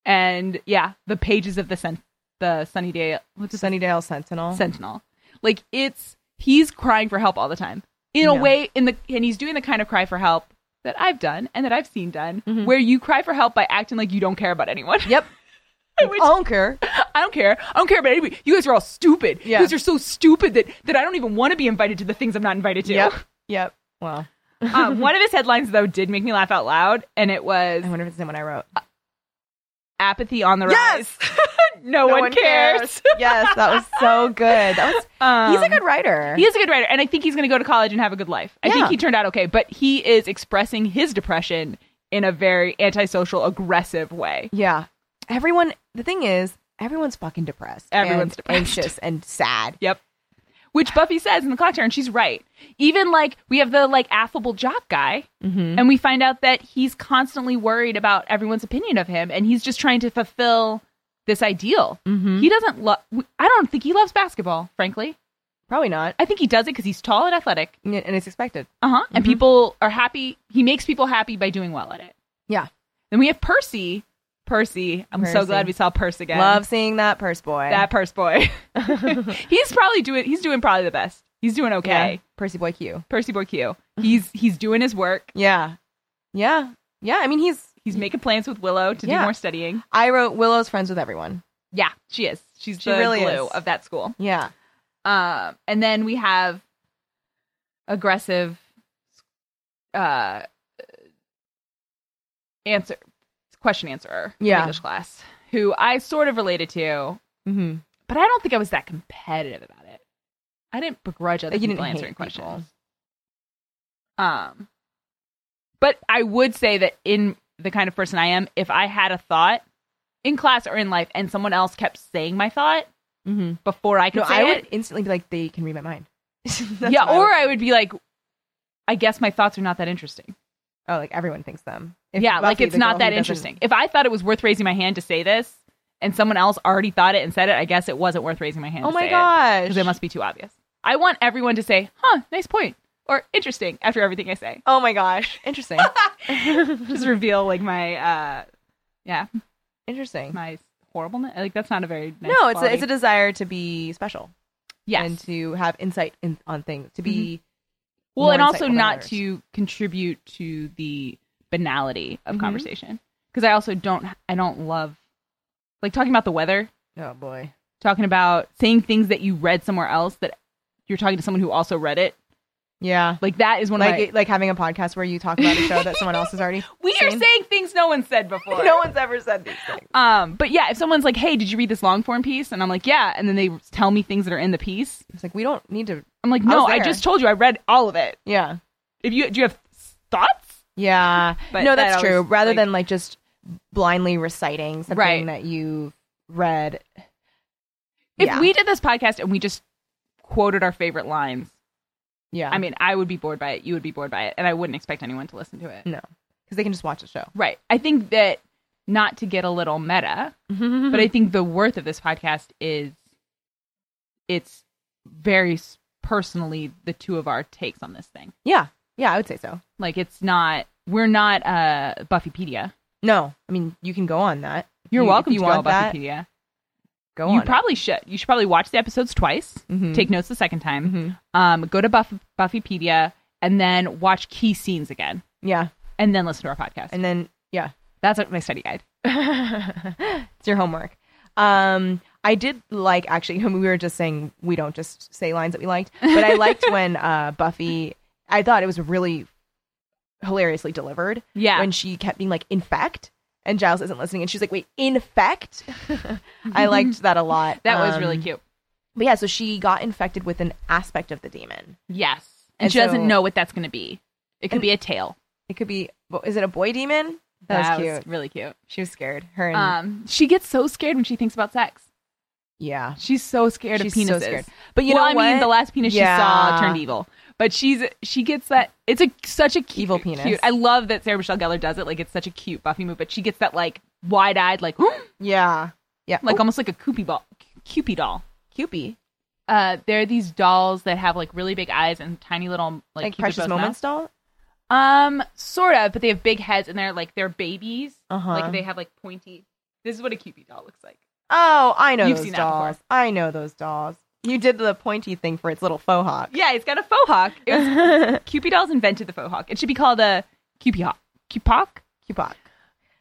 [SPEAKER 1] and yeah, the pages of the sen- the Sunny Day what's it
[SPEAKER 2] Sunnydale Sentinel.
[SPEAKER 1] Sentinel. Like it's he's crying for help all the time in a
[SPEAKER 2] Yeah.
[SPEAKER 1] way in the and he's doing the kind of cry for help that I've done and that I've seen done
[SPEAKER 2] Mhm.
[SPEAKER 1] where you cry for help by acting like you don't care about anyone.
[SPEAKER 2] yep.
[SPEAKER 1] Which-
[SPEAKER 2] Onker.
[SPEAKER 1] I don't care. I don't care about anybody. You guys are all stupid.
[SPEAKER 2] Yeah.
[SPEAKER 1] You guys are so stupid that, that I don't even want to be invited to the things I'm not invited to.
[SPEAKER 2] Yep. Yep. Well,
[SPEAKER 1] um, one of his headlines, though, did make me laugh out loud, and it was
[SPEAKER 2] I wonder if it's the one I wrote.
[SPEAKER 1] apathy on the rise. no,
[SPEAKER 2] No
[SPEAKER 1] one, cares.
[SPEAKER 2] yes, that was so good. That was.
[SPEAKER 1] Um,
[SPEAKER 2] he's a good writer.
[SPEAKER 1] He is a good writer, and I think he's going to go to college and have a good life. I think
[SPEAKER 2] Yeah.
[SPEAKER 1] he turned out okay, but he is expressing his depression in a very antisocial, aggressive way.
[SPEAKER 2] Yeah. Everyone, the thing is, everyone's fucking depressed.
[SPEAKER 1] Everyone's
[SPEAKER 2] and
[SPEAKER 1] depressed.
[SPEAKER 2] Anxious and sad.
[SPEAKER 1] Yep. Which Buffy says in the clock tower, and she's right. Even like we have the like affable jock guy,
[SPEAKER 2] Mm-hmm.
[SPEAKER 1] and we find out that he's constantly worried about everyone's opinion of him, and he's just trying to fulfill this ideal.
[SPEAKER 2] Mm-hmm.
[SPEAKER 1] He doesn't love. I don't think he loves basketball. Frankly,
[SPEAKER 2] Probably not.
[SPEAKER 1] I think he does it because he's tall and athletic.
[SPEAKER 2] And and it's expected.
[SPEAKER 1] Uh huh.
[SPEAKER 2] Mm-hmm.
[SPEAKER 1] And people are happy. He makes people happy by doing well at it.
[SPEAKER 2] Yeah.
[SPEAKER 1] Then we have Percy. Percy. I'm so
[SPEAKER 2] Percy.
[SPEAKER 1] glad we saw Percy again.
[SPEAKER 2] Love seeing that purse boy.
[SPEAKER 1] that purse boy. he's probably doing. He's doing probably the best. He's doing
[SPEAKER 2] Yeah.
[SPEAKER 1] okay.
[SPEAKER 2] Percy Boy Q.
[SPEAKER 1] Percy boy Q. He's he's doing his work.
[SPEAKER 2] Yeah. Yeah. Yeah. I mean, he's.
[SPEAKER 1] He's making plans with Willow to do
[SPEAKER 2] Yeah.
[SPEAKER 1] more studying.
[SPEAKER 2] I wrote Willow's friends with everyone.
[SPEAKER 1] Yeah, she is. She's
[SPEAKER 2] She
[SPEAKER 1] the
[SPEAKER 2] really
[SPEAKER 1] glue
[SPEAKER 2] is.
[SPEAKER 1] of that school.
[SPEAKER 2] Yeah.
[SPEAKER 1] Um, and then we have aggressive uh, answer question answerer
[SPEAKER 2] Yeah.
[SPEAKER 1] in English class who I sort of related to,
[SPEAKER 2] Mm-hmm.
[SPEAKER 1] but I don't think I was that competitive about it. I didn't begrudge other
[SPEAKER 2] Like, you
[SPEAKER 1] people
[SPEAKER 2] didn't hate
[SPEAKER 1] answering questions.
[SPEAKER 2] people.
[SPEAKER 1] Um, but I would say that in the kind of person I am, if I had a thought in class or in life, and someone else kept saying my thought
[SPEAKER 2] Mm-hmm.
[SPEAKER 1] before I could
[SPEAKER 2] No,
[SPEAKER 1] say
[SPEAKER 2] I would
[SPEAKER 1] it,
[SPEAKER 2] instantly be like, they can read my mind. That's
[SPEAKER 1] yeah,
[SPEAKER 2] what I
[SPEAKER 1] or
[SPEAKER 2] would-
[SPEAKER 1] I would be like, I guess my thoughts are not that interesting.
[SPEAKER 2] oh, like everyone thinks them. If
[SPEAKER 1] yeah, like
[SPEAKER 2] Buffy,
[SPEAKER 1] it's
[SPEAKER 2] the girl
[SPEAKER 1] not
[SPEAKER 2] who
[SPEAKER 1] that
[SPEAKER 2] doesn't-
[SPEAKER 1] interesting. If I thought it was worth raising my hand to say this, and someone else already thought it and said it, I guess it wasn't worth raising my hand.
[SPEAKER 2] Oh
[SPEAKER 1] to
[SPEAKER 2] my
[SPEAKER 1] say
[SPEAKER 2] gosh!
[SPEAKER 1] because it must be too obvious. I want everyone to say, "Huh, nice point," or "Interesting" after everything I say.
[SPEAKER 2] Oh my gosh! Interesting.
[SPEAKER 1] Just reveal like my, uh yeah,
[SPEAKER 2] interesting.
[SPEAKER 1] my horribleness. Like that's not a very nice
[SPEAKER 2] no, it's a,
[SPEAKER 1] quality.
[SPEAKER 2] it's a desire to be special
[SPEAKER 1] yes. Mm-hmm.
[SPEAKER 2] and to have insight in, on things. To be
[SPEAKER 1] well,
[SPEAKER 2] more
[SPEAKER 1] and
[SPEAKER 2] insightful
[SPEAKER 1] also
[SPEAKER 2] than
[SPEAKER 1] not
[SPEAKER 2] others.
[SPEAKER 1] to contribute to the banality of conversation because I also don't I don't love like talking about the weather,
[SPEAKER 2] Oh boy.
[SPEAKER 1] talking about saying things that you read somewhere else that you're talking to someone who also read it.
[SPEAKER 2] Yeah.
[SPEAKER 1] Like that is when
[SPEAKER 2] Like
[SPEAKER 1] I
[SPEAKER 2] it- like having a podcast where you talk about a show that someone else has already.
[SPEAKER 1] we are
[SPEAKER 2] seen.
[SPEAKER 1] saying things no one said before.
[SPEAKER 2] no one's ever said these things.
[SPEAKER 1] Um, but yeah, if someone's like, "Hey, did you read this long form piece?" and I'm like, "Yeah," and then they tell me things that are in the piece,
[SPEAKER 2] It's like we don't need to.
[SPEAKER 1] I'm like,
[SPEAKER 2] was
[SPEAKER 1] "No, I,
[SPEAKER 2] there.
[SPEAKER 1] just told you I read all of it.
[SPEAKER 2] Yeah.
[SPEAKER 1] If you do you have thoughts?"
[SPEAKER 2] Yeah.
[SPEAKER 1] But
[SPEAKER 2] no,
[SPEAKER 1] that
[SPEAKER 2] that's
[SPEAKER 1] always,
[SPEAKER 2] true. Rather
[SPEAKER 1] like-
[SPEAKER 2] than like just blindly reciting something
[SPEAKER 1] Right.
[SPEAKER 2] that you read.
[SPEAKER 1] If
[SPEAKER 2] Yeah.
[SPEAKER 1] we did this podcast and we just quoted our favorite lines,
[SPEAKER 2] Yeah.
[SPEAKER 1] I mean, I would be bored by it, you would be bored by it, and I wouldn't expect anyone to listen to it.
[SPEAKER 2] no. Because they can just watch the show.
[SPEAKER 1] Right. I think that not to get a little meta, but
[SPEAKER 2] Mm-hmm.
[SPEAKER 1] I think the worth of this podcast is it's very s- personally the two of our takes on this thing.
[SPEAKER 2] yeah. Yeah, I would say so.
[SPEAKER 1] Like it's not we're not uh Buffypedia.
[SPEAKER 2] No. I mean, you can go on that. If
[SPEAKER 1] You're
[SPEAKER 2] you- if
[SPEAKER 1] welcome
[SPEAKER 2] you
[SPEAKER 1] to
[SPEAKER 2] want
[SPEAKER 1] go
[SPEAKER 2] that,
[SPEAKER 1] Buffypedia.
[SPEAKER 2] Go
[SPEAKER 1] You
[SPEAKER 2] on.
[SPEAKER 1] probably should. You should probably watch the episodes twice.
[SPEAKER 2] Mhm.
[SPEAKER 1] Take notes the second time.
[SPEAKER 2] Mhm.
[SPEAKER 1] Um, go to Buff- Buffypedia and then watch key scenes again,
[SPEAKER 2] it. Yeah.
[SPEAKER 1] and then listen to our podcast.
[SPEAKER 2] And then yeah.
[SPEAKER 1] That's what my study guide.
[SPEAKER 2] it's your homework. Um, I did like actually. We were just saying we don't just say lines that we liked, but I liked when uh, Buffy. I thought it was really hilariously delivered.
[SPEAKER 1] Yeah.
[SPEAKER 2] when she kept being like infect, and Giles isn't listening, and she's like, "Wait, infect." I liked that a lot.
[SPEAKER 1] That was
[SPEAKER 2] Um,
[SPEAKER 1] really cute.
[SPEAKER 2] But yeah, so she got infected with an aspect of the demon.
[SPEAKER 1] Yes, and,
[SPEAKER 2] and
[SPEAKER 1] she
[SPEAKER 2] so-
[SPEAKER 1] doesn't know what that's going to be. It could
[SPEAKER 2] And-
[SPEAKER 1] be a tail.
[SPEAKER 2] It could be. well, Is it a boy demon? That, was cute.
[SPEAKER 1] really cute.
[SPEAKER 2] she was scared. Her and
[SPEAKER 1] Um, she gets so scared when she thinks about sex.
[SPEAKER 2] yeah.
[SPEAKER 1] She's so scared
[SPEAKER 2] She's
[SPEAKER 1] of penises.
[SPEAKER 2] so scared. But you
[SPEAKER 1] well,
[SPEAKER 2] know
[SPEAKER 1] I mean,
[SPEAKER 2] what?
[SPEAKER 1] the last penis she
[SPEAKER 2] Yeah.
[SPEAKER 1] saw turned evil. But she's she gets that. It's a such a cute,
[SPEAKER 2] Evil penis.
[SPEAKER 1] Cute, I love that Sarah Michelle Gellar does it. Like it's such a cute Buffy move. But she gets that like wide eyed, like
[SPEAKER 2] Yeah. Yeah.
[SPEAKER 1] like almost like a Cupid ball, Cupid doll.
[SPEAKER 2] Cupid.
[SPEAKER 1] Uh, there are these dolls that have like really big eyes and tiny little like,
[SPEAKER 2] Like
[SPEAKER 1] Cupid
[SPEAKER 2] Precious
[SPEAKER 1] bows
[SPEAKER 2] Moments doll?
[SPEAKER 1] mouth. Um, sort of, but they have big heads and they're like they're babies.
[SPEAKER 2] Uh-huh.
[SPEAKER 1] Like they have like pointy. This is what a Cupid doll looks like.
[SPEAKER 2] Oh, I know
[SPEAKER 1] You've
[SPEAKER 2] those
[SPEAKER 1] seen that before.
[SPEAKER 2] dolls. I know those dolls. You did the pointy thing for its little faux hawk.
[SPEAKER 1] Yeah, it's got a faux hawk. It was Cupid dolls invented the faux hawk. It should be called a Cupid hawk. Cupid hawk.
[SPEAKER 2] Cupac.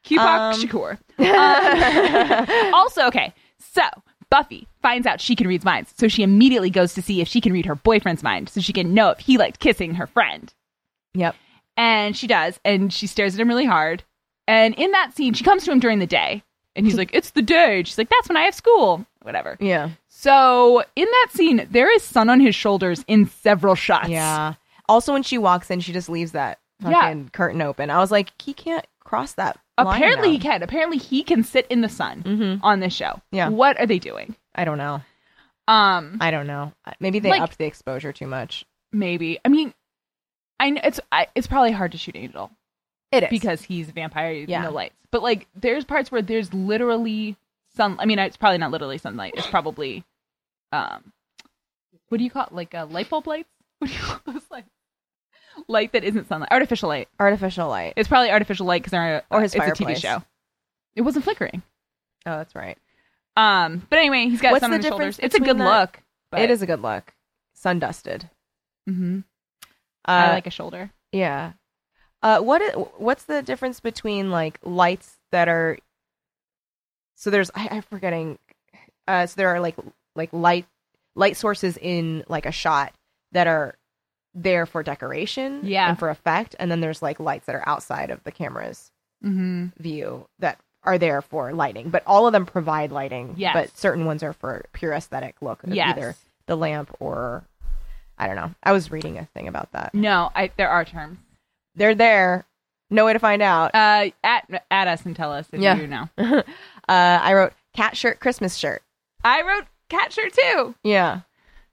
[SPEAKER 1] Kupak
[SPEAKER 2] Um,
[SPEAKER 1] Shakur. Um, also, okay, so Buffy finds out she can read minds, so she immediately goes to see if she can read her boyfriend's mind, so she can know if he liked kissing her friend.
[SPEAKER 2] Yep.
[SPEAKER 1] And she does, and she stares at him really hard. And in that scene, she comes to him during the day, and he's like, "It's the day." And she's like, "That's when I have school." Whatever.
[SPEAKER 2] Yeah.
[SPEAKER 1] So in that scene, there is sun on his shoulders in several shots.
[SPEAKER 2] Yeah. Also, when she walks in, she just leaves that
[SPEAKER 1] Yeah.
[SPEAKER 2] fucking curtain open. I was like, he can't cross that.
[SPEAKER 1] Apparently he
[SPEAKER 2] line now.
[SPEAKER 1] can. Apparently he can sit in the sun on this show.
[SPEAKER 2] Mm-hmm. Yeah.
[SPEAKER 1] What are they doing?
[SPEAKER 2] I don't know.
[SPEAKER 1] Um.
[SPEAKER 2] I don't know. Maybe they
[SPEAKER 1] Like-
[SPEAKER 2] upped the exposure too much.
[SPEAKER 1] maybe. I mean, I know it's I, it's probably hard to shoot Angel
[SPEAKER 2] It is
[SPEAKER 1] because he's a vampire, you
[SPEAKER 2] Yeah.
[SPEAKER 1] no lights. But like, there's parts where there's literally sun. I mean, it's probably not literally sunlight. It's probably, um, what do you call it? like uh, light bulb lights? What do you call those lights? Light that isn't sunlight, artificial light.
[SPEAKER 2] artificial light.
[SPEAKER 1] It's probably artificial light because they're
[SPEAKER 2] Or his
[SPEAKER 1] it's
[SPEAKER 2] fireplace.
[SPEAKER 1] a TV show. It wasn't flickering.
[SPEAKER 2] Oh, that's right.
[SPEAKER 1] Um, but anyway, he's got
[SPEAKER 2] What's
[SPEAKER 1] sun
[SPEAKER 2] the
[SPEAKER 1] on his shoulders. It's
[SPEAKER 2] difference
[SPEAKER 1] a
[SPEAKER 2] between
[SPEAKER 1] good
[SPEAKER 2] that-
[SPEAKER 1] look. But,
[SPEAKER 2] it is a good look. Sun dusted.
[SPEAKER 1] Mm-hmm.
[SPEAKER 2] Uh,
[SPEAKER 1] I like a shoulder.
[SPEAKER 2] Yeah. Uh, what i- what's the difference between like lights that are so there's I, I'm forgetting uh, so there are like like light light sources in like a shot that are there for decoration
[SPEAKER 1] Yeah.
[SPEAKER 2] and for effect and then there's like lights that are outside of the cameras
[SPEAKER 1] Mm-hmm.
[SPEAKER 2] view that are there for lighting, but all of them provide lighting.
[SPEAKER 1] Yes.
[SPEAKER 2] But certain ones are for pure aesthetic look of
[SPEAKER 1] Yes.
[SPEAKER 2] either the lamp or I don't know. I was reading a thing about that.
[SPEAKER 1] No, I, there are terms.
[SPEAKER 2] They're there. No way to find out.
[SPEAKER 1] Uh,
[SPEAKER 2] Uh,
[SPEAKER 1] at at us and tell us if
[SPEAKER 2] Yeah.
[SPEAKER 1] you know.
[SPEAKER 2] Uh, I wrote cat shirt, Christmas shirt.
[SPEAKER 1] I wrote cat shirt too.
[SPEAKER 2] Yeah.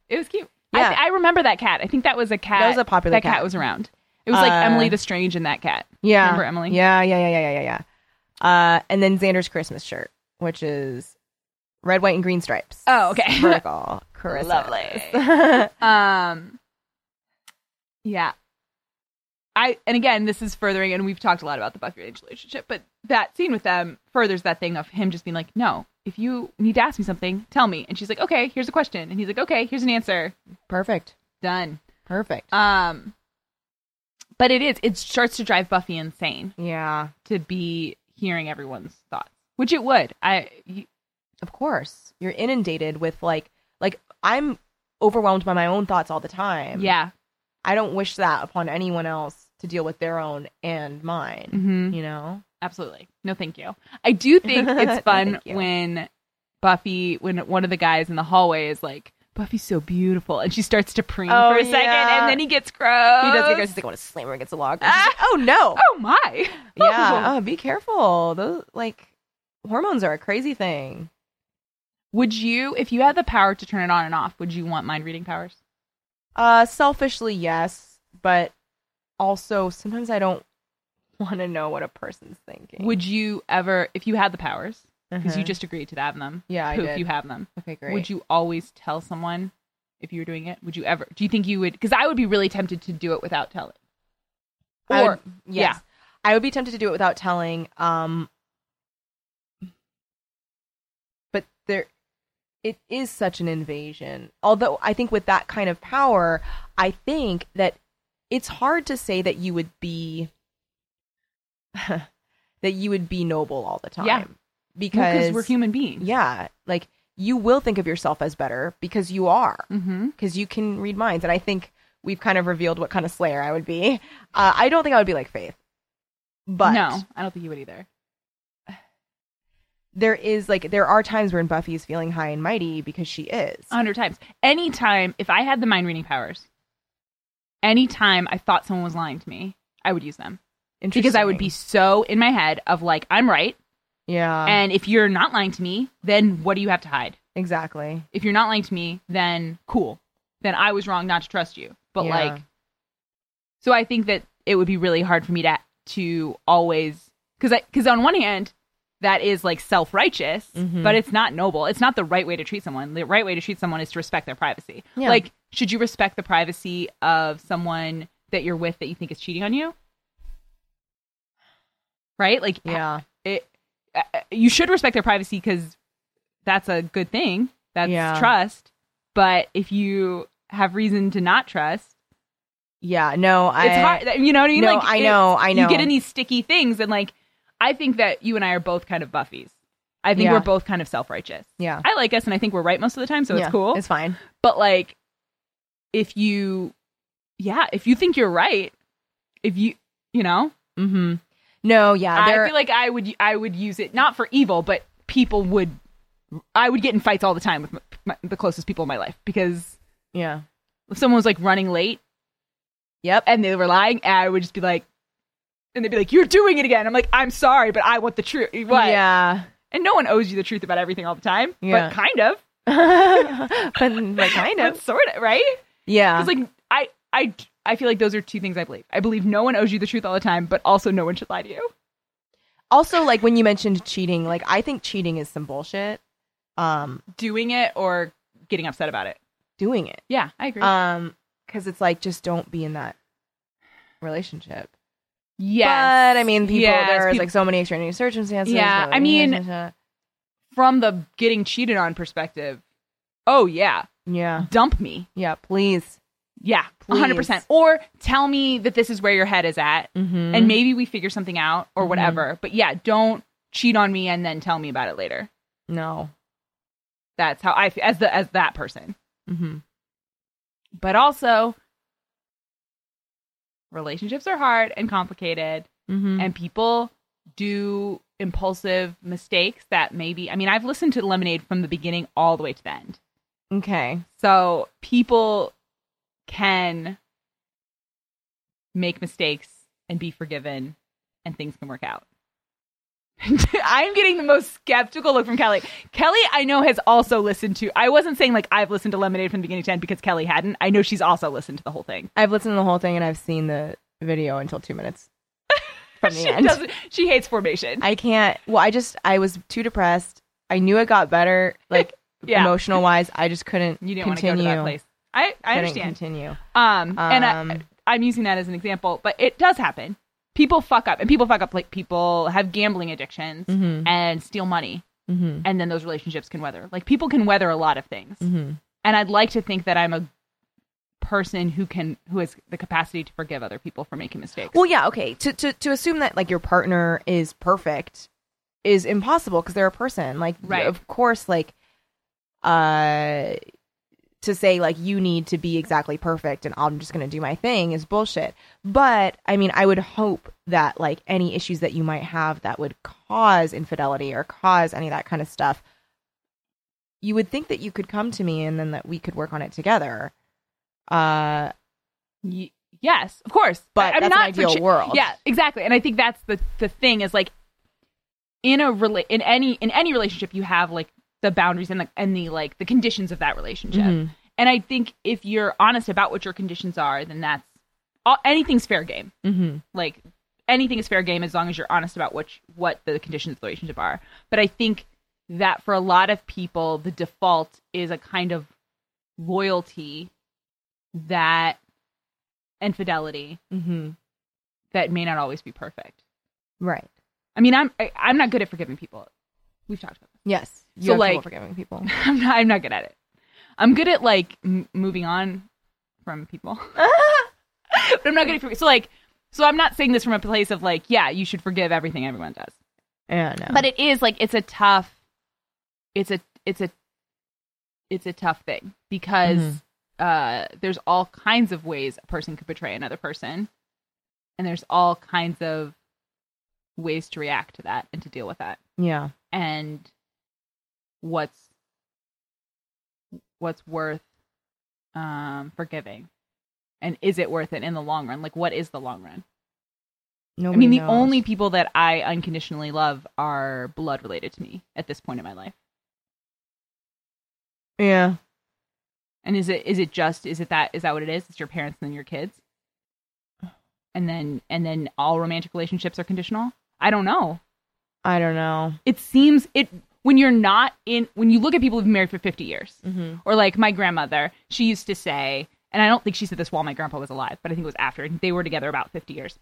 [SPEAKER 1] It was cute. I,
[SPEAKER 2] Yeah.
[SPEAKER 1] th- I remember that cat. I think that was a cat.
[SPEAKER 2] That was a popular
[SPEAKER 1] That cat,
[SPEAKER 2] cat.
[SPEAKER 1] was around. It was like
[SPEAKER 2] Uh,
[SPEAKER 1] Emily the Strange in that cat.
[SPEAKER 2] Yeah.
[SPEAKER 1] Remember Emily?
[SPEAKER 2] Yeah, yeah, yeah, yeah, yeah, yeah, yeah. Uh, and then Xander's Christmas shirt, which is red, white, and green stripes.
[SPEAKER 1] Oh, okay.
[SPEAKER 2] Vertical. Christmas.
[SPEAKER 1] Lovely. Um. Yeah. I and again, this is furthering, and we've talked a lot about the Buffy and Angel relationship, but that scene with them furthers that thing of him just being like, "No, if you need to ask me something, tell me." And she's like, "Okay, here's a question," and he's like, "Okay, here's an answer."
[SPEAKER 2] Perfect.
[SPEAKER 1] Done.
[SPEAKER 2] Perfect.
[SPEAKER 1] Um. But it is. It starts to drive Buffy insane
[SPEAKER 2] yeah.
[SPEAKER 1] to be hearing everyone's thoughts, which it would. I. y-
[SPEAKER 2] Of course. You're inundated with like like I'm overwhelmed by my own thoughts all the time.
[SPEAKER 1] Yeah.
[SPEAKER 2] I don't wish that upon anyone else to deal with their own and mine.
[SPEAKER 1] Mm-hmm.
[SPEAKER 2] You know?
[SPEAKER 1] Absolutely. No, thank you. I do think
[SPEAKER 2] No,
[SPEAKER 1] it's fun
[SPEAKER 2] thank you.
[SPEAKER 1] when Buffy, when one of the guys in the hallway is like, Buffy's so beautiful. And she starts to preen
[SPEAKER 2] Oh,
[SPEAKER 1] for a second
[SPEAKER 2] yeah.
[SPEAKER 1] and then he gets gross.
[SPEAKER 2] He does get gross. He's like, I want to slam her against the log. She's like, oh no.
[SPEAKER 1] Oh, my.
[SPEAKER 2] Yeah. Oh, be careful. Those like hormones are a crazy thing.
[SPEAKER 1] Would you, if you had the power to turn it on and off, would you want mind reading powers?
[SPEAKER 2] Uh selfishly, yes, but also sometimes I don't want to know what a person's thinking.
[SPEAKER 1] Would you ever, if you had the powers, because
[SPEAKER 2] Uh-huh.
[SPEAKER 1] you just agreed to have them,
[SPEAKER 2] Yeah, I
[SPEAKER 1] if
[SPEAKER 2] did.
[SPEAKER 1] you have them,
[SPEAKER 2] Okay, great.
[SPEAKER 1] would you always tell someone if you were doing it? Would you ever? Do you think you would? Because I would be really tempted to do it without telling.
[SPEAKER 2] I
[SPEAKER 1] Or,
[SPEAKER 2] would- yes. I would be tempted to do it without telling. Um, but there, it is such an invasion. Although I think with that kind of power, I think that it's hard to say that you would be that you would be noble all the time.
[SPEAKER 1] Yeah.
[SPEAKER 2] because
[SPEAKER 1] because we're human beings.
[SPEAKER 2] Yeah, like you will think of yourself as better because you are
[SPEAKER 1] Mm-hmm.
[SPEAKER 2] because you can read minds. And I think we've kind of revealed what kind of slayer I would be. Uh, I don't think I would be like Faith, but
[SPEAKER 1] no, I don't think you would either.
[SPEAKER 2] there is like there are times when Buffy is feeling high and mighty because she is.
[SPEAKER 1] A hundred times. Anytime, if I had the mind reading powers, anytime I thought someone was lying to me, I would use them because I would be
[SPEAKER 2] Interesting. Uh-huh.
[SPEAKER 1] so in my head of like I'm right,
[SPEAKER 2] yeah
[SPEAKER 1] and if you're not lying to me, then what do you have to hide?
[SPEAKER 2] exactly
[SPEAKER 1] If you're not lying to me, then cool. Then I was wrong not to trust you. But
[SPEAKER 2] Yeah.
[SPEAKER 1] like, so I think that it would be really hard for me to to always because because on one hand that is like self righteous,
[SPEAKER 2] Mhm.
[SPEAKER 1] but it's not noble. It's not the right way to treat someone. The right way to treat someone is to respect their privacy.
[SPEAKER 2] Yeah.
[SPEAKER 1] Like, should you respect the privacy of someone that you're with that you think is cheating on you? Right? Like,
[SPEAKER 2] yeah
[SPEAKER 1] it, uh, uh, you should respect their privacy because that's a good thing. That's
[SPEAKER 2] Yeah.
[SPEAKER 1] trust. But if you have reason to not trust,
[SPEAKER 2] yeah no I
[SPEAKER 1] it's hard. You know what I mean?
[SPEAKER 2] No,
[SPEAKER 1] like
[SPEAKER 2] I
[SPEAKER 1] it-
[SPEAKER 2] know, I know.
[SPEAKER 1] You get in these sticky things, and like, I think that you and I are both kind of Buffy's. I think
[SPEAKER 2] Yeah.
[SPEAKER 1] we're both kind of self righteous.
[SPEAKER 2] yeah
[SPEAKER 1] I like us, and I think we're right most of the time, so
[SPEAKER 2] Yeah,
[SPEAKER 1] it's cool.
[SPEAKER 2] it's fine
[SPEAKER 1] but like, if you, yeah, if you think you're right, if you, you know,
[SPEAKER 2] mm-hmm no yeah
[SPEAKER 1] I
[SPEAKER 2] there
[SPEAKER 1] feel like I would I would use it not for evil, but people would. I would get in fights all the time with my, my, the closest people in my life because
[SPEAKER 2] yeah
[SPEAKER 1] if someone was like running late,
[SPEAKER 2] Yep.
[SPEAKER 1] and they were lying, I would just be like, and they'd be like, "You're doing it again." I'm like, "I'm sorry, but I want the truth." What?
[SPEAKER 2] yeah
[SPEAKER 1] And no one owes you the truth about everything all the time,
[SPEAKER 2] Yeah.
[SPEAKER 1] but kind of,
[SPEAKER 2] but like kind
[SPEAKER 1] but
[SPEAKER 2] of
[SPEAKER 1] sort of, right?
[SPEAKER 2] yeah
[SPEAKER 1] Because like I, I, I feel like those are two things I believe. I believe no one owes you the truth all the time, but also no one should lie to you.
[SPEAKER 2] also like when you mentioned cheating like I think cheating is some bullshit um
[SPEAKER 1] Doing it or getting upset about it.
[SPEAKER 2] doing it
[SPEAKER 1] Yeah, I agree.
[SPEAKER 2] um because it's like just don't be in that relationship
[SPEAKER 1] yeah,
[SPEAKER 2] But I mean, people,
[SPEAKER 1] Yes,
[SPEAKER 2] there's
[SPEAKER 1] peop-
[SPEAKER 2] like so many extraordinary circumstances.
[SPEAKER 1] Yeah,
[SPEAKER 2] blah,
[SPEAKER 1] I mean-
[SPEAKER 2] blah, blah,
[SPEAKER 1] from the getting cheated on perspective. Oh yeah,
[SPEAKER 2] blah. yeah,
[SPEAKER 1] dump me.
[SPEAKER 2] yeah, please.
[SPEAKER 1] Yeah,
[SPEAKER 2] Please.
[SPEAKER 1] 100%. Or tell me that this is where your head is at
[SPEAKER 2] Mm-hmm.
[SPEAKER 1] and maybe we figure something out or whatever. But yeah, don't cheat on me and then tell me about it later.
[SPEAKER 2] no.
[SPEAKER 1] That's how I feel as the as that person.
[SPEAKER 2] Mm-hmm.
[SPEAKER 1] But also relationships are hard and complicated
[SPEAKER 2] Mm-hmm.
[SPEAKER 1] and people do impulsive mistakes that maybe I mean I've listened to Lemonade from the beginning all the way to the end.
[SPEAKER 2] Okay.
[SPEAKER 1] So people can make mistakes and be forgiven and things can work out. I'm getting the most skeptical look from Kelly. Kelly, I know, has also listened to. I wasn't saying like I've listened to Lemonade from the beginning to end because Kelly hadn't. I know she's also listened to the whole thing.
[SPEAKER 2] I've listened to the whole thing and I've seen the video until two minutes from
[SPEAKER 1] she
[SPEAKER 2] the end.
[SPEAKER 1] doesn't. She hates formation.
[SPEAKER 2] I can't. Well, I just I was too depressed. I knew it got better, like
[SPEAKER 1] Yeah.
[SPEAKER 2] emotional wise. I just couldn't.
[SPEAKER 1] you didn't
[SPEAKER 2] continue.
[SPEAKER 1] want to go to that place. I, I
[SPEAKER 2] Couldn't
[SPEAKER 1] understand.
[SPEAKER 2] Continue.
[SPEAKER 1] Um, and I,
[SPEAKER 2] Um,
[SPEAKER 1] I'm using that as an example, but it does happen. People fuck up, and people fuck up like people have gambling addictions
[SPEAKER 2] Mhm.
[SPEAKER 1] and steal money,
[SPEAKER 2] Mm-hmm.
[SPEAKER 1] and then those relationships can weather. Like people can weather a lot of things,
[SPEAKER 2] Mhm.
[SPEAKER 1] and I'd like to think that I'm a person who can who has the capacity to forgive other people for making mistakes.
[SPEAKER 2] Well, yeah, okay. To to to assume that like your partner is perfect is impossible because they're a person. Like,
[SPEAKER 1] Right.
[SPEAKER 2] of course, like, uh, to say like you need to be exactly perfect and I'm just gonna do my thing is bullshit. But I mean, I would hope that like any issues that you might have that would cause infidelity or cause any of that kind of stuff, you would think that you could come to me and then that we could work on it together. Uh,
[SPEAKER 1] Y- yes, of course,
[SPEAKER 2] But
[SPEAKER 1] I- I'm
[SPEAKER 2] that's an
[SPEAKER 1] not
[SPEAKER 2] ideal
[SPEAKER 1] such-
[SPEAKER 2] world.
[SPEAKER 1] Yeah, exactly. And I think that's the the thing is like in a rela- in any in any relationship you have like the boundaries and the and the like the conditions of that relationship.
[SPEAKER 2] Mhm.
[SPEAKER 1] And I think if you're honest about what your conditions are, then that's all, anything's fair game.
[SPEAKER 2] mm-hmm.
[SPEAKER 1] Like anything is fair game as long as you're honest about what what the conditions of the relationship are. But I think that for a lot of people, the default is a kind of loyalty that and fidelity
[SPEAKER 2] Mm-hmm.
[SPEAKER 1] that may not always be perfect.
[SPEAKER 2] Right.
[SPEAKER 1] I mean, I'm I, I'm not good at forgiving people. We've talked about.
[SPEAKER 2] Yes. You
[SPEAKER 1] So,
[SPEAKER 2] have trouble
[SPEAKER 1] like-
[SPEAKER 2] forgiving people.
[SPEAKER 1] This. I'm not I'm not good at it. I'm good at like m- moving on from people, but I'm not good at forgiving. So like, so I'm not saying this from a place of like, yeah, you should forgive everything everyone does.
[SPEAKER 2] yeah, no.
[SPEAKER 1] But it is like it's a tough, it's a it's a it's a tough thing because
[SPEAKER 2] Mhm.
[SPEAKER 1] uh, there's all kinds of ways a person could betray another person, and there's all kinds of ways to react to that and to deal with that.
[SPEAKER 2] yeah,
[SPEAKER 1] and what's what's worth um forgiving and is it worth it in the long run like what is the long run
[SPEAKER 2] nobody
[SPEAKER 1] i mean the
[SPEAKER 2] knows.
[SPEAKER 1] only people that i unconditionally love are blood related to me at this point in my life
[SPEAKER 2] yeah,
[SPEAKER 1] and is it is it just is it that is that what it is it's your parents and then your kids and then and then all romantic relationships are conditional i don't know
[SPEAKER 2] I don't know.
[SPEAKER 1] it seems it when you're not in when you look at people who've been married for 50 years
[SPEAKER 2] Mhm.
[SPEAKER 1] or like my grandmother she used to say and i don't think she said this while my grandpa was alive but i think it was after and they were together about 50 years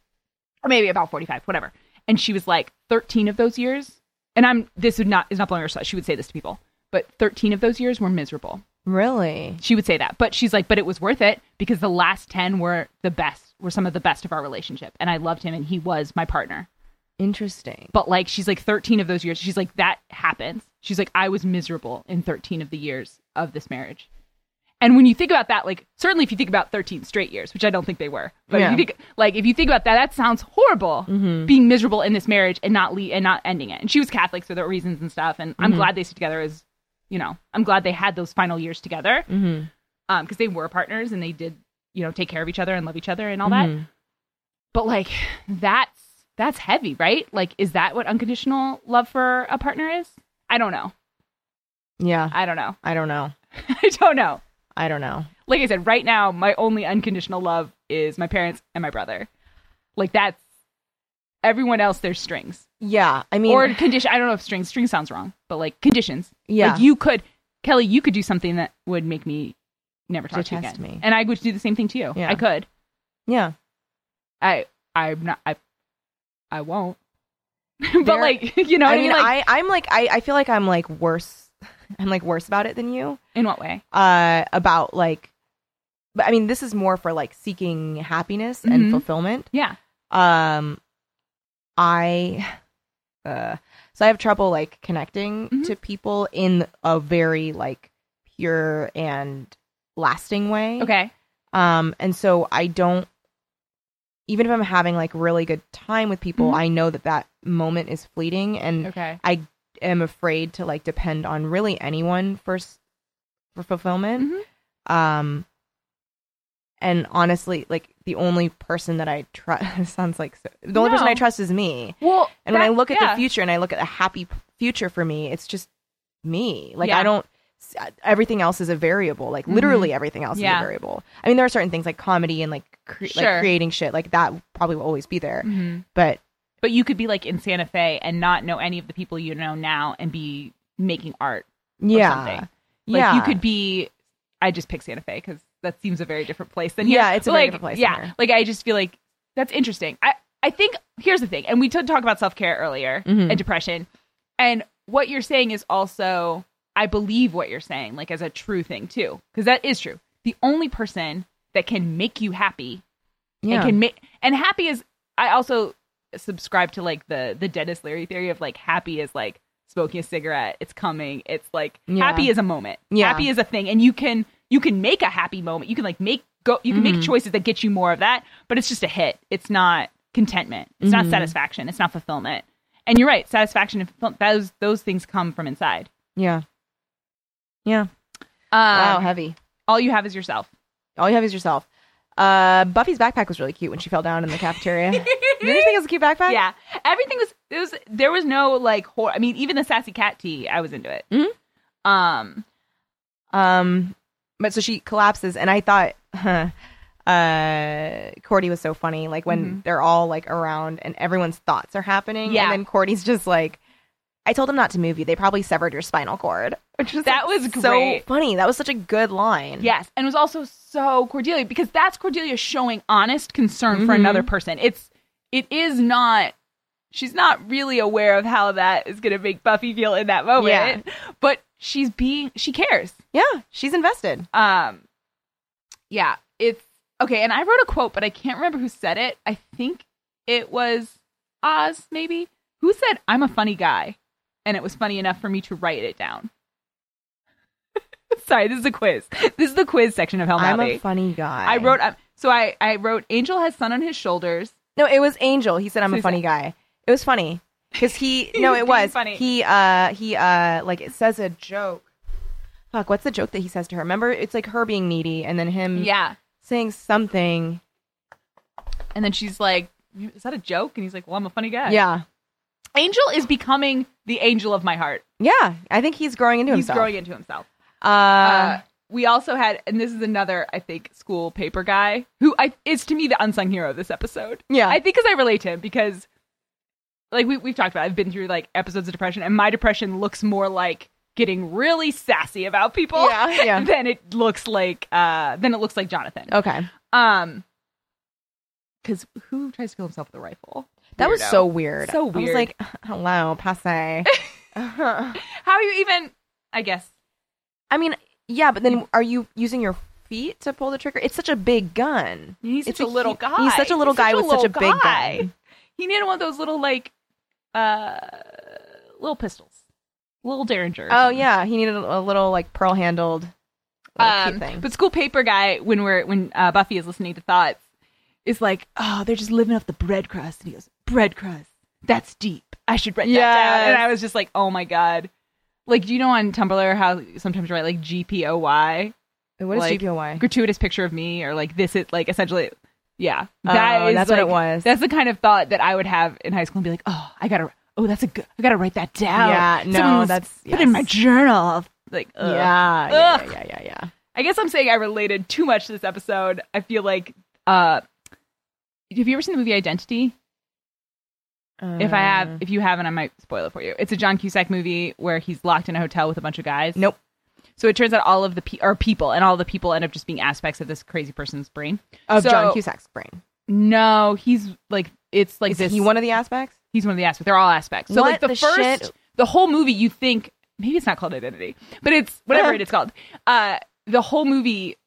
[SPEAKER 1] or maybe about 45 whatever and she was like 13 of those years and i'm this would not is not blowing her slut she would say this to people but 13 of those years were miserable
[SPEAKER 2] Really?
[SPEAKER 1] she would say that but she's like but it was worth it because the last 10 were the best were some of the best of our relationship and i loved him and he was my partner
[SPEAKER 2] Interesting.
[SPEAKER 1] but like she's like 13 of those years she's like that happens she's like i was miserable in 13 of the years of this marriage and when you think about that like certainly if you think about 13 straight years which i don't think they were but if
[SPEAKER 2] Yeah.
[SPEAKER 1] you think like if you think about that that sounds horrible being miserable in this marriage and not le- and not ending it and she was catholic so there were reasons and stuff and i'm glad they stood together as you know i'm glad they had those final years together
[SPEAKER 2] Mm-hmm.
[SPEAKER 1] um because they were partners and they did you know take care of each other and love each other and all that
[SPEAKER 2] Mhm.
[SPEAKER 1] but like that's that's heavy right like is that what unconditional love for a partner is i don't know
[SPEAKER 2] Yeah,
[SPEAKER 1] i don't know
[SPEAKER 2] I don't know.
[SPEAKER 1] i don't know
[SPEAKER 2] I don't know.
[SPEAKER 1] like i said right now my only unconditional love is my parents and my brother like that's everyone else there's strings
[SPEAKER 2] Yeah, I mean,
[SPEAKER 1] or condition i don't know if strings string sounds wrong but like conditions
[SPEAKER 2] Yeah.
[SPEAKER 1] like you could kelly you could do something that would make me never talk to you
[SPEAKER 2] Detest
[SPEAKER 1] again
[SPEAKER 2] me.
[SPEAKER 1] and i would do the same thing to you
[SPEAKER 2] Yeah.
[SPEAKER 1] i could
[SPEAKER 2] yeah,
[SPEAKER 1] I I'm not I I won't. but
[SPEAKER 2] There-
[SPEAKER 1] like you know
[SPEAKER 2] I
[SPEAKER 1] what
[SPEAKER 2] mean,
[SPEAKER 1] Like,
[SPEAKER 2] I, I'm like, I, I feel like I'm like worse. I'm like worse about it than you.
[SPEAKER 1] in what way?
[SPEAKER 2] Uh, about like, but I mean, this is more for like seeking happiness and
[SPEAKER 1] Mhm.
[SPEAKER 2] fulfillment.
[SPEAKER 1] Yeah.
[SPEAKER 2] um i uh so i have trouble like connecting
[SPEAKER 1] Mhm.
[SPEAKER 2] to people in a very like pure and lasting way
[SPEAKER 1] Okay.
[SPEAKER 2] um and so i don't even if I'm having like really good time with people, I know that that moment is fleeting and
[SPEAKER 1] Okay.
[SPEAKER 2] I am afraid to like depend on really anyone for s- for fulfillment.
[SPEAKER 1] Mm-hmm.
[SPEAKER 2] Um and honestly, like the only person that I trust sounds like so, the only person
[SPEAKER 1] No.
[SPEAKER 2] I trust is me.
[SPEAKER 1] Well,
[SPEAKER 2] And when I
[SPEAKER 1] that-
[SPEAKER 2] look at
[SPEAKER 1] yeah.
[SPEAKER 2] the future and I look at a happy p- future for me, it's just me. Like
[SPEAKER 1] Yeah. Mm-hmm.
[SPEAKER 2] I don't s- uh, everything else is a variable. Like literally everything else is
[SPEAKER 1] Yeah.
[SPEAKER 2] a variable. I mean, there are certain things like comedy and like cre-
[SPEAKER 1] Sure.
[SPEAKER 2] like creating shit like that probably will always be there.
[SPEAKER 1] Mhm.
[SPEAKER 2] But
[SPEAKER 1] but you could be like in Santa Fe and not know any of the people you know now and be making art. Or
[SPEAKER 2] yeah.
[SPEAKER 1] something. Like
[SPEAKER 2] Yeah.
[SPEAKER 1] you could be. I just pick Santa Fe because that seems a very different place than here.
[SPEAKER 2] Yeah, it's a
[SPEAKER 1] But,
[SPEAKER 2] very
[SPEAKER 1] like,
[SPEAKER 2] different place than
[SPEAKER 1] Yeah,
[SPEAKER 2] here.
[SPEAKER 1] like I just feel like that's interesting. I I think here's the thing, and we did talk about self care earlier
[SPEAKER 2] Mhm.
[SPEAKER 1] and depression, and what you're saying is also I believe what you're saying, like as a true thing too, because that is true. The only person that can make you happy and can make and happy is I also subscribe to like the the Dennis Leary theory of like happy is like smoking a cigarette it's coming it's like
[SPEAKER 2] Yeah.
[SPEAKER 1] happy is a moment
[SPEAKER 2] Yeah.
[SPEAKER 1] happy is a thing and you can you can make a happy moment you can like make go you can
[SPEAKER 2] Mm-hmm.
[SPEAKER 1] make choices that get you more of that but it's just a hit it's not contentment it's
[SPEAKER 2] Mm-hmm.
[SPEAKER 1] not satisfaction it's not fulfillment and you're right satisfaction and fulfillment those those things come from inside
[SPEAKER 2] Yeah. Yeah.
[SPEAKER 1] um,
[SPEAKER 2] wow, heavy.
[SPEAKER 1] all you have is yourself
[SPEAKER 2] All you have is yourself. Uh, Buffy's backpack was really cute when she fell down in the cafeteria. Did you think it was a cute backpack?
[SPEAKER 1] yeah everything was it was there was no like hor- i mean even the sassy cat tea i was into it um
[SPEAKER 2] Um, but so she collapses, and I thought, huh, uh, Cordy was so funny. Like when they're all like around and everyone's thoughts are happening,
[SPEAKER 1] Mm-hmm. Yeah.
[SPEAKER 2] and then Cordy's just like, "I told them not to move you. They probably severed your spinal cord," which was
[SPEAKER 1] That was
[SPEAKER 2] like, so
[SPEAKER 1] great.
[SPEAKER 2] funny. That was such a good line.
[SPEAKER 1] yes and it was also so cordelia because that's cordelia showing honest concern for
[SPEAKER 2] Mhm.
[SPEAKER 1] another person it's it is not she's not really aware of how that is going to make buffy feel in that moment but she's being she cares
[SPEAKER 2] yeah, she's invested.
[SPEAKER 1] um yeah it's okay and i wrote a quote but i can't remember who said it i think it was oz maybe who said i'm a funny guy and it was funny enough for me to write it down sorry this is a quiz this is the quiz section of hell
[SPEAKER 2] I'm
[SPEAKER 1] Mouthy.
[SPEAKER 2] a funny guy.
[SPEAKER 1] i wrote um, so i i wrote angel has sun on his shoulders
[SPEAKER 2] No, it was Angel. He said, "I'm
[SPEAKER 1] So
[SPEAKER 2] a
[SPEAKER 1] he's
[SPEAKER 2] funny guy." It was funny because he. no,
[SPEAKER 1] was
[SPEAKER 2] it
[SPEAKER 1] being
[SPEAKER 2] was
[SPEAKER 1] funny.
[SPEAKER 2] He uh he uh like it says a joke. Fuck, what's the joke that he says to her? Remember, it's like her being needy, and then him
[SPEAKER 1] yeah
[SPEAKER 2] saying something.
[SPEAKER 1] and then she's like is that a joke and he's like well i'm a funny guy
[SPEAKER 2] Yeah,
[SPEAKER 1] angel is becoming the angel of my heart
[SPEAKER 2] yeah. I think he's growing into
[SPEAKER 1] he's
[SPEAKER 2] himself.
[SPEAKER 1] growing into himself
[SPEAKER 2] Uh,
[SPEAKER 1] Uh, we also had, and this is another, I think, school paper guy who I is to me the unsung hero of this episode.
[SPEAKER 2] Yeah.
[SPEAKER 1] I think because I relate to him because, like we we've talked about, it, I've been through like episodes of depression, and my depression looks more like getting really sassy about people
[SPEAKER 2] Yeah, yeah. Oh.
[SPEAKER 1] than it looks like uh than it looks like Jonathan.
[SPEAKER 2] okay,
[SPEAKER 1] Um, because who tries to kill himself with a rifle?
[SPEAKER 2] that was
[SPEAKER 4] Weirdo.
[SPEAKER 2] so weird.
[SPEAKER 1] So
[SPEAKER 2] I was
[SPEAKER 1] weird.
[SPEAKER 2] like, "Hello, passe." I
[SPEAKER 1] How are you even? I guess
[SPEAKER 2] mean, yeah, but then are you using your feet to pull the trigger? It's such a big gun.
[SPEAKER 1] He's
[SPEAKER 2] It's
[SPEAKER 1] such a,
[SPEAKER 2] a
[SPEAKER 1] little
[SPEAKER 2] hu-
[SPEAKER 1] guy.
[SPEAKER 2] he's such a little guy with such a
[SPEAKER 1] little
[SPEAKER 2] big
[SPEAKER 1] guy.
[SPEAKER 2] gun.
[SPEAKER 1] He needed one of those little like uh little pistols. Little Derringer. or
[SPEAKER 2] Oh
[SPEAKER 1] something.
[SPEAKER 2] yeah, he needed a, a little like pearl handled uh,
[SPEAKER 1] Um,
[SPEAKER 2] thing.
[SPEAKER 1] But school paper guy when we're when uh, Buffy is listening to thoughts is like, "Oh, they're just living off the bread crust." And he goes, "Bread crust. That's deep. I should write that down." And
[SPEAKER 2] Yes.
[SPEAKER 1] I was just like, "Oh my god." Like, do you know on Tumblr how sometimes you write like GPOY?
[SPEAKER 2] what is
[SPEAKER 1] like,
[SPEAKER 2] GPOY?
[SPEAKER 1] Gratuitous picture of me, or like this is like essentially, yeah.
[SPEAKER 2] Oh,
[SPEAKER 1] That is
[SPEAKER 2] that's what it
[SPEAKER 1] like-
[SPEAKER 2] was.
[SPEAKER 1] That's the kind of thought that I would have in high school and be like, oh, I gotta, oh, that's a good, I gotta write that down.
[SPEAKER 2] Yeah, no,
[SPEAKER 1] Someone must
[SPEAKER 2] that's-
[SPEAKER 1] put it in my
[SPEAKER 2] yes.
[SPEAKER 1] journal. Like, ugh.
[SPEAKER 2] Yeah, yeah,
[SPEAKER 1] Ugh.
[SPEAKER 2] yeah, yeah, yeah.
[SPEAKER 1] I guess I'm saying I related too much to this episode. I feel like, uh, have you ever seen the movie Identity?
[SPEAKER 2] yeah.
[SPEAKER 1] If I
[SPEAKER 2] Uh,
[SPEAKER 1] have, if you haven't, I might spoil it for you. It's a John Cusack movie where he's locked in a hotel with a bunch of guys.
[SPEAKER 2] nope.
[SPEAKER 1] So it turns out all of the pe- are people, and all the people end up just being aspects of this crazy person's brain.
[SPEAKER 2] Of
[SPEAKER 1] So-
[SPEAKER 2] John Cusack's brain,
[SPEAKER 1] No, he's like it's like
[SPEAKER 2] is
[SPEAKER 1] this.
[SPEAKER 2] he one of the aspects?
[SPEAKER 1] he's one of the aspects. They're all aspects. So
[SPEAKER 2] What
[SPEAKER 1] like the,
[SPEAKER 2] the
[SPEAKER 1] first,
[SPEAKER 2] shit?
[SPEAKER 1] the whole movie, you think maybe it's not called identity, but it's whatever it is called. Uh, the whole movie,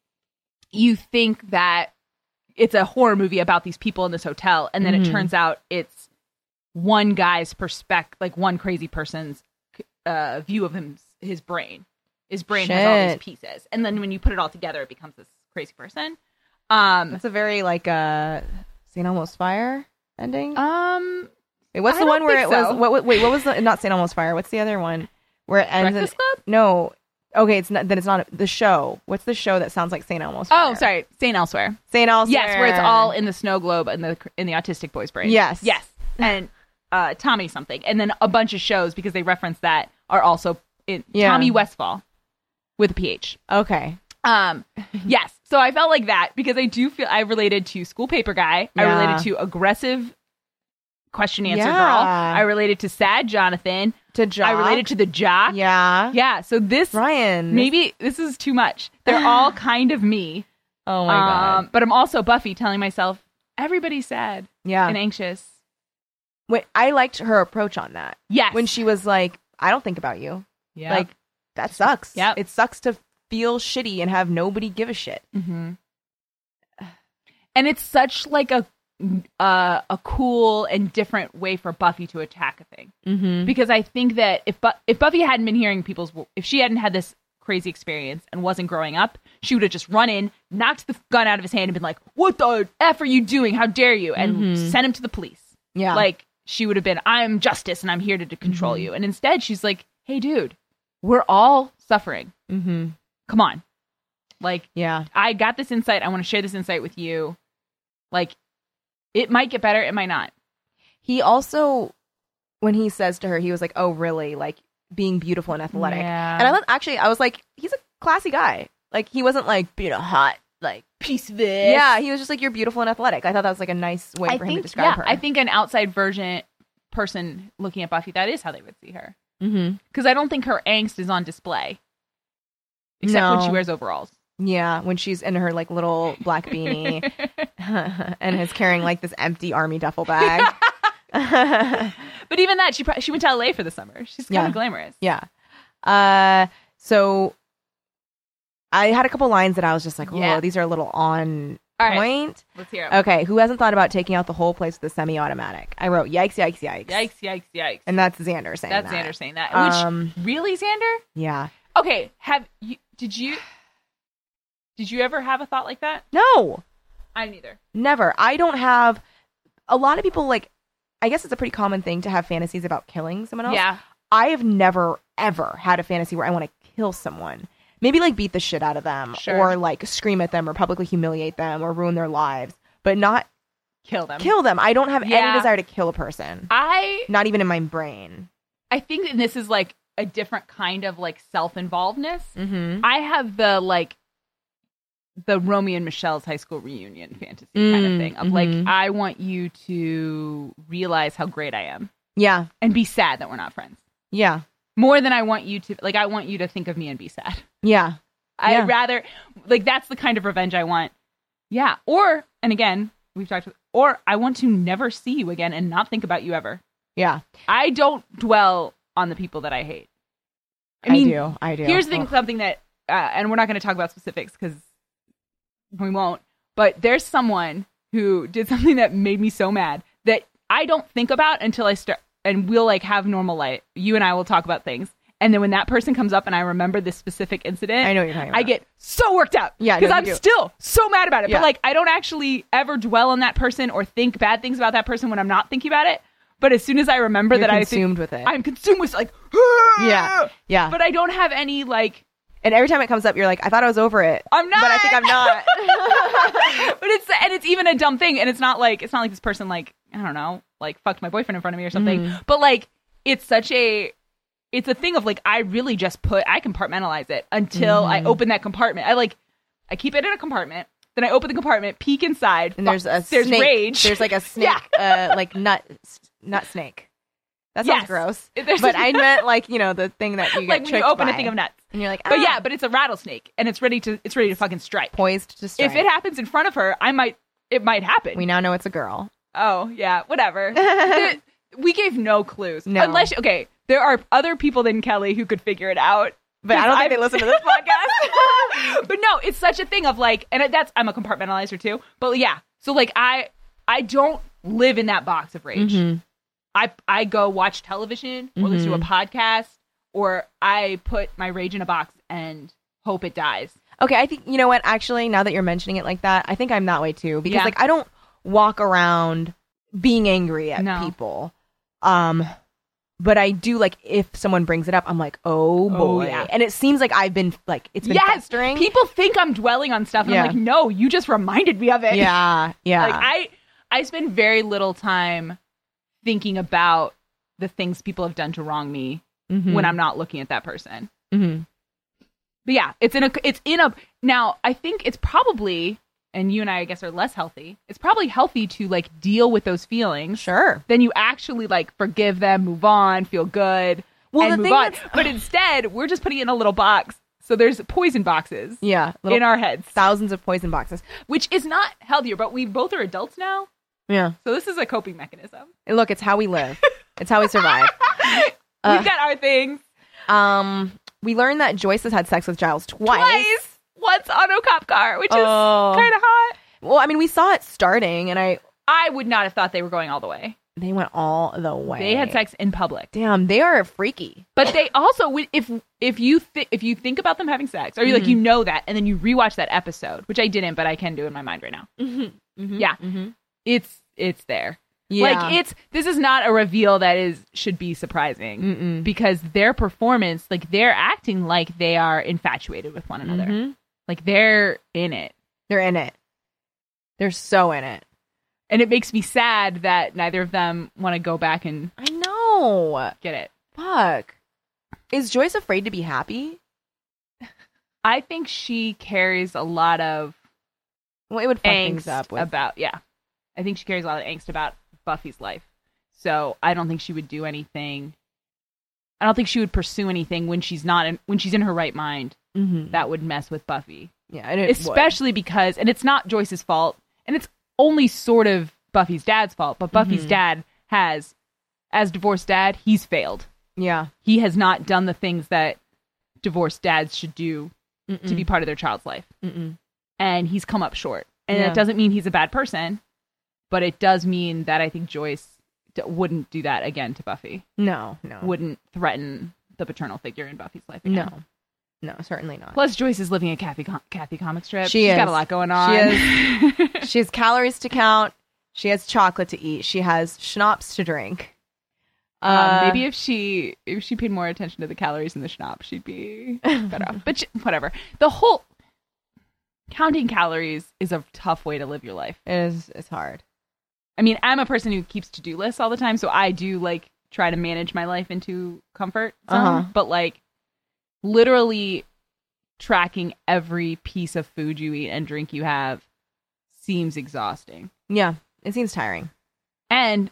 [SPEAKER 1] you think that it's a horror movie about these people in this hotel, and
[SPEAKER 2] Mm-hmm.
[SPEAKER 1] then it turns out it's one guy's perspective, like one crazy person's uh, view of him, his brain. His brain has all these
[SPEAKER 2] Shit.
[SPEAKER 1] pieces, and then when you put it all together, it becomes this crazy person. Um,
[SPEAKER 2] That's a very like uh St. Elmo's Fire ending?
[SPEAKER 1] Um,
[SPEAKER 2] wait, what's
[SPEAKER 1] I
[SPEAKER 2] the
[SPEAKER 1] don't
[SPEAKER 2] one where it
[SPEAKER 1] think
[SPEAKER 2] was?
[SPEAKER 1] so.
[SPEAKER 2] What, what? Wait, what was the? Not St. Elmo's Fire. What's the other one where it ends? in-
[SPEAKER 1] Breakfast Club.
[SPEAKER 2] no. Okay, it's not. Then it's not the show. What's the show that sounds like St. Elmo's? Fire?
[SPEAKER 1] Oh, sorry, St. Elsewhere.
[SPEAKER 2] St. Elmo's.
[SPEAKER 1] Yes, where it's all in the snow globe and the in the autistic boy's brain.
[SPEAKER 2] Yes.
[SPEAKER 1] yes, and uh, Tommy something, and then a bunch of shows because they reference that are also in
[SPEAKER 2] Yeah.
[SPEAKER 1] Tommy Westfall with a PH.
[SPEAKER 2] Okay.
[SPEAKER 1] Um, yes. So I felt like that because I do feel I related to school paper guy. I
[SPEAKER 2] Yeah.
[SPEAKER 1] related to aggressive question answer
[SPEAKER 2] Yeah.
[SPEAKER 1] girl. I related to sad Jonathan.
[SPEAKER 2] To Jock.
[SPEAKER 1] I related to the jock.
[SPEAKER 2] Yeah.
[SPEAKER 1] Yeah. So this
[SPEAKER 2] Ryan.
[SPEAKER 1] Ah. maybe this is too much. They're all kind of me.
[SPEAKER 2] Oh my god.
[SPEAKER 1] Um, but I'm also Buffy telling myself everybody's sad
[SPEAKER 2] Yeah.
[SPEAKER 1] and anxious.
[SPEAKER 2] Wait, I liked her approach on that
[SPEAKER 1] Yes.
[SPEAKER 2] when she was like, "I don't think about you."
[SPEAKER 1] yeah.
[SPEAKER 2] Like that sucks.
[SPEAKER 1] Yep.
[SPEAKER 2] It sucks to feel shitty and have nobody give a shit.
[SPEAKER 1] hmm And it's such like a uh, a cool and different way for Buffy to attack a thing.
[SPEAKER 2] Mm-hmm.
[SPEAKER 1] because I think that if Bu- if Buffy hadn't been hearing people's if she hadn't had this crazy experience and wasn't growing up, she would have just run in, knocked the gun out of his hand, and been like, "What the f are you doing? How dare you?" and
[SPEAKER 2] Mhm.
[SPEAKER 1] sent him to the police.
[SPEAKER 2] Yeah.
[SPEAKER 1] Mm-hmm.
[SPEAKER 2] Mm-hmm.
[SPEAKER 1] Like she would have been, "I'm justice, and I'm here to, to control you." And instead, she's like, "Hey, dude, we're all suffering.
[SPEAKER 2] Mm-hmm.
[SPEAKER 1] Come on, like
[SPEAKER 2] Yeah.
[SPEAKER 1] I got this insight. I want to share this insight with you. Like, it might get better. It might not.
[SPEAKER 2] He also, when he says to her, he was like, "Oh, really? Like being beautiful and athletic."
[SPEAKER 1] Yeah.
[SPEAKER 2] And I love, actually, I was like, he's a classy guy. Like he wasn't like being a hot like
[SPEAKER 1] piece of it.
[SPEAKER 2] Yeah, he was just like, "You're beautiful and athletic." I thought that was like a nice way for him to describe
[SPEAKER 1] yeah,
[SPEAKER 2] her.
[SPEAKER 1] I think an outside version person looking at Buffy, that is how they would see her.
[SPEAKER 2] Mm-hmm.
[SPEAKER 1] Because I don't think her angst is on display, except when she
[SPEAKER 2] No.
[SPEAKER 1] wears overalls.
[SPEAKER 2] Yeah, when she's in her like little black beanie and is carrying like this empty army duffel bag.
[SPEAKER 1] But even that, she pro- she went to LA for the summer. She's kind
[SPEAKER 2] Yeah.
[SPEAKER 1] of glamorous.
[SPEAKER 2] yeah. Uh, so I had a couple lines that I was just like, "Oh,
[SPEAKER 1] Yeah.
[SPEAKER 2] these are a little on
[SPEAKER 1] All right,
[SPEAKER 2] point."
[SPEAKER 1] let's hear it.
[SPEAKER 2] Okay, who hasn't thought about taking out the whole place with a semi-automatic? I wrote, "Yikes, yikes, yikes."
[SPEAKER 1] Yikes! Yikes! Yikes!
[SPEAKER 2] And that's Xander saying
[SPEAKER 1] That's
[SPEAKER 2] that.
[SPEAKER 1] Xander saying that. Which
[SPEAKER 2] Um,
[SPEAKER 1] really, Xander?
[SPEAKER 2] yeah.
[SPEAKER 1] Okay, have you? Did you? Did you ever have a thought like that?
[SPEAKER 2] No.
[SPEAKER 1] I neither.
[SPEAKER 2] Never. I don't have a lot of people like I guess it's a pretty common thing to have fantasies about killing someone else.
[SPEAKER 1] Yeah.
[SPEAKER 2] I have never ever had a fantasy where I want to kill someone. Maybe like beat the shit out of them
[SPEAKER 1] Sure.
[SPEAKER 2] or like scream at them or publicly humiliate them or ruin their lives, but not
[SPEAKER 1] Kill them.
[SPEAKER 2] kill them. I don't have
[SPEAKER 1] Um, Yeah.
[SPEAKER 2] any desire to kill a person.
[SPEAKER 1] I
[SPEAKER 2] Not even in my brain.
[SPEAKER 1] I think that this is like a different kind of like self involvedness.
[SPEAKER 2] Mm-hmm.
[SPEAKER 1] I have the like the Romeo and Michelle's high school reunion fantasy kind of
[SPEAKER 2] Mm,
[SPEAKER 1] thing. Of
[SPEAKER 2] mhm.
[SPEAKER 1] like, I want you to realize how great I am
[SPEAKER 2] Yeah.
[SPEAKER 1] and be sad that we're not friends.
[SPEAKER 2] Yeah.
[SPEAKER 1] More than I want you to like I want you to think of me and be sad.
[SPEAKER 2] Yeah. Yeah.
[SPEAKER 1] I'd rather like that's the kind of revenge I want. Yeah. Or and again, we've talked or I want to never see you again and not think about you ever.
[SPEAKER 2] Yeah.
[SPEAKER 1] I don't dwell on the people that I hate. I
[SPEAKER 2] I,
[SPEAKER 1] mean,
[SPEAKER 2] do. I do. Oh,
[SPEAKER 1] Here's the thing,
[SPEAKER 2] Ugh.
[SPEAKER 1] something that, uh, and we're not going to talk about specifics because we won't. But there's someone who did something that made me so mad that I don't think about until I start, and we'll like have normal life. You and I will talk about things, and then when that person comes up and I remember this specific incident,
[SPEAKER 2] I know what you're talking about.
[SPEAKER 1] I get so worked up.
[SPEAKER 2] Yeah,
[SPEAKER 1] because
[SPEAKER 2] no, you
[SPEAKER 1] I'm
[SPEAKER 2] do.
[SPEAKER 1] still so mad about it.
[SPEAKER 2] Yeah.
[SPEAKER 1] But like, I don't actually ever dwell on that person or think bad things about that person when I'm not thinking about it. But as soon as I remember
[SPEAKER 2] You're
[SPEAKER 1] that
[SPEAKER 2] consumed with it.
[SPEAKER 1] I think I'm consumed with like,
[SPEAKER 2] Yeah. Yeah.
[SPEAKER 1] But I don't have any like.
[SPEAKER 2] and every time it comes up, you're like, I thought I was over it.
[SPEAKER 1] I'm not.
[SPEAKER 2] But I think I'm not.
[SPEAKER 1] but it's and it's even a dumb thing, and it's not like it's not like this person like I don't know like fucked my boyfriend in front of me or something.
[SPEAKER 2] Mm.
[SPEAKER 1] But like it's such a it's a thing of like I really just put I compartmentalize it until
[SPEAKER 2] Mm.
[SPEAKER 1] I open that compartment. I like I keep it in a compartment, then I open the compartment, peek inside,
[SPEAKER 2] And
[SPEAKER 1] fu-
[SPEAKER 2] there's a
[SPEAKER 1] there's
[SPEAKER 2] snake.
[SPEAKER 1] rage.
[SPEAKER 2] There's like a snake, uh, like nut, s- nut snake. That sounds
[SPEAKER 1] Yes.
[SPEAKER 2] gross.
[SPEAKER 1] If there's
[SPEAKER 2] but
[SPEAKER 1] a-
[SPEAKER 2] I meant like you know the thing that you get
[SPEAKER 1] like when you
[SPEAKER 2] tricked
[SPEAKER 1] open
[SPEAKER 2] by,
[SPEAKER 1] a thing of nuts.
[SPEAKER 2] and you're like, ah,
[SPEAKER 1] But yeah, but it's a rattlesnake and it's ready to it's ready to fucking strike.
[SPEAKER 2] poised to strike.
[SPEAKER 1] If it happens in front of her, I might it might happen.
[SPEAKER 2] we now know it's a girl.
[SPEAKER 1] Oh yeah, whatever. There- we gave no clues.
[SPEAKER 2] No.
[SPEAKER 1] Unless okay, there are other people than Kelly who could figure it out.
[SPEAKER 2] But I don't think
[SPEAKER 1] I've-
[SPEAKER 2] they listen to this podcast.
[SPEAKER 1] But no, it's such a thing of like, and that's I'm a compartmentalizer too. But yeah, so like I I don't live in that box of rage.
[SPEAKER 2] Mm-hmm.
[SPEAKER 1] I I go watch television or listen to a podcast or I put my rage in a box and hope it dies.
[SPEAKER 2] okay, I think you know what. Actually, now that you're mentioning it like that, I think I'm that way too. Because
[SPEAKER 1] Yeah.
[SPEAKER 2] like I don't walk around being angry at
[SPEAKER 1] No.
[SPEAKER 2] people. Um, but I do like if someone brings it up, I'm like, oh boy,
[SPEAKER 1] yeah.
[SPEAKER 2] and it seems like I've been like it's been
[SPEAKER 1] yes,
[SPEAKER 2] festering.
[SPEAKER 1] people think I'm dwelling on stuff, and
[SPEAKER 2] Yeah.
[SPEAKER 1] I'm like, no, you just reminded me of it.
[SPEAKER 2] yeah, yeah,
[SPEAKER 1] Like I, I spend very little time thinking about the things people have done to wrong me
[SPEAKER 2] Mhm.
[SPEAKER 1] when I'm not looking at that person.
[SPEAKER 2] Mhm.
[SPEAKER 1] But yeah, it's in a it's in a now I think it's probably and you and I I guess are less healthy. It's probably healthy to like deal with those feelings.
[SPEAKER 2] sure.
[SPEAKER 1] Then you actually like forgive them, move on, feel good.
[SPEAKER 2] Well,
[SPEAKER 1] and
[SPEAKER 2] the
[SPEAKER 1] move
[SPEAKER 2] thing
[SPEAKER 1] on.
[SPEAKER 2] that's-
[SPEAKER 1] but instead, we're just putting it in a little box. So there's poison boxes
[SPEAKER 2] Yeah, little
[SPEAKER 1] in our heads,
[SPEAKER 2] thousands of poison boxes.
[SPEAKER 1] which is not healthier, but we both are adults now.
[SPEAKER 2] Yeah,
[SPEAKER 1] So this is a coping mechanism.
[SPEAKER 2] And look, it's how we live. it's how we survive. Uh.
[SPEAKER 1] We've got our things.
[SPEAKER 2] Um, we learned that Joyce has had sex with Giles twice.
[SPEAKER 1] Twice. Once on a cop car, which
[SPEAKER 2] Oh.
[SPEAKER 1] is kind of hot.
[SPEAKER 2] Well, I mean, we saw it starting, and I
[SPEAKER 1] I would not have thought they were going all the way.
[SPEAKER 2] they went all the way.
[SPEAKER 1] They had sex in public,
[SPEAKER 2] Damn, they are freaky.
[SPEAKER 1] but they also would- if if you thi- if you think about them having sex, or you
[SPEAKER 2] Mm-hmm.
[SPEAKER 1] like you know that, and then you rewatch that episode, which I didn't, but I can do in my mind right now. Yeah. It's it's there.
[SPEAKER 2] Mm-hmm. Yeah.
[SPEAKER 1] Like it's this is not a reveal that is should be surprising
[SPEAKER 2] Mm-mm.
[SPEAKER 1] because their performance, like they're acting like they are infatuated with one another,
[SPEAKER 2] Mhm.
[SPEAKER 1] like they're in it,
[SPEAKER 2] They're in it. They're so in it.
[SPEAKER 1] and it makes me sad that neither of them want to go back and
[SPEAKER 2] I know.
[SPEAKER 1] get it.
[SPEAKER 2] Fuck. Is Joyce afraid to be happy?
[SPEAKER 1] I think she carries a lot of
[SPEAKER 2] Well, it would fuck
[SPEAKER 1] angst
[SPEAKER 2] things up with.
[SPEAKER 1] about yeah. I think she carries a lot of angst about Buffy's life. So I don't think she would do anything. I don't think she would pursue anything when she's not in, when she's in her right mind
[SPEAKER 2] Mhm.
[SPEAKER 1] that would mess with Buffy.
[SPEAKER 2] Yeah, and it would.
[SPEAKER 1] Especially because and it's not Joyce's fault and it's only sort of Buffy's dad's fault, but Buffy's
[SPEAKER 2] Mm-hmm.
[SPEAKER 1] dad has as divorced dad, he's failed.
[SPEAKER 2] Yeah.
[SPEAKER 1] He has not done the things that divorced dads should do to be part of their child's life
[SPEAKER 2] Mm-mm.
[SPEAKER 1] and he's come up short. And
[SPEAKER 2] Yeah.
[SPEAKER 1] it doesn't mean he's a bad person, but it does mean that I think Joyce d- wouldn't do that again to Buffy.
[SPEAKER 2] No, no,
[SPEAKER 1] Wouldn't threaten the paternal figure in Buffy's life again.
[SPEAKER 2] Oh. no, no, certainly not.
[SPEAKER 1] Plus, Joyce is living a Kathy com- Kathy comic strip.
[SPEAKER 2] She
[SPEAKER 1] She's got
[SPEAKER 2] is.
[SPEAKER 1] a lot going on.
[SPEAKER 2] She she has calories to count. She has chocolate to eat. She has schnapps to drink.
[SPEAKER 1] um,
[SPEAKER 2] Uh,
[SPEAKER 1] maybe if she if she paid more attention to the calories in the schnapp, she'd be better off. But she, whatever. The whole counting calories is a tough way to live your life.
[SPEAKER 2] it is. It's hard.
[SPEAKER 1] I mean, I'm a person who keeps to do lists all the time, so I do like try to manage my life into comfort zone.
[SPEAKER 2] Uh-huh.
[SPEAKER 1] But like, literally tracking every piece of food you eat and drink you have seems exhausting,
[SPEAKER 2] Yeah, it seems tiring.
[SPEAKER 1] and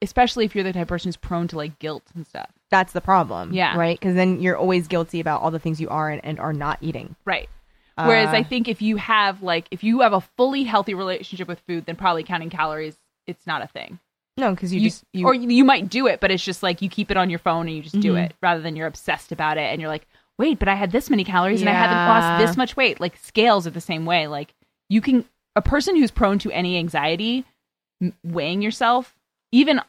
[SPEAKER 1] especially if you're the type of person who's prone to like guilt and stuff.
[SPEAKER 2] That's the problem.
[SPEAKER 1] Yeah.
[SPEAKER 2] right. Because then you're always guilty about all the things you are and, and are not eating.
[SPEAKER 1] Right. Whereas
[SPEAKER 2] Uh,
[SPEAKER 1] I think if you have like if you have a fully healthy relationship with food, then probably counting calories it's not a thing.
[SPEAKER 2] No, because you,
[SPEAKER 1] you,
[SPEAKER 2] just you.
[SPEAKER 1] or you might do it, but it's just like you keep it on your phone and you just do
[SPEAKER 2] Mhm.
[SPEAKER 1] it rather than you're obsessed about it and you're like, wait, but I had this many calories and I haven't
[SPEAKER 2] Yeah.
[SPEAKER 1] lost this much weight. Like scales are the same way. Like you can a person who's prone to any anxiety m- weighing yourself, even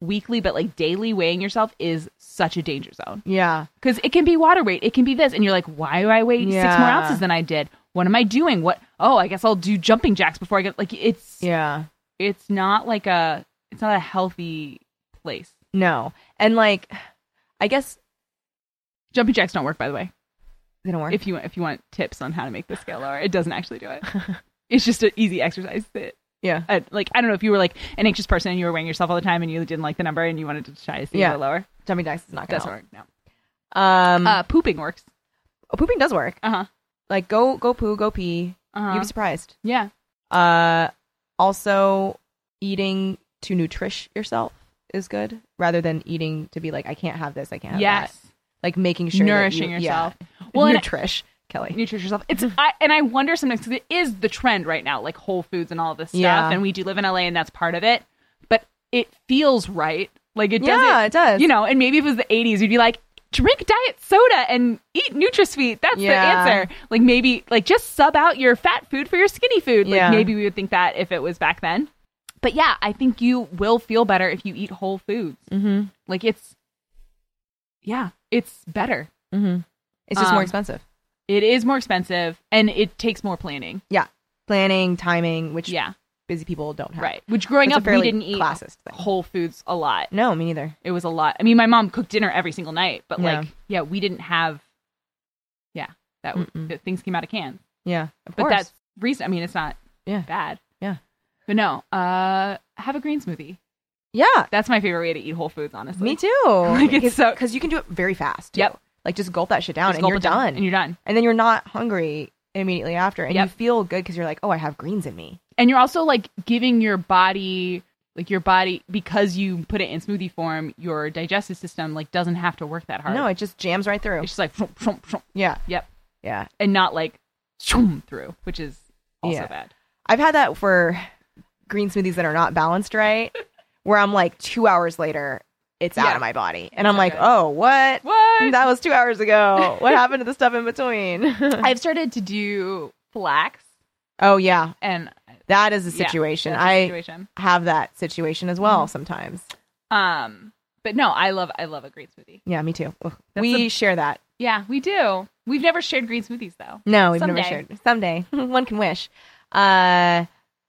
[SPEAKER 1] weekly but like daily weighing yourself is such a danger zone
[SPEAKER 2] yeah,
[SPEAKER 1] because it can be water weight, it can be this, and you're like, why do I weigh six more
[SPEAKER 2] Yeah.
[SPEAKER 1] ounces than I did? What am I doing? What? Oh, I guess I'll do jumping jacks before I get like it's
[SPEAKER 2] yeah.
[SPEAKER 1] it's not like a it's not a healthy place.
[SPEAKER 2] No, and like, I guess
[SPEAKER 1] Jumping jacks don't work, by the way.
[SPEAKER 2] they don't work.
[SPEAKER 1] If you if you want tips on how to make the scale lower, it doesn't actually do it. It's just an easy exercise that,
[SPEAKER 2] yeah,
[SPEAKER 1] uh, like, I don't know if you were like an anxious person and you were weighing yourself all the time and you didn't like the number and you wanted to try to see
[SPEAKER 2] Yeah.
[SPEAKER 1] if it lower.
[SPEAKER 2] jumping jacks is not
[SPEAKER 1] It
[SPEAKER 2] gonna
[SPEAKER 1] doesn't work. No.
[SPEAKER 2] work. Um,
[SPEAKER 1] Uh, pooping works.
[SPEAKER 2] oh, pooping does work.
[SPEAKER 1] Uh huh.
[SPEAKER 2] Like go go poo go pee.
[SPEAKER 1] Uh
[SPEAKER 2] You'd be
[SPEAKER 1] huh.
[SPEAKER 2] surprised.
[SPEAKER 1] Yeah.
[SPEAKER 2] Uh, also, eating to nutrish yourself is good rather than eating to be like, I can't have this, I can't have
[SPEAKER 1] Yes.
[SPEAKER 2] that. Like making sure that
[SPEAKER 1] Nourishing
[SPEAKER 2] you-
[SPEAKER 1] yourself.
[SPEAKER 2] Yeah.
[SPEAKER 1] Well, and-
[SPEAKER 2] nutrish, Kelly.
[SPEAKER 1] nutrition yourself. It's
[SPEAKER 2] Mm-hmm.
[SPEAKER 1] I, and I wonder sometimes because it is the trend right now, like Whole Foods and all this stuff.
[SPEAKER 2] Yeah.
[SPEAKER 1] And we do live in LA, and that's part of it. But it feels right. Like it doesn't.
[SPEAKER 2] Yeah, it does.
[SPEAKER 1] You know, and maybe if it was the '80s, you'd be like, drink diet soda and eat NutraSweet. That's
[SPEAKER 2] Yeah.
[SPEAKER 1] the answer. Like maybe like just sub out your fat food for your skinny food. Like
[SPEAKER 2] Yeah.
[SPEAKER 1] maybe we would think that if it was back then. But yeah, I think you will feel better if you eat whole foods.
[SPEAKER 2] Mm-hmm.
[SPEAKER 1] Like it's, yeah, it's better.
[SPEAKER 2] Mm-hmm. It's just more
[SPEAKER 1] Um,
[SPEAKER 2] expensive.
[SPEAKER 1] It is more expensive and it takes more planning.
[SPEAKER 2] Yeah, planning, timing, which
[SPEAKER 1] Yeah.
[SPEAKER 2] busy people don't have.
[SPEAKER 1] Right. Which growing
[SPEAKER 2] It's a
[SPEAKER 1] up we
[SPEAKER 2] fairly
[SPEAKER 1] didn't eat
[SPEAKER 2] classist thing.
[SPEAKER 1] Whole Foods a lot.
[SPEAKER 2] No, me neither.
[SPEAKER 1] It was a lot. I mean, my mom cooked dinner every single night, but
[SPEAKER 2] Yeah.
[SPEAKER 1] like, yeah, we didn't have. Yeah, that, w-
[SPEAKER 2] Mm-mm.
[SPEAKER 1] that things came out of cans.
[SPEAKER 2] Yeah,
[SPEAKER 1] But
[SPEAKER 2] of course.
[SPEAKER 1] that's reason. I mean, it's not
[SPEAKER 2] Yeah.
[SPEAKER 1] bad.
[SPEAKER 2] Yeah.
[SPEAKER 1] But no, uh, have a green smoothie.
[SPEAKER 2] yeah.
[SPEAKER 1] That's my favorite way to eat Whole Foods, honestly.
[SPEAKER 2] Me too. Like
[SPEAKER 1] it's so-
[SPEAKER 2] because you can do it very fast. too.
[SPEAKER 1] Yep.
[SPEAKER 2] Like just gulp that shit down
[SPEAKER 1] Just
[SPEAKER 2] and
[SPEAKER 1] gulp
[SPEAKER 2] you're
[SPEAKER 1] it down
[SPEAKER 2] done.
[SPEAKER 1] And you're done.
[SPEAKER 2] And then you're not hungry immediately after, and you
[SPEAKER 1] Yep.
[SPEAKER 2] feel good because you're like, oh, I have greens in me.
[SPEAKER 1] and you're also like giving your body like your body because you put it in smoothie form your digestive system like doesn't have to work that hard
[SPEAKER 2] No, it just jams right through.
[SPEAKER 1] it's just like shum, shum, shum.
[SPEAKER 2] yeah,
[SPEAKER 1] yep
[SPEAKER 2] yeah.
[SPEAKER 1] and not like shum through which is also
[SPEAKER 2] Yeah.
[SPEAKER 1] bad
[SPEAKER 2] I've had that for green smoothies that are not balanced right, where I'm like two hours later, it's out
[SPEAKER 1] Yeah.
[SPEAKER 2] of my body, and I'm
[SPEAKER 1] not
[SPEAKER 2] like,
[SPEAKER 1] good.
[SPEAKER 2] oh, what?
[SPEAKER 1] what
[SPEAKER 2] That was two hours ago. What happened to the stuff in between?
[SPEAKER 1] i've started to do flax
[SPEAKER 2] oh yeah,
[SPEAKER 1] and
[SPEAKER 2] that is the
[SPEAKER 1] Yeah,
[SPEAKER 2] situation.
[SPEAKER 1] that's the
[SPEAKER 2] I
[SPEAKER 1] situation Mm-hmm.
[SPEAKER 2] have that situation as well sometimes.
[SPEAKER 1] um but no i love i love a green smoothie
[SPEAKER 2] Yeah, me too. Ugh.
[SPEAKER 1] That's
[SPEAKER 2] We
[SPEAKER 1] a-
[SPEAKER 2] share that.
[SPEAKER 1] yeah we do we've never shared green smoothies though
[SPEAKER 2] No, we've never
[SPEAKER 1] Someday.
[SPEAKER 2] shared. Someday, one can wish. Uh,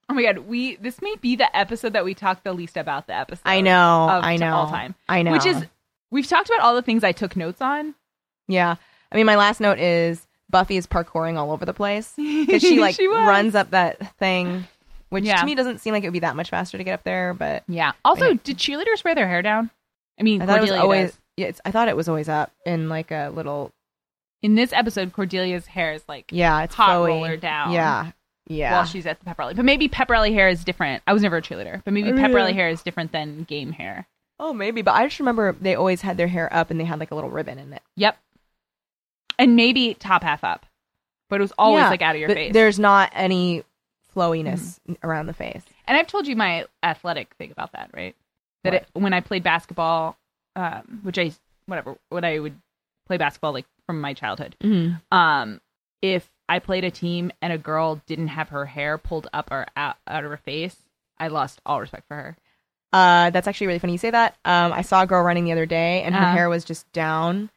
[SPEAKER 1] oh my god we this may be the episode that we talked the least about the episode
[SPEAKER 2] I know.
[SPEAKER 1] of
[SPEAKER 2] I
[SPEAKER 1] to
[SPEAKER 2] know.
[SPEAKER 1] all time.
[SPEAKER 2] I know.
[SPEAKER 1] which is we've talked about all the things i took notes on
[SPEAKER 2] yeah. I mean, my last note is Buffy is parkouring all over the place because she like
[SPEAKER 1] She was.
[SPEAKER 2] runs up that thing, which
[SPEAKER 1] Yeah.
[SPEAKER 2] to me doesn't seem like it would be that much faster to get up there. But
[SPEAKER 1] Yeah. Also,
[SPEAKER 2] Yeah.
[SPEAKER 1] did cheerleaders wear their hair down? I mean,
[SPEAKER 2] I thought
[SPEAKER 1] Cordelia
[SPEAKER 2] it was always.
[SPEAKER 1] does.
[SPEAKER 2] Yeah, it's, I thought it was always up in like a little.
[SPEAKER 1] In this episode, Cordelia's hair is like
[SPEAKER 2] Yeah, it's
[SPEAKER 1] Hot
[SPEAKER 2] flowy.
[SPEAKER 1] roller down.
[SPEAKER 2] Yeah, yeah.
[SPEAKER 1] while she's at the pep rally. But maybe pep rally hair is different. I was never a cheerleader, but maybe
[SPEAKER 2] Oh,
[SPEAKER 1] pep
[SPEAKER 2] yeah.
[SPEAKER 1] rally hair is different than game hair.
[SPEAKER 2] oh, maybe. But I just remember they always had their hair up and they had like a little ribbon in it.
[SPEAKER 1] Yep. And maybe top half up, but it was always
[SPEAKER 2] Yeah,
[SPEAKER 1] like out of your
[SPEAKER 2] but
[SPEAKER 1] face. Mm-hmm.
[SPEAKER 2] There's not any flowiness around the face.
[SPEAKER 1] And I've told you my athletic thing about that, right? That
[SPEAKER 2] What?
[SPEAKER 1] it, when I played basketball, um, which I whatever when I would play basketball like from my childhood,
[SPEAKER 2] Mm.
[SPEAKER 1] um, if I played a team and a girl didn't have her hair pulled up or out, out of her face, I lost all respect for her.
[SPEAKER 2] Uh, that's actually really funny you say that. Um, I saw a girl running the other day, and her
[SPEAKER 1] Uh-huh.
[SPEAKER 2] hair was just down,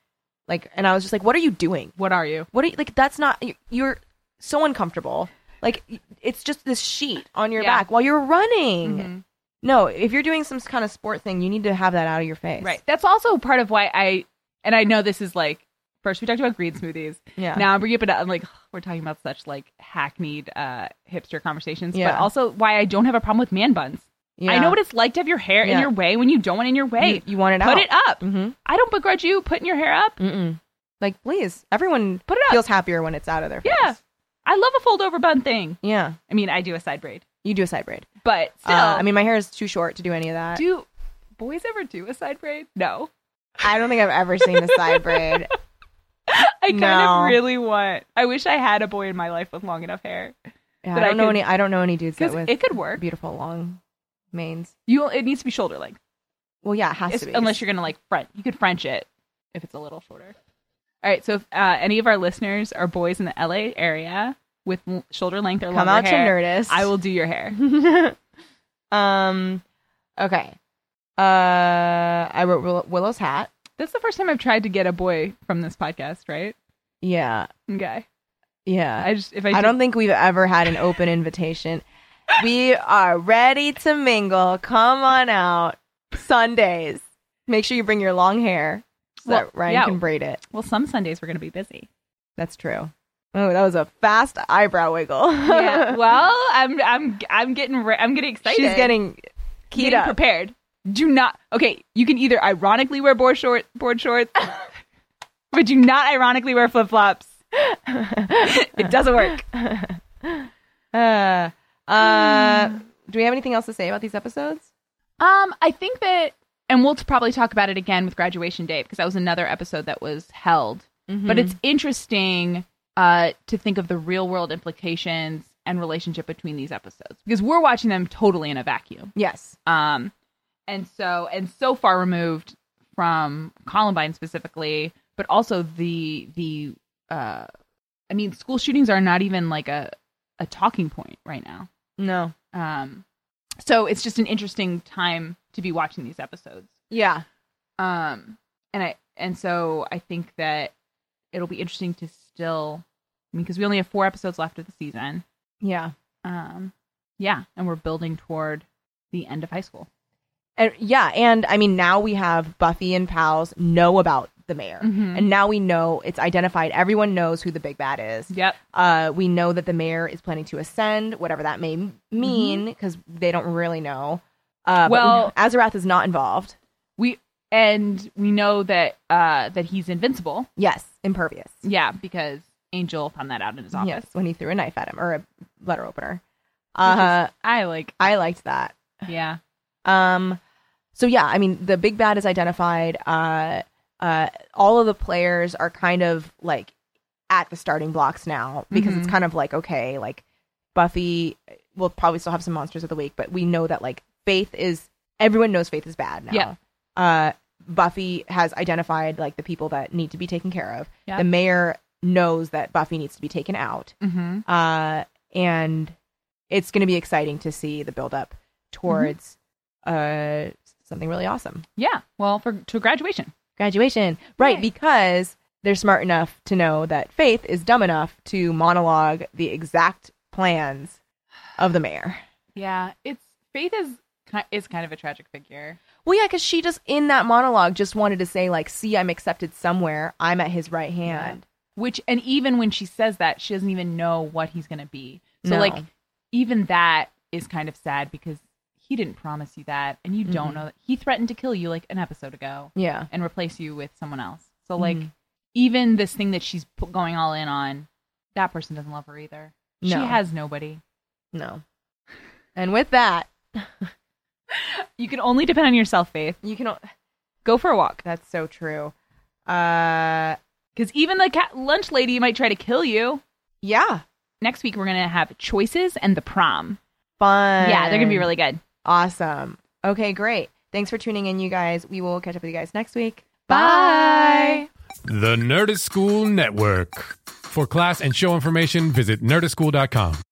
[SPEAKER 2] like, and I was just like, "What are you doing?
[SPEAKER 1] What are you?
[SPEAKER 2] What are you like? That's not you- you're so uncomfortable. Like, y- it's just this sheet on your
[SPEAKER 1] Yeah.
[SPEAKER 2] back while you're running.
[SPEAKER 1] Mhm.
[SPEAKER 2] No, if you're doing some kind of sport thing, you need to have that out of your face.
[SPEAKER 1] Right. That's also part of why I, and I know this is like, first we talked about green smoothies.
[SPEAKER 2] Yeah.
[SPEAKER 1] Now I'm bringing up, an- I'm like, we're talking about such like hackneyed uh, hipster conversations,
[SPEAKER 2] Yeah.
[SPEAKER 1] but also why I don't have a problem with man buns. I know what it's like to have your hair
[SPEAKER 2] Yeah.
[SPEAKER 1] in your way when you don't want it in your way.
[SPEAKER 2] You, you want it
[SPEAKER 1] Put
[SPEAKER 2] out.
[SPEAKER 1] it up.
[SPEAKER 2] Mm-hmm.
[SPEAKER 1] I don't begrudge you putting your hair up.
[SPEAKER 2] Mm-mm. Like, please, everyone
[SPEAKER 1] Put it up.
[SPEAKER 2] feels happier when it's out of their face.
[SPEAKER 1] Yeah. I love a fold over bun thing.
[SPEAKER 2] Yeah.
[SPEAKER 1] I mean, I do a side braid,
[SPEAKER 2] You do a side braid.
[SPEAKER 1] but still,
[SPEAKER 2] Uh, I mean, my hair is too short to do any of that.
[SPEAKER 1] Do boys ever do a side braid? No.
[SPEAKER 2] I don't think I've ever seen a side braid.
[SPEAKER 1] I kind
[SPEAKER 2] No.
[SPEAKER 1] of really want. I wish I had a boy in my life with long enough hair
[SPEAKER 2] Yeah, I
[SPEAKER 1] that I
[SPEAKER 2] don't know
[SPEAKER 1] could-
[SPEAKER 2] any. I don't know any dudes that
[SPEAKER 1] because
[SPEAKER 2] with
[SPEAKER 1] it could work.
[SPEAKER 2] beautiful long manes.
[SPEAKER 1] You it needs to be shoulder length,
[SPEAKER 2] Well, yeah, it has
[SPEAKER 1] It's-
[SPEAKER 2] to be.
[SPEAKER 1] unless you're gonna like French. You could French it if it's a little shorter. All right. So if uh, any of our listeners are boys in the LA area with l- shoulder length or
[SPEAKER 2] come
[SPEAKER 1] longer
[SPEAKER 2] out
[SPEAKER 1] hair,
[SPEAKER 2] to Nerdist.
[SPEAKER 1] I will do your hair.
[SPEAKER 2] um, okay. Uh, I wrote Will- Willow's hat.
[SPEAKER 1] That's the first time I've tried to get a boy from this podcast, right?
[SPEAKER 2] Yeah,
[SPEAKER 1] Okay.
[SPEAKER 2] yeah.
[SPEAKER 1] I just if I,
[SPEAKER 2] I,
[SPEAKER 1] did-
[SPEAKER 2] don't think we've ever had an open invitation. We are ready to mingle. Come on out. Sundays. Make sure you bring your long hair so
[SPEAKER 1] Well,
[SPEAKER 2] that Ryan
[SPEAKER 1] yeah.
[SPEAKER 2] can braid it.
[SPEAKER 1] well, some Sundays we're gonna be busy.
[SPEAKER 2] That's true. Oh, that was a fast eyebrow wiggle.
[SPEAKER 1] yeah. Well, I'm I'm I'm getting re- I'm getting excited.
[SPEAKER 2] She's getting
[SPEAKER 1] Getting
[SPEAKER 2] keyed up.
[SPEAKER 1] prepared. Do not. Okay, you can either ironically wear board short board shorts, but do not ironically wear flip flops. it doesn't work.
[SPEAKER 2] Uh, uh, do we have anything else to say about these episodes?
[SPEAKER 1] Um, I think that, and we'll t- probably talk about it again with graduation day because that was another episode that was held. But it's interesting uh, to think of the real world implications and relationship between these episodes because we're watching them totally in a vacuum.
[SPEAKER 2] Yes.
[SPEAKER 1] um and so and so far removed from columbine specifically but also the the uh i mean school shootings are not even like a a talking point right now
[SPEAKER 2] No.
[SPEAKER 1] um so it's just an interesting time to be watching these episodes
[SPEAKER 2] Yeah.
[SPEAKER 1] um and i and so i think that it'll be interesting to still i mean because we only have four episodes left of the season
[SPEAKER 2] Yeah.
[SPEAKER 1] um Yeah, and we're building toward the end of high school.
[SPEAKER 2] And yeah, and I mean now we have Buffy and pals know about the mayor.
[SPEAKER 1] Mhm.
[SPEAKER 2] And now we know it's identified. Everyone knows who the big bad is.
[SPEAKER 1] Yep.
[SPEAKER 2] Uh, we know that the mayor is planning to ascend, whatever that may m- mean, because they don't really know. Uh,
[SPEAKER 1] Well-
[SPEAKER 2] well, Azarath is not involved.
[SPEAKER 1] We and we know that uh that he's invincible.
[SPEAKER 2] Yes, impervious.
[SPEAKER 1] Yeah, because Angel found that out in his office.
[SPEAKER 2] Yes, when he threw a knife at him or a letter opener.
[SPEAKER 1] Which is-
[SPEAKER 2] Uh,
[SPEAKER 1] I like.
[SPEAKER 2] I liked that.
[SPEAKER 1] Yeah.
[SPEAKER 2] Um, so yeah, I mean, the big bad is identified. Uh, uh, all of the players are kind of like at the starting blocks now because
[SPEAKER 1] Mm-hmm.
[SPEAKER 2] it's kind of like okay, like Buffy will probably still have some monsters of the week, but we know that like Faith is everyone knows Faith is bad now.
[SPEAKER 1] Yeah.
[SPEAKER 2] Uh, Buffy has identified like the people that need to be taken care of.
[SPEAKER 1] Yeah.
[SPEAKER 2] The mayor knows that Buffy needs to be taken out
[SPEAKER 1] Mm-hmm.
[SPEAKER 2] uh, and it's going to be exciting to see the build up towards uh, something really awesome
[SPEAKER 1] Yeah. Well, for to graduation.
[SPEAKER 2] graduation right
[SPEAKER 1] Yay.
[SPEAKER 2] because they're smart enough to know that faith is dumb enough to monologue the exact plans of the mayor
[SPEAKER 1] Yeah. It's Faith is ki- is kind of a tragic figure.
[SPEAKER 2] well yeah because she just in that monologue just wanted to say like see i'm accepted somewhere i'm at his right hand
[SPEAKER 1] Which and even when she says that, she doesn't even know what he's gonna be. So
[SPEAKER 2] No.
[SPEAKER 1] like, even that is kind of sad because he didn't promise you that, and you don't
[SPEAKER 2] Mhm.
[SPEAKER 1] know that he threatened to kill you like an episode ago.
[SPEAKER 2] yeah
[SPEAKER 1] and replace you with someone else. So like even this thing that she's p- going all in on, that person doesn't love her either. She
[SPEAKER 2] No.
[SPEAKER 1] has nobody.
[SPEAKER 2] no and with that
[SPEAKER 1] You can only depend on yourself, Faith.
[SPEAKER 2] you can o- go for a walk that's so true uh
[SPEAKER 1] Because even the cat lunch lady might try to kill you.
[SPEAKER 2] yeah
[SPEAKER 1] Next week we're gonna have choices and the prom.
[SPEAKER 2] fun.
[SPEAKER 1] Yeah, they're gonna be really good.
[SPEAKER 2] awesome. Okay, great. Thanks for tuning in, you guys. We will catch up with you guys next week.
[SPEAKER 1] Bye.
[SPEAKER 5] The Nerdist School Network. For class and show information, visit nerdistschool.com.